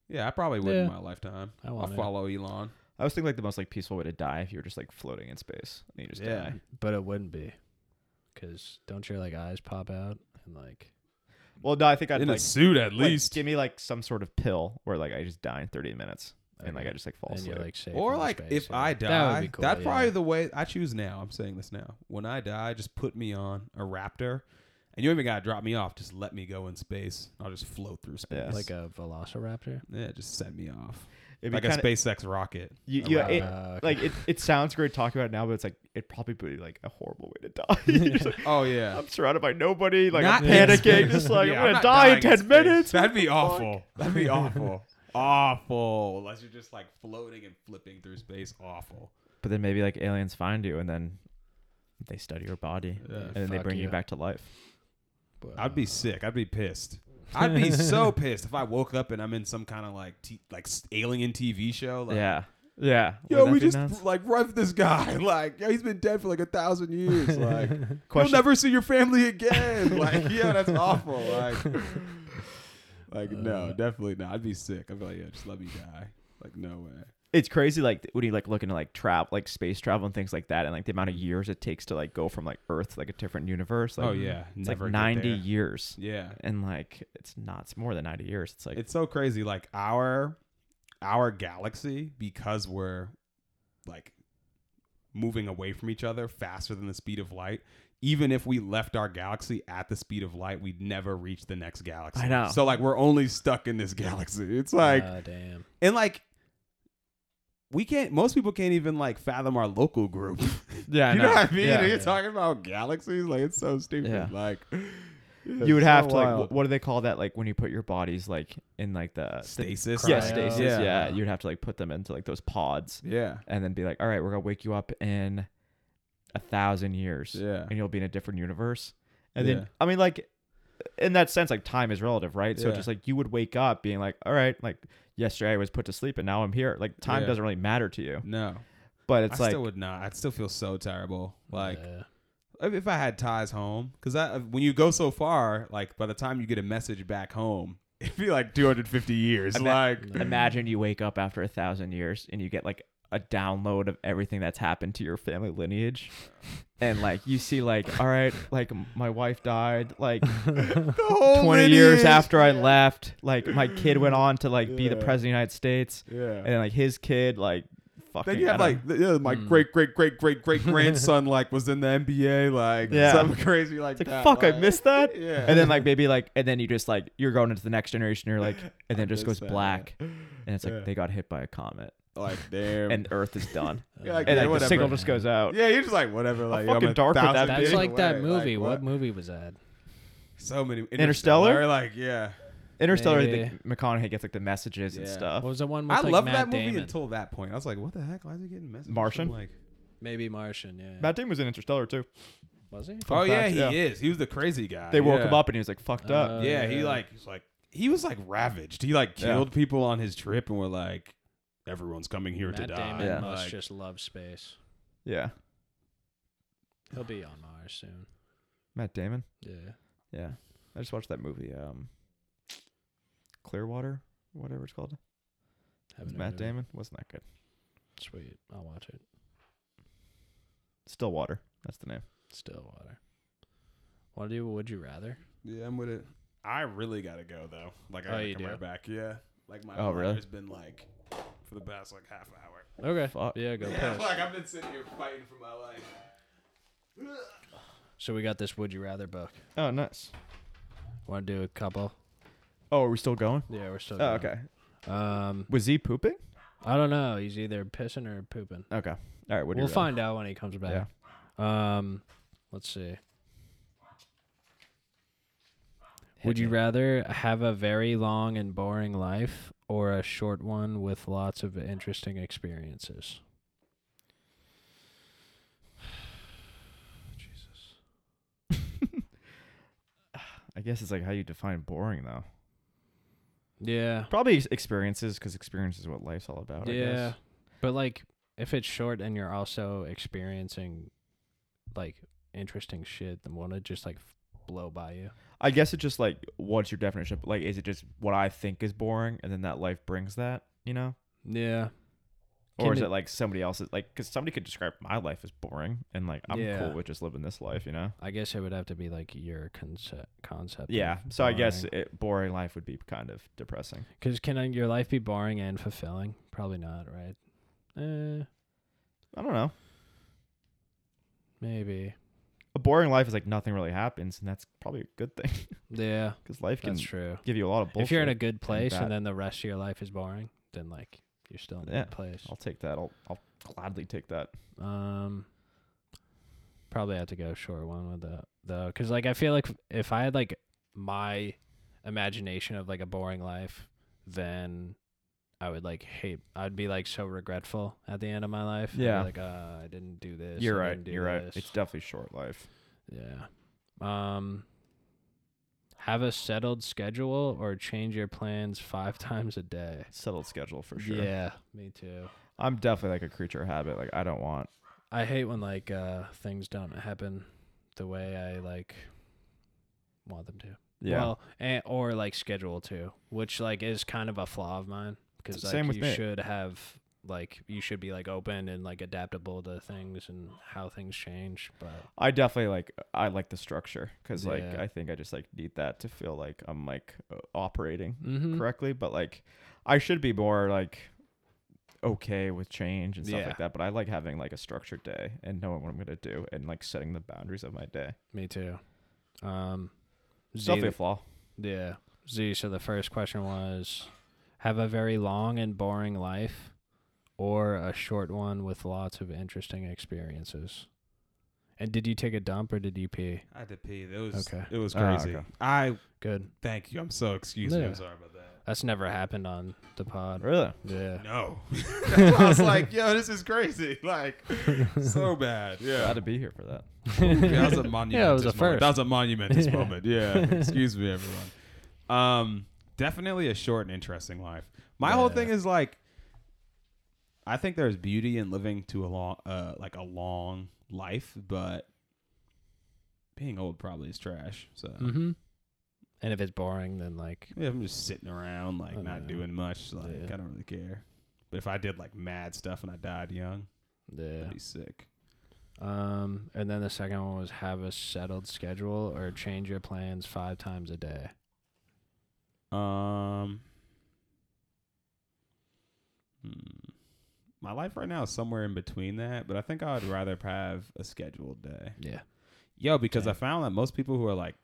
Speaker 3: Yeah, I probably would in
Speaker 2: Yeah.
Speaker 3: my lifetime.
Speaker 2: I
Speaker 3: I'll
Speaker 2: want it.
Speaker 3: follow Elon.
Speaker 1: I was thinking like the most like peaceful way to die if you were just like floating in space and you just
Speaker 3: Yeah.
Speaker 1: die.
Speaker 2: But it wouldn't be. Because don't your like eyes pop out and like
Speaker 1: Well, no, I think I'd
Speaker 3: In
Speaker 1: like
Speaker 3: a suit, at
Speaker 1: like,
Speaker 3: least.
Speaker 1: give me like some sort of pill where like I just die in 30 minutes and like
Speaker 2: okay,
Speaker 1: I just like fall
Speaker 2: then
Speaker 1: asleep.
Speaker 2: you're like safe
Speaker 3: Or
Speaker 2: in
Speaker 3: like
Speaker 2: space,
Speaker 3: if
Speaker 2: yeah.
Speaker 3: I die,
Speaker 2: that would be cool.
Speaker 3: that's
Speaker 2: yeah.
Speaker 3: probably the way I choose now. I'm saying this now. When I die, just put me on a raptor, and you don't even gotta drop me off. Just let me go in space. I'll just float through space.
Speaker 1: Yeah.
Speaker 2: like a Velociraptor.
Speaker 3: yeah, just send me off
Speaker 1: It'd be
Speaker 3: like
Speaker 1: kinda-
Speaker 3: a SpaceX rocket.
Speaker 1: You,
Speaker 2: a
Speaker 1: you-
Speaker 2: raptor.
Speaker 1: it-
Speaker 2: Uh, okay.
Speaker 1: like it, it sounds great talking about it now, but it's like it probably be like a horrible way to die. You're just like,
Speaker 3: Oh yeah,
Speaker 1: I'm surrounded by nobody. Like I'm
Speaker 3: Not in
Speaker 1: panicking,
Speaker 3: space.
Speaker 1: just like
Speaker 3: Yeah,
Speaker 1: I'm gonna
Speaker 3: not
Speaker 1: die in
Speaker 3: dying
Speaker 1: 10
Speaker 3: space.
Speaker 1: minutes.
Speaker 3: That'd be awful. That'd be awful. awful. Unless you're just like floating and flipping through space. Awful.
Speaker 1: But then maybe like aliens find you and then they study your body
Speaker 3: Yeah,
Speaker 1: and then they
Speaker 2: fuck
Speaker 1: bring you
Speaker 2: you.
Speaker 1: back to life.
Speaker 3: I'd be sick. I'd be pissed. I'd be so pissed if I woke up and I'm in some kind of like t- like s- alien TV show. Like,
Speaker 1: yeah. Yeah.
Speaker 3: Yo,
Speaker 1: Wouldn't
Speaker 3: we
Speaker 1: that be
Speaker 3: just
Speaker 1: nuts?
Speaker 3: like revved this guy. Like, yo, he's been dead for like a thousand years. Like,
Speaker 1: Question-
Speaker 3: you'll never see your family again. like, yo, that's awful. Like, like
Speaker 1: Uh.
Speaker 3: no, definitely not. I'd be sick. I'd be like, yo, just let me die. Like, no way.
Speaker 1: it's crazy like when you like look into like travel like space travel and things like that and like the amount of years it takes to like go from like earth to like a different universe like mm,
Speaker 3: oh yeah,
Speaker 1: it's
Speaker 3: never
Speaker 1: like
Speaker 3: get
Speaker 1: 90
Speaker 3: there.
Speaker 1: years
Speaker 3: Yeah,
Speaker 1: and like it's not it's more than 90 years it's like
Speaker 3: it's so crazy. Like our our galaxy, because we're like moving away from each other faster than the speed of light. Even if we left our galaxy at the speed of light, we'd never reach the next galaxy.
Speaker 1: I know.
Speaker 3: So like we're only stuck in this galaxy. It's like
Speaker 2: Ah, damn.
Speaker 3: and like we can't most people can't even like fathom our local group.
Speaker 1: yeah
Speaker 3: you know what I mean?
Speaker 1: Yeah.
Speaker 3: You're
Speaker 2: yeah.
Speaker 3: talking about galaxies, like it's so stupid.
Speaker 1: Yeah.
Speaker 3: Like
Speaker 1: you would have to like wh- what do they call that like when you put your bodies like in like the, the
Speaker 3: stasis.
Speaker 1: yeah
Speaker 2: Cryo.
Speaker 1: stasis yeah.
Speaker 3: Yeah.
Speaker 1: you'd have to like put them into like those pods
Speaker 3: Yeah.
Speaker 1: and then be like all right we're gonna wake you up in a thousand years
Speaker 3: Yeah.
Speaker 1: and you'll be in a different universe. And
Speaker 3: Yeah.
Speaker 1: then I mean like in that sense like time is relative, right? So
Speaker 3: Yeah.
Speaker 1: just like you would wake up being like, "All right, like yesterday I was put to sleep and now I'm here." Like time
Speaker 3: Yeah.
Speaker 1: doesn't really matter to you.
Speaker 3: No.
Speaker 1: But it's
Speaker 3: I
Speaker 1: like
Speaker 3: still would not. I'd still feel so terrible. Like
Speaker 2: Yeah. uh,
Speaker 3: if- if I had ties home, because when you go so far, like by the time you get a message back home, it'd be like 250 years.
Speaker 1: Ima-
Speaker 3: like
Speaker 1: imagine you wake up after a thousand years and you get like a download of everything that's happened to your family lineage. And like you see, like all right, like m- my wife died, like
Speaker 3: the whole
Speaker 1: twenty years
Speaker 3: lineage.
Speaker 1: after I left, like my kid went on to like be the
Speaker 3: Yeah.
Speaker 1: president of the United States,
Speaker 3: Yeah.
Speaker 1: and like his kid, like fucking.
Speaker 3: Then you
Speaker 1: I
Speaker 3: have
Speaker 1: don't-
Speaker 3: like the, yeah, my great great great great great grandson like was in the NBA like
Speaker 1: Yeah.
Speaker 3: something crazy
Speaker 1: It's
Speaker 3: like,
Speaker 1: like
Speaker 3: that.
Speaker 1: fuck, I
Speaker 3: like-
Speaker 1: missed that.
Speaker 3: Yeah.
Speaker 1: And then like maybe like and then you just like you're going into the next generation. You're like and then it just goes
Speaker 3: missed that,
Speaker 1: black, and it's like
Speaker 3: Yeah.
Speaker 1: they got hit by a comet
Speaker 3: like damn.
Speaker 1: and Earth is done,
Speaker 3: yeah, like,
Speaker 1: and
Speaker 3: yeah,
Speaker 1: like the
Speaker 3: whatever.
Speaker 1: signal just goes out.
Speaker 3: yeah, you're just like whatever. Like
Speaker 1: fucking
Speaker 3: I'm a
Speaker 1: dark would that
Speaker 3: thousand
Speaker 1: be?
Speaker 2: That's
Speaker 3: years
Speaker 2: like that
Speaker 3: away,
Speaker 2: movie. what?
Speaker 3: what?
Speaker 2: movie was that?
Speaker 3: So many
Speaker 1: Interstellar?
Speaker 3: Like yeah,
Speaker 1: Interstellar,
Speaker 2: Maybe.
Speaker 1: the, McConaughey gets like the messages and
Speaker 3: Yeah.
Speaker 1: stuff.
Speaker 2: What was the one with
Speaker 3: I
Speaker 2: like
Speaker 3: love
Speaker 2: Matt
Speaker 3: that movie
Speaker 2: Damon?
Speaker 3: until that point. I was like, what the heck? Why is he getting messages? from,
Speaker 1: Martian?
Speaker 3: Like,
Speaker 2: Maybe Martian. Yeah.
Speaker 1: Matt Damon was in Interstellar too.
Speaker 2: was he?
Speaker 1: Fun
Speaker 3: oh yeah,
Speaker 1: fact,
Speaker 3: he
Speaker 1: yeah.
Speaker 3: is. He was the crazy guy.
Speaker 1: They woke
Speaker 3: yeah.
Speaker 1: him up and he was like fucked up.
Speaker 2: Uh,
Speaker 3: Oh, yeah, he
Speaker 2: yeah.
Speaker 3: like he's like he was like ravaged. He like
Speaker 1: Yeah.
Speaker 3: killed people on his trip and were like, everyone's coming here to
Speaker 2: Matt
Speaker 3: die.
Speaker 2: Damon
Speaker 1: Yeah.
Speaker 2: must
Speaker 3: Like,
Speaker 2: just love space.
Speaker 1: Yeah,
Speaker 2: He'll be on Mars soon.
Speaker 1: Matt Damon.
Speaker 2: Yeah.
Speaker 1: Yeah, I just watched that movie, um, Clearwater, whatever it's called.
Speaker 2: Haven't heard
Speaker 1: Matt
Speaker 2: of it.
Speaker 1: Damon wasn't that good.
Speaker 2: Sweet. I'll watch it.
Speaker 1: Stillwater, that's the name.
Speaker 2: Stillwater. Want to do Would You Rather?
Speaker 3: Yeah, I'm with it. I really gotta go though. Like I
Speaker 2: Oh,
Speaker 3: gotta
Speaker 2: you
Speaker 3: come
Speaker 2: do?
Speaker 3: right back. Yeah. Like my
Speaker 1: Oh, really?
Speaker 3: bladder's been like for the past like half hour.
Speaker 2: Okay.
Speaker 1: Fuck.
Speaker 2: Yeah, go
Speaker 3: Yeah,
Speaker 2: piss.
Speaker 3: like I've been sitting here fighting for my life.
Speaker 2: So we got this Would You Rather book.
Speaker 1: Oh, nice.
Speaker 2: Want to do a couple?
Speaker 1: Oh, are we still going?
Speaker 2: Yeah, we're still.
Speaker 1: Oh,
Speaker 2: going.
Speaker 1: okay.
Speaker 2: Um,
Speaker 1: Was he pooping?
Speaker 2: I don't know. He's either pissing or pooping.
Speaker 1: Okay. All right. What do
Speaker 2: we'll
Speaker 1: you
Speaker 2: find out when he comes back. Um, let's see.
Speaker 1: hit
Speaker 2: Would you
Speaker 1: me.
Speaker 2: rather have a very long and boring life or a short one with lots of interesting experiences? Jesus.
Speaker 1: I guess it's like how you define boring though.
Speaker 2: Yeah.
Speaker 1: Probably ex- experiences because experience is what life's all about. I
Speaker 2: yeah.
Speaker 1: guess.
Speaker 2: But like if it's short and you're also experiencing like interesting shit, then won't it just like blow by you?
Speaker 1: I guess it's just like what's your definition? Like, is it just what I think is boring, and then that life brings that? You know,
Speaker 2: Yeah.
Speaker 1: or
Speaker 2: Can
Speaker 1: is
Speaker 2: it-
Speaker 1: it like somebody else's? Like, because somebody could describe my life as boring, and like I'm
Speaker 2: Yeah.
Speaker 1: cool with just living this life. You know.
Speaker 2: I guess it would have to be like your concept concept.
Speaker 1: Yeah. So I guess it, boring life would be kind of depressing.
Speaker 2: cuz can uh, your life be boring and fulfilling? Probably not, right? Eh,
Speaker 1: I don't know.
Speaker 2: maybe.
Speaker 1: A boring life is like nothing really happens, and that's probably a good thing
Speaker 2: Yeah,
Speaker 1: because life can
Speaker 2: that's true.
Speaker 1: give you a lot of bullshit.
Speaker 2: If you're in a good place
Speaker 1: bad.
Speaker 2: and then the rest of your life is boring, then like you're still in a
Speaker 1: Yeah.
Speaker 2: good place.
Speaker 1: I'll take that. I'll I'll gladly take that.
Speaker 2: Um, probably have to go short one with that though, because like I feel like if I had like my imagination of like a boring life, then I would like hate. I'd be like so regretful at the end of my life. I'd be
Speaker 1: Yeah.
Speaker 2: like uh, I didn't do this.
Speaker 1: You're
Speaker 2: I
Speaker 1: right.
Speaker 2: didn't do
Speaker 1: You're right.
Speaker 2: this."
Speaker 1: It's definitely short life.
Speaker 2: yeah. Um, have a settled schedule or change your plans five times a day.
Speaker 1: Settled schedule for sure.
Speaker 2: Yeah, me too.
Speaker 1: I'm definitely like a creature of habit. Like I don't want.
Speaker 2: I hate when like uh things don't happen the way I like want them to.
Speaker 1: Yeah.
Speaker 2: Well, and, or like schedule to, which like is kind of a flaw of mine because like
Speaker 1: Same with
Speaker 2: you
Speaker 1: me.
Speaker 2: should have like you should be like open and like adaptable to things and how things change, but
Speaker 1: I definitely like I like the structure because like
Speaker 2: Yeah.
Speaker 1: I think I just like need that to feel like I'm like uh, operating
Speaker 2: mm-hmm.
Speaker 1: correctly. But like I should be more like okay with change and stuff
Speaker 2: Yeah.
Speaker 1: like that. But I like having like a structured day and knowing what I'm gonna do and like setting the boundaries of my day.
Speaker 2: me too. Um
Speaker 1: It's
Speaker 2: Z-
Speaker 1: definitely a flaw.
Speaker 2: Yeah. Z, so the first question was have a very long and boring life or a short one with lots of interesting experiences? And did you take a dump or did you pee?
Speaker 3: I had to pee. It was
Speaker 2: Okay.
Speaker 3: it was
Speaker 1: Ah,
Speaker 3: crazy.
Speaker 1: okay.
Speaker 3: I
Speaker 2: Good.
Speaker 3: thank you. I'm so excuse me.
Speaker 2: Yeah.
Speaker 3: I'm sorry about that.
Speaker 2: That's never happened on the pod.
Speaker 1: Really?
Speaker 2: Yeah.
Speaker 3: No, I was like, yo, this is crazy. Like so bad.
Speaker 1: Glad
Speaker 3: Yeah.
Speaker 1: to be here for that.
Speaker 3: Yeah, that was a monumentous
Speaker 2: Yeah, it was a
Speaker 3: moment. That
Speaker 2: first.
Speaker 3: was a monumentous
Speaker 2: Yeah.
Speaker 3: moment. Yeah. Excuse me, everyone. Um, definitely a short and interesting life. My whole
Speaker 2: Yeah.
Speaker 3: thing is like, I think there's beauty in living to a long, uh, like a long life, but being old probably is trash. So
Speaker 2: Mm-hmm. And if it's boring, then like,
Speaker 3: yeah, I'm just sitting around, like
Speaker 2: I
Speaker 3: not
Speaker 2: know.
Speaker 3: doing much. Like
Speaker 2: Yeah.
Speaker 3: I don't really care. But if I did like mad stuff and I died young,
Speaker 2: yeah.
Speaker 3: that'd be sick.
Speaker 2: Um, and then the second one was have a settled schedule or change your plans five times a day.
Speaker 3: Um, hmm. my life right now is somewhere in between that, but I think I'd rather have a scheduled day.
Speaker 2: Yeah.
Speaker 3: Yo, because I
Speaker 2: Same.
Speaker 3: found that most people who are like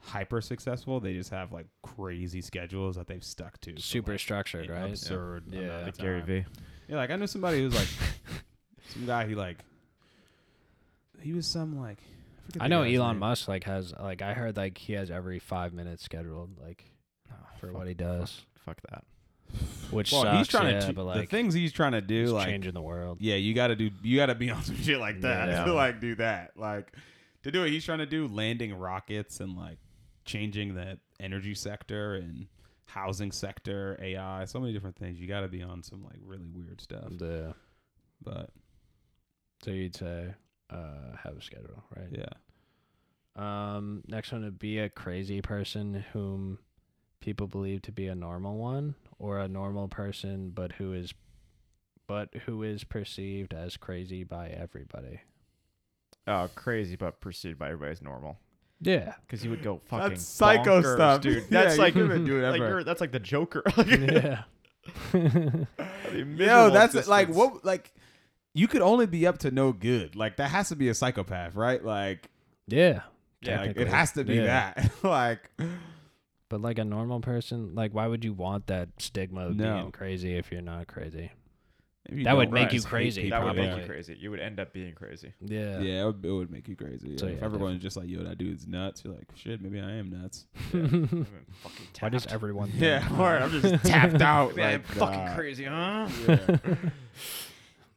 Speaker 3: hyper successful, they just have like crazy schedules that they've stuck to. for,
Speaker 2: Super
Speaker 3: like,
Speaker 2: structured,
Speaker 3: an
Speaker 2: right?
Speaker 3: Absurd.
Speaker 2: Yeah.
Speaker 3: amount of
Speaker 2: Like
Speaker 1: Gary
Speaker 3: time.
Speaker 1: V.
Speaker 3: Yeah, like I knew somebody who's like some guy. He like he was some like. forget
Speaker 2: I
Speaker 3: the
Speaker 2: know
Speaker 3: guy's
Speaker 2: Elon
Speaker 3: name.
Speaker 2: Musk like has like I heard like he has every five minutes scheduled like for what he does,
Speaker 1: Fuck that.
Speaker 2: which
Speaker 3: Well,
Speaker 2: sucks.
Speaker 3: he's trying
Speaker 2: yeah,
Speaker 3: to
Speaker 2: but
Speaker 3: the
Speaker 2: like
Speaker 3: things he's trying to do,
Speaker 2: he's
Speaker 3: like
Speaker 2: changing the world.
Speaker 3: Yeah, you got to do. You got to be on some shit like that
Speaker 2: Yeah.
Speaker 3: to like do that. Like to do it, he's trying to do landing rockets and like changing the energy sector and housing sector, AI, so many different things. You got to be on some like really weird stuff.
Speaker 2: The,
Speaker 3: But
Speaker 2: so you'd say uh, have a schedule, right?
Speaker 3: yeah,
Speaker 2: Um, next one would be a crazy person whom people believe to be a normal one, or a normal person but who is, but who is perceived as crazy by everybody.
Speaker 1: Oh, crazy, but pursued by everybody as normal.
Speaker 2: Yeah.
Speaker 1: Because you would go fucking
Speaker 3: that's psycho
Speaker 1: bonkers,
Speaker 3: stuff,
Speaker 1: dude. That's
Speaker 3: yeah,
Speaker 1: like,
Speaker 3: you could've been doing
Speaker 1: like
Speaker 3: ever.
Speaker 1: you're, that's like the Joker.
Speaker 2: yeah.
Speaker 3: Yo, that's like what like you could only be up to no good. Like that has to be a psychopath, right? Like,
Speaker 2: yeah.
Speaker 1: Yeah,
Speaker 3: like it
Speaker 2: technically.
Speaker 3: has to be
Speaker 2: Yeah.
Speaker 3: that. like
Speaker 2: But like a normal person, like why would you want that stigma of
Speaker 3: No.
Speaker 2: being crazy if you're not crazy?
Speaker 3: If you
Speaker 2: That would
Speaker 3: don't,
Speaker 2: make
Speaker 3: just
Speaker 2: you
Speaker 3: hate
Speaker 2: crazy,
Speaker 3: people,
Speaker 1: that would make
Speaker 3: yeah.
Speaker 1: you crazy. You would end up being crazy.
Speaker 2: Yeah.
Speaker 3: Yeah, it would, it would make you crazy.
Speaker 2: So,
Speaker 3: yeah, if
Speaker 2: yeah,
Speaker 3: everyone's just like, "Yo, that dude's nuts," you're like, "Shit, maybe I am nuts."
Speaker 1: I'm fucking
Speaker 2: Why does uh,
Speaker 1: tapped.
Speaker 2: everyone? think
Speaker 3: Yeah,
Speaker 2: that?
Speaker 3: or I'm just tapped out.
Speaker 1: Maybe I am
Speaker 3: like,
Speaker 1: fucking
Speaker 3: nah.
Speaker 1: crazy, huh?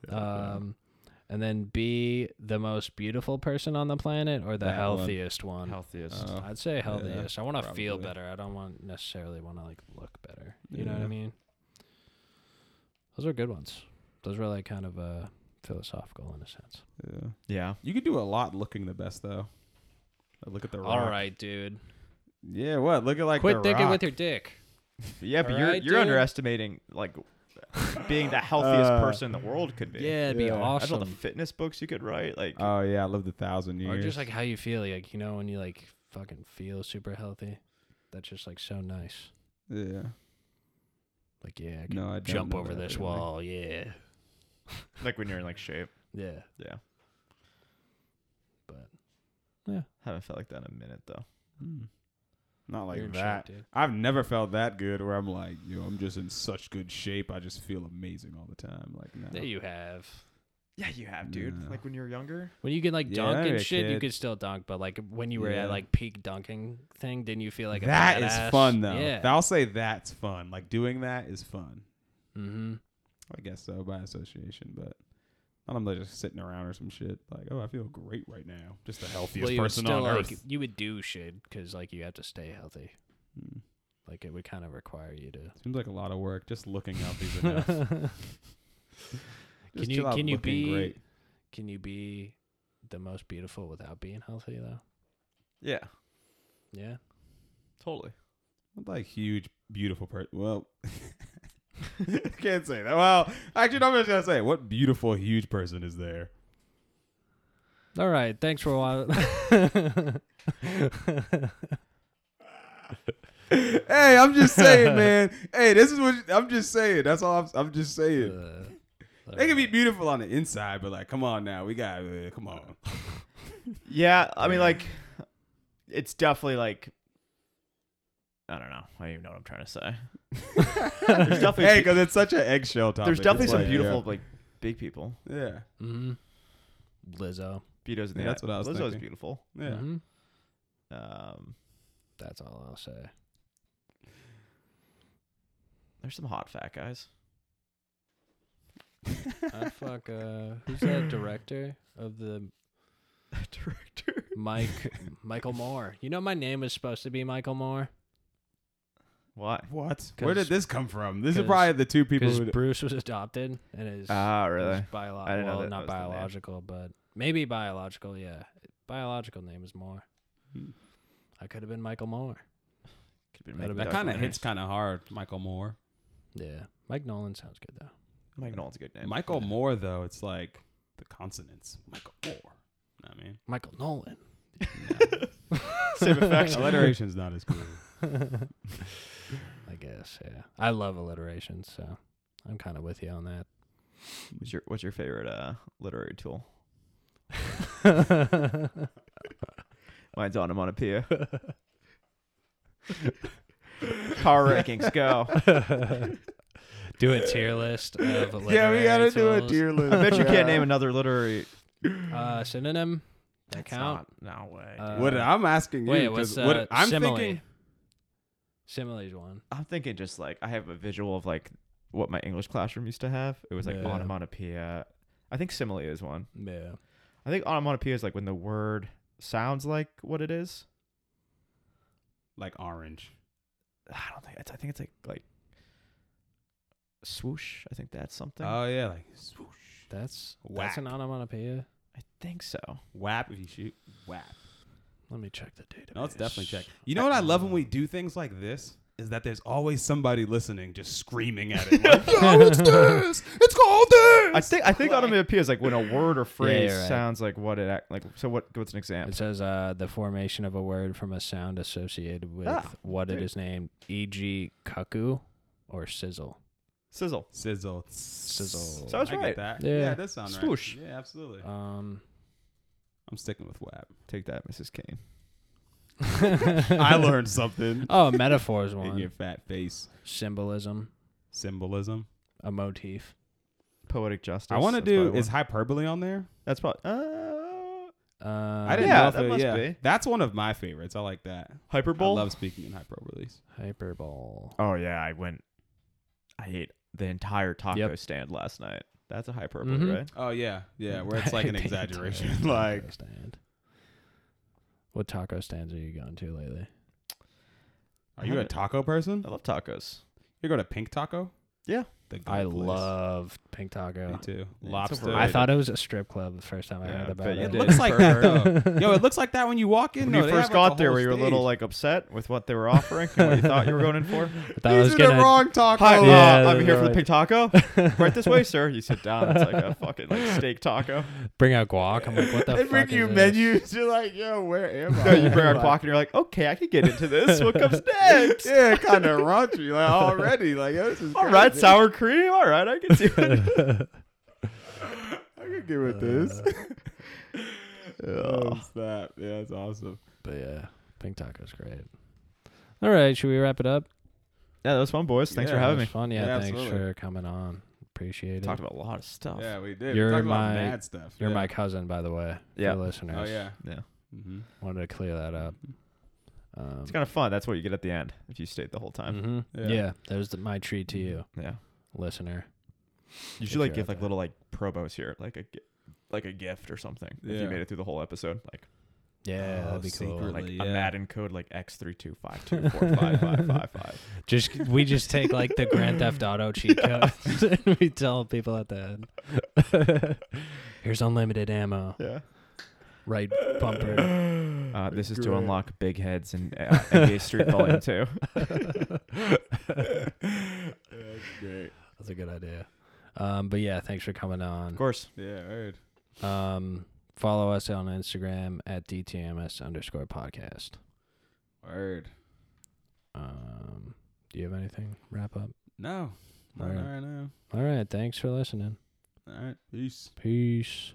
Speaker 3: Yeah. Uh,
Speaker 2: Um, and then be the most beautiful person on the planet or the
Speaker 3: That one.
Speaker 2: healthiest one.
Speaker 1: Healthiest.
Speaker 3: Uh,
Speaker 2: I'd say healthiest. I want to feel
Speaker 3: probably.
Speaker 2: better. I don't want necessarily want to like look better. You know what I
Speaker 3: Yeah.
Speaker 2: mean? Those are good ones. Those were like kind of uh, philosophical in a sense.
Speaker 3: yeah.
Speaker 1: yeah.
Speaker 3: You could do a lot looking the best though. Like, Look at the rock.
Speaker 2: All right, dude.
Speaker 3: Yeah, what? Look at like
Speaker 2: Quit
Speaker 3: the
Speaker 2: thinking
Speaker 3: rock.
Speaker 2: with your dick.
Speaker 1: Yeah, but you're
Speaker 2: Alright,
Speaker 1: you're
Speaker 2: dude.
Speaker 1: underestimating like being the healthiest
Speaker 3: Uh,
Speaker 1: person in the world could be.
Speaker 2: Yeah, it'd be
Speaker 3: Yeah.
Speaker 1: I all the
Speaker 2: awesome.
Speaker 1: fitness books you could write. Like
Speaker 3: Oh yeah, I lived a thousand
Speaker 2: Or
Speaker 3: years.
Speaker 2: just like how you feel, like you know when you like fucking feel super healthy. That's just like so nice.
Speaker 3: yeah.
Speaker 2: Like yeah, I can
Speaker 3: No, I don't
Speaker 2: jump
Speaker 3: know
Speaker 2: over
Speaker 3: that
Speaker 2: this
Speaker 3: feeling.
Speaker 2: wall. Yeah,
Speaker 1: like when you're in like shape.
Speaker 2: yeah.
Speaker 1: Yeah.
Speaker 2: But
Speaker 1: Haven't felt like that in a minute though.
Speaker 3: Hmm. Not like
Speaker 2: you're in shape,
Speaker 3: that.
Speaker 2: dude.
Speaker 3: I've never felt that good where I'm like, yo, I'm just in such good shape. I just feel amazing all the time. Like, nah.
Speaker 2: There you have.
Speaker 1: Yeah, you have,
Speaker 3: dude. No. Like,
Speaker 1: when you're younger.
Speaker 2: When you could like
Speaker 3: Yeah,
Speaker 2: dunk
Speaker 3: when you're
Speaker 2: and
Speaker 3: a
Speaker 2: shit, you
Speaker 3: kid.
Speaker 2: could still dunk. But like when you were
Speaker 3: Yeah.
Speaker 2: at like peak dunking thing, didn't you feel like a
Speaker 3: that is
Speaker 2: badass?
Speaker 3: fun though.
Speaker 2: Yeah.
Speaker 3: I'll say that's fun. Like doing that is fun.
Speaker 2: mm-hmm.
Speaker 3: I guess so by association, but not I'm like just sitting around or some shit. Like, oh, I feel great right now. Just the healthiest
Speaker 2: Well, you would
Speaker 3: person
Speaker 2: still
Speaker 3: on
Speaker 2: like
Speaker 3: earth.
Speaker 2: you would do shit because like you have to stay healthy.
Speaker 3: Hmm.
Speaker 2: Like it would kind of require you to.
Speaker 3: Seems like a lot of work. Just looking healthy is enough. Just
Speaker 2: can you
Speaker 3: chill out
Speaker 2: can you
Speaker 3: looking
Speaker 2: be
Speaker 3: great.
Speaker 2: can you be the most beautiful without being healthy though?
Speaker 1: Yeah,
Speaker 2: Yeah.
Speaker 1: totally.
Speaker 3: Not like huge, beautiful person. Well, can't say that. Well, actually, no, I'm just gonna say, what beautiful, huge person is there?
Speaker 2: All right. Thanks for watching.
Speaker 3: hey, I'm just saying, man. Hey, this is what I'm just saying. That's all. I'm, I'm just saying.
Speaker 2: Uh,
Speaker 3: They can be beautiful on the inside, but like, come on now, we got. Uh, come on.
Speaker 1: Yeah, I mean, like, it's definitely like, I don't know. I don't even know what I'm trying to say. there's definitely,
Speaker 3: Hey,
Speaker 1: be-
Speaker 3: because it's such an eggshell topic.
Speaker 1: there's definitely
Speaker 3: It's
Speaker 1: some
Speaker 3: like,
Speaker 1: beautiful,
Speaker 3: Yeah.
Speaker 1: like, big people.
Speaker 3: Yeah.
Speaker 2: hmm Lizzo.
Speaker 1: Beatos in the
Speaker 3: Yeah, that's what I was
Speaker 1: Lizzo's
Speaker 3: thinking.
Speaker 1: beautiful.
Speaker 3: Yeah.
Speaker 2: hmm
Speaker 1: Um,
Speaker 2: That's all I'll say.
Speaker 1: there's some hot fat guys.
Speaker 3: Mm-hmm. Ah,
Speaker 2: I fuck. Uh, who's that director of the
Speaker 1: Director.
Speaker 2: Mike Michael Moore? You know my name is supposed to be Michael Moore
Speaker 1: Why?
Speaker 3: What? Where did
Speaker 2: 'Cause-
Speaker 3: this come from? This is
Speaker 2: 'cause-
Speaker 3: probably the two people
Speaker 2: because
Speaker 3: who.
Speaker 2: Bruce was adopted and his
Speaker 1: Ah, really? I
Speaker 2: biological.
Speaker 1: didn't know
Speaker 2: Well,
Speaker 1: that
Speaker 2: not
Speaker 1: was the name.
Speaker 2: biological, but maybe biological. Yeah, biological name is Moore.
Speaker 3: Hmm.
Speaker 2: I could have been Michael Moore.
Speaker 1: Could be
Speaker 2: That'd
Speaker 1: making
Speaker 2: be-
Speaker 3: That kind of
Speaker 1: documentaries.
Speaker 3: hits kind of hard, Michael Moore.
Speaker 2: Yeah, Mike Nolan sounds good though.
Speaker 1: Mike Nolan's a good name.
Speaker 3: Michael Moore, though, it's like the consonants. Michael Moore. Know what I mean,
Speaker 2: Michael Nolan.
Speaker 1: Same effect.
Speaker 3: alliteration's not as cool.
Speaker 2: I guess. Yeah, I love alliteration, so I'm kind of with you on that.
Speaker 1: What's your What's your favorite uh, literary tool? Mine's onomatopoeia. Car rankings go.
Speaker 2: do a tier list of
Speaker 3: yeah, we gotta
Speaker 2: literary
Speaker 3: do a
Speaker 2: tools.
Speaker 3: tier list.
Speaker 1: I bet you can't name another literary.
Speaker 2: Uh, synonym. That count.
Speaker 1: No way.
Speaker 2: Uh,
Speaker 3: What I'm asking you.
Speaker 2: Wait,
Speaker 3: 'cause
Speaker 2: what's
Speaker 3: what
Speaker 2: uh,
Speaker 3: I'm
Speaker 2: simile?
Speaker 3: thinking.
Speaker 2: Simile's one.
Speaker 1: I'm thinking just like I have a visual of like what my English classroom used to have. It was like
Speaker 2: Yeah.
Speaker 1: onomatopoeia. I think simile is one.
Speaker 2: Yeah.
Speaker 1: I think onomatopoeia is like when the word sounds like what it is.
Speaker 3: Like orange.
Speaker 1: I don't think it's, I think it's like like swoosh. I think that's something.
Speaker 3: Oh yeah, like swoosh.
Speaker 2: That's
Speaker 3: Whack.
Speaker 2: that's an onomatopoeia.
Speaker 1: I think so.
Speaker 3: Whap if you shoot. Whap.
Speaker 2: Let me check the database.
Speaker 3: No, it's definitely check. You know what I love when we do things like this is that there's always somebody listening, just screaming at it. Like, no, it's this. It's called this.
Speaker 1: I think I think onomatopoeia is like when a word or phrase
Speaker 2: right.
Speaker 1: sounds like what it act like. So what? What's an example?
Speaker 2: It says uh, the formation of a word from a sound associated with
Speaker 1: Ah,
Speaker 2: what
Speaker 1: dude.
Speaker 2: it is named, e.g., cuckoo or sizzle.
Speaker 1: Sizzle.
Speaker 3: Sizzle.
Speaker 2: Sizzle.
Speaker 1: So I was
Speaker 3: I get
Speaker 1: right.
Speaker 3: that.
Speaker 2: Yeah.
Speaker 3: Yeah. that sounds right.
Speaker 1: Swoosh.
Speaker 3: Yeah, absolutely.
Speaker 2: Um,
Speaker 3: I'm sticking with WAP.
Speaker 1: Take that, Mrs. Kane.
Speaker 3: I learned something.
Speaker 2: Oh, metaphors
Speaker 3: In your
Speaker 2: one.
Speaker 3: fat face.
Speaker 2: Symbolism,
Speaker 3: Symbolism.
Speaker 2: a motif.
Speaker 1: poetic justice.
Speaker 3: I want to
Speaker 1: That's probably
Speaker 3: do
Speaker 1: one.
Speaker 3: is hyperbole on there.
Speaker 1: that's probably uh,
Speaker 2: Uh,
Speaker 3: I didn't
Speaker 1: Yeah,
Speaker 3: know if
Speaker 1: that
Speaker 3: it-
Speaker 1: must
Speaker 3: yeah.
Speaker 1: be.
Speaker 3: That's one of my favorites. I like that.
Speaker 1: hyperbole.
Speaker 3: I love speaking in hyperboles.
Speaker 2: hyperbole.
Speaker 1: oh yeah, I went. I ate the entire taco
Speaker 2: Yep.
Speaker 1: stand last night. That's a hyperbole,
Speaker 2: Mhm.
Speaker 1: right?
Speaker 3: Oh yeah, yeah, where it's like an
Speaker 2: Taco
Speaker 3: exaggeration.
Speaker 2: stand.
Speaker 3: like
Speaker 2: Taco stand. What taco stands are you going to lately?
Speaker 3: Are you a taco person?
Speaker 1: I love tacos.
Speaker 3: You go to Pink Taco?
Speaker 1: Yeah.
Speaker 3: The good
Speaker 2: I
Speaker 3: place.
Speaker 2: love Pink
Speaker 3: Me
Speaker 2: Taco.
Speaker 3: too.
Speaker 1: It's
Speaker 3: Lobster.
Speaker 1: overrated.
Speaker 2: I thought it was a strip club the first time I
Speaker 1: Yeah,
Speaker 2: heard about
Speaker 1: but you
Speaker 2: it.
Speaker 3: it
Speaker 1: did.
Speaker 3: looks like that though. Yo, it looks like that when you walk in.
Speaker 1: When
Speaker 3: though.
Speaker 1: you
Speaker 3: They
Speaker 1: first
Speaker 3: have, like, a
Speaker 1: got there,
Speaker 3: whole
Speaker 1: were you a little
Speaker 3: stage.
Speaker 1: like upset with what they were offering and what you thought you were going in for?
Speaker 2: I thought I was
Speaker 3: These are the
Speaker 2: gonna-
Speaker 3: wrong taco.
Speaker 1: Hi, uh,
Speaker 2: Yeah,
Speaker 1: I'm here for the
Speaker 2: right.
Speaker 1: pig taco. right this way, sir. You sit down. It's like a fucking like steak taco.
Speaker 2: bring out guac. I'm like, what the
Speaker 3: They
Speaker 2: fuck?
Speaker 3: bring you
Speaker 2: is
Speaker 3: menus. You're like, yo, where am I?
Speaker 1: No, you bring our clock and you're like, okay, I could get into this. What comes next?
Speaker 3: yeah, kind of raunchy like already. Like, yo, this is
Speaker 1: All right,
Speaker 3: crazy.
Speaker 1: sour cream. All right, I can do it.
Speaker 2: This?
Speaker 3: I could get with this.
Speaker 1: Ugh.
Speaker 2: Uh,
Speaker 3: oh, snap. Yeah, that's awesome.
Speaker 2: but yeah, Pink Taco's great. All right, should we wrap it up?
Speaker 1: yeah, that was fun, boys. Thanks for
Speaker 3: Yeah,
Speaker 2: That
Speaker 1: having
Speaker 2: was
Speaker 1: me.
Speaker 2: fun. Yeah,
Speaker 3: Yeah,
Speaker 2: thanks
Speaker 3: absolutely.
Speaker 2: for coming on. Appreciate
Speaker 1: Talked
Speaker 2: it.
Speaker 1: about a lot of stuff.
Speaker 3: Yeah, we did.
Speaker 2: You're
Speaker 3: we talked
Speaker 2: my-
Speaker 3: about mad stuff.
Speaker 2: You're
Speaker 3: yeah.
Speaker 2: my cousin, by the way.
Speaker 1: Yeah.
Speaker 2: For listeners.
Speaker 3: Oh, yeah.
Speaker 1: Yeah.
Speaker 3: Mm-hmm.
Speaker 2: Wanted to clear that up. Um,
Speaker 1: It's kind of fun. That's what you get at the end if you stayed the whole time.
Speaker 2: mhm.
Speaker 3: Yeah.
Speaker 2: Yeah, that was the, my treat to you,
Speaker 1: Yeah.
Speaker 2: listener.
Speaker 1: You
Speaker 2: If
Speaker 1: should like
Speaker 2: you're
Speaker 1: give
Speaker 2: out
Speaker 1: like
Speaker 2: there.
Speaker 1: little like probos here, like a gi- like a gift or something. If
Speaker 3: Yeah.
Speaker 1: you made it through the whole episode, like uh,
Speaker 2: Yeah,
Speaker 3: Oh,
Speaker 2: that'd be cool.
Speaker 3: secret
Speaker 1: like
Speaker 3: Yeah.
Speaker 1: a Madden code like X three two five two four five five five five.
Speaker 2: Just we just take like the Grand Theft Auto cheat codes and we tell people at the end. Here's unlimited ammo.
Speaker 1: Yeah.
Speaker 2: Right bumper.
Speaker 1: Uh, this is to
Speaker 3: Great.
Speaker 1: unlock big heads and uh, NBA Street Volume Two.
Speaker 3: That's great.
Speaker 2: That's a good idea. Um, but yeah, thanks for coming
Speaker 1: Of
Speaker 2: on.
Speaker 1: course.
Speaker 3: Yeah, heard.
Speaker 2: Um, follow us on Instagram at DTMS underscore podcast.
Speaker 3: Word.
Speaker 2: Um, do you have anything? Wrap up.
Speaker 3: No.
Speaker 2: All
Speaker 3: All
Speaker 2: right.
Speaker 3: right. All right.
Speaker 2: All right. Thanks for listening.
Speaker 3: All right. Peace.
Speaker 2: Peace.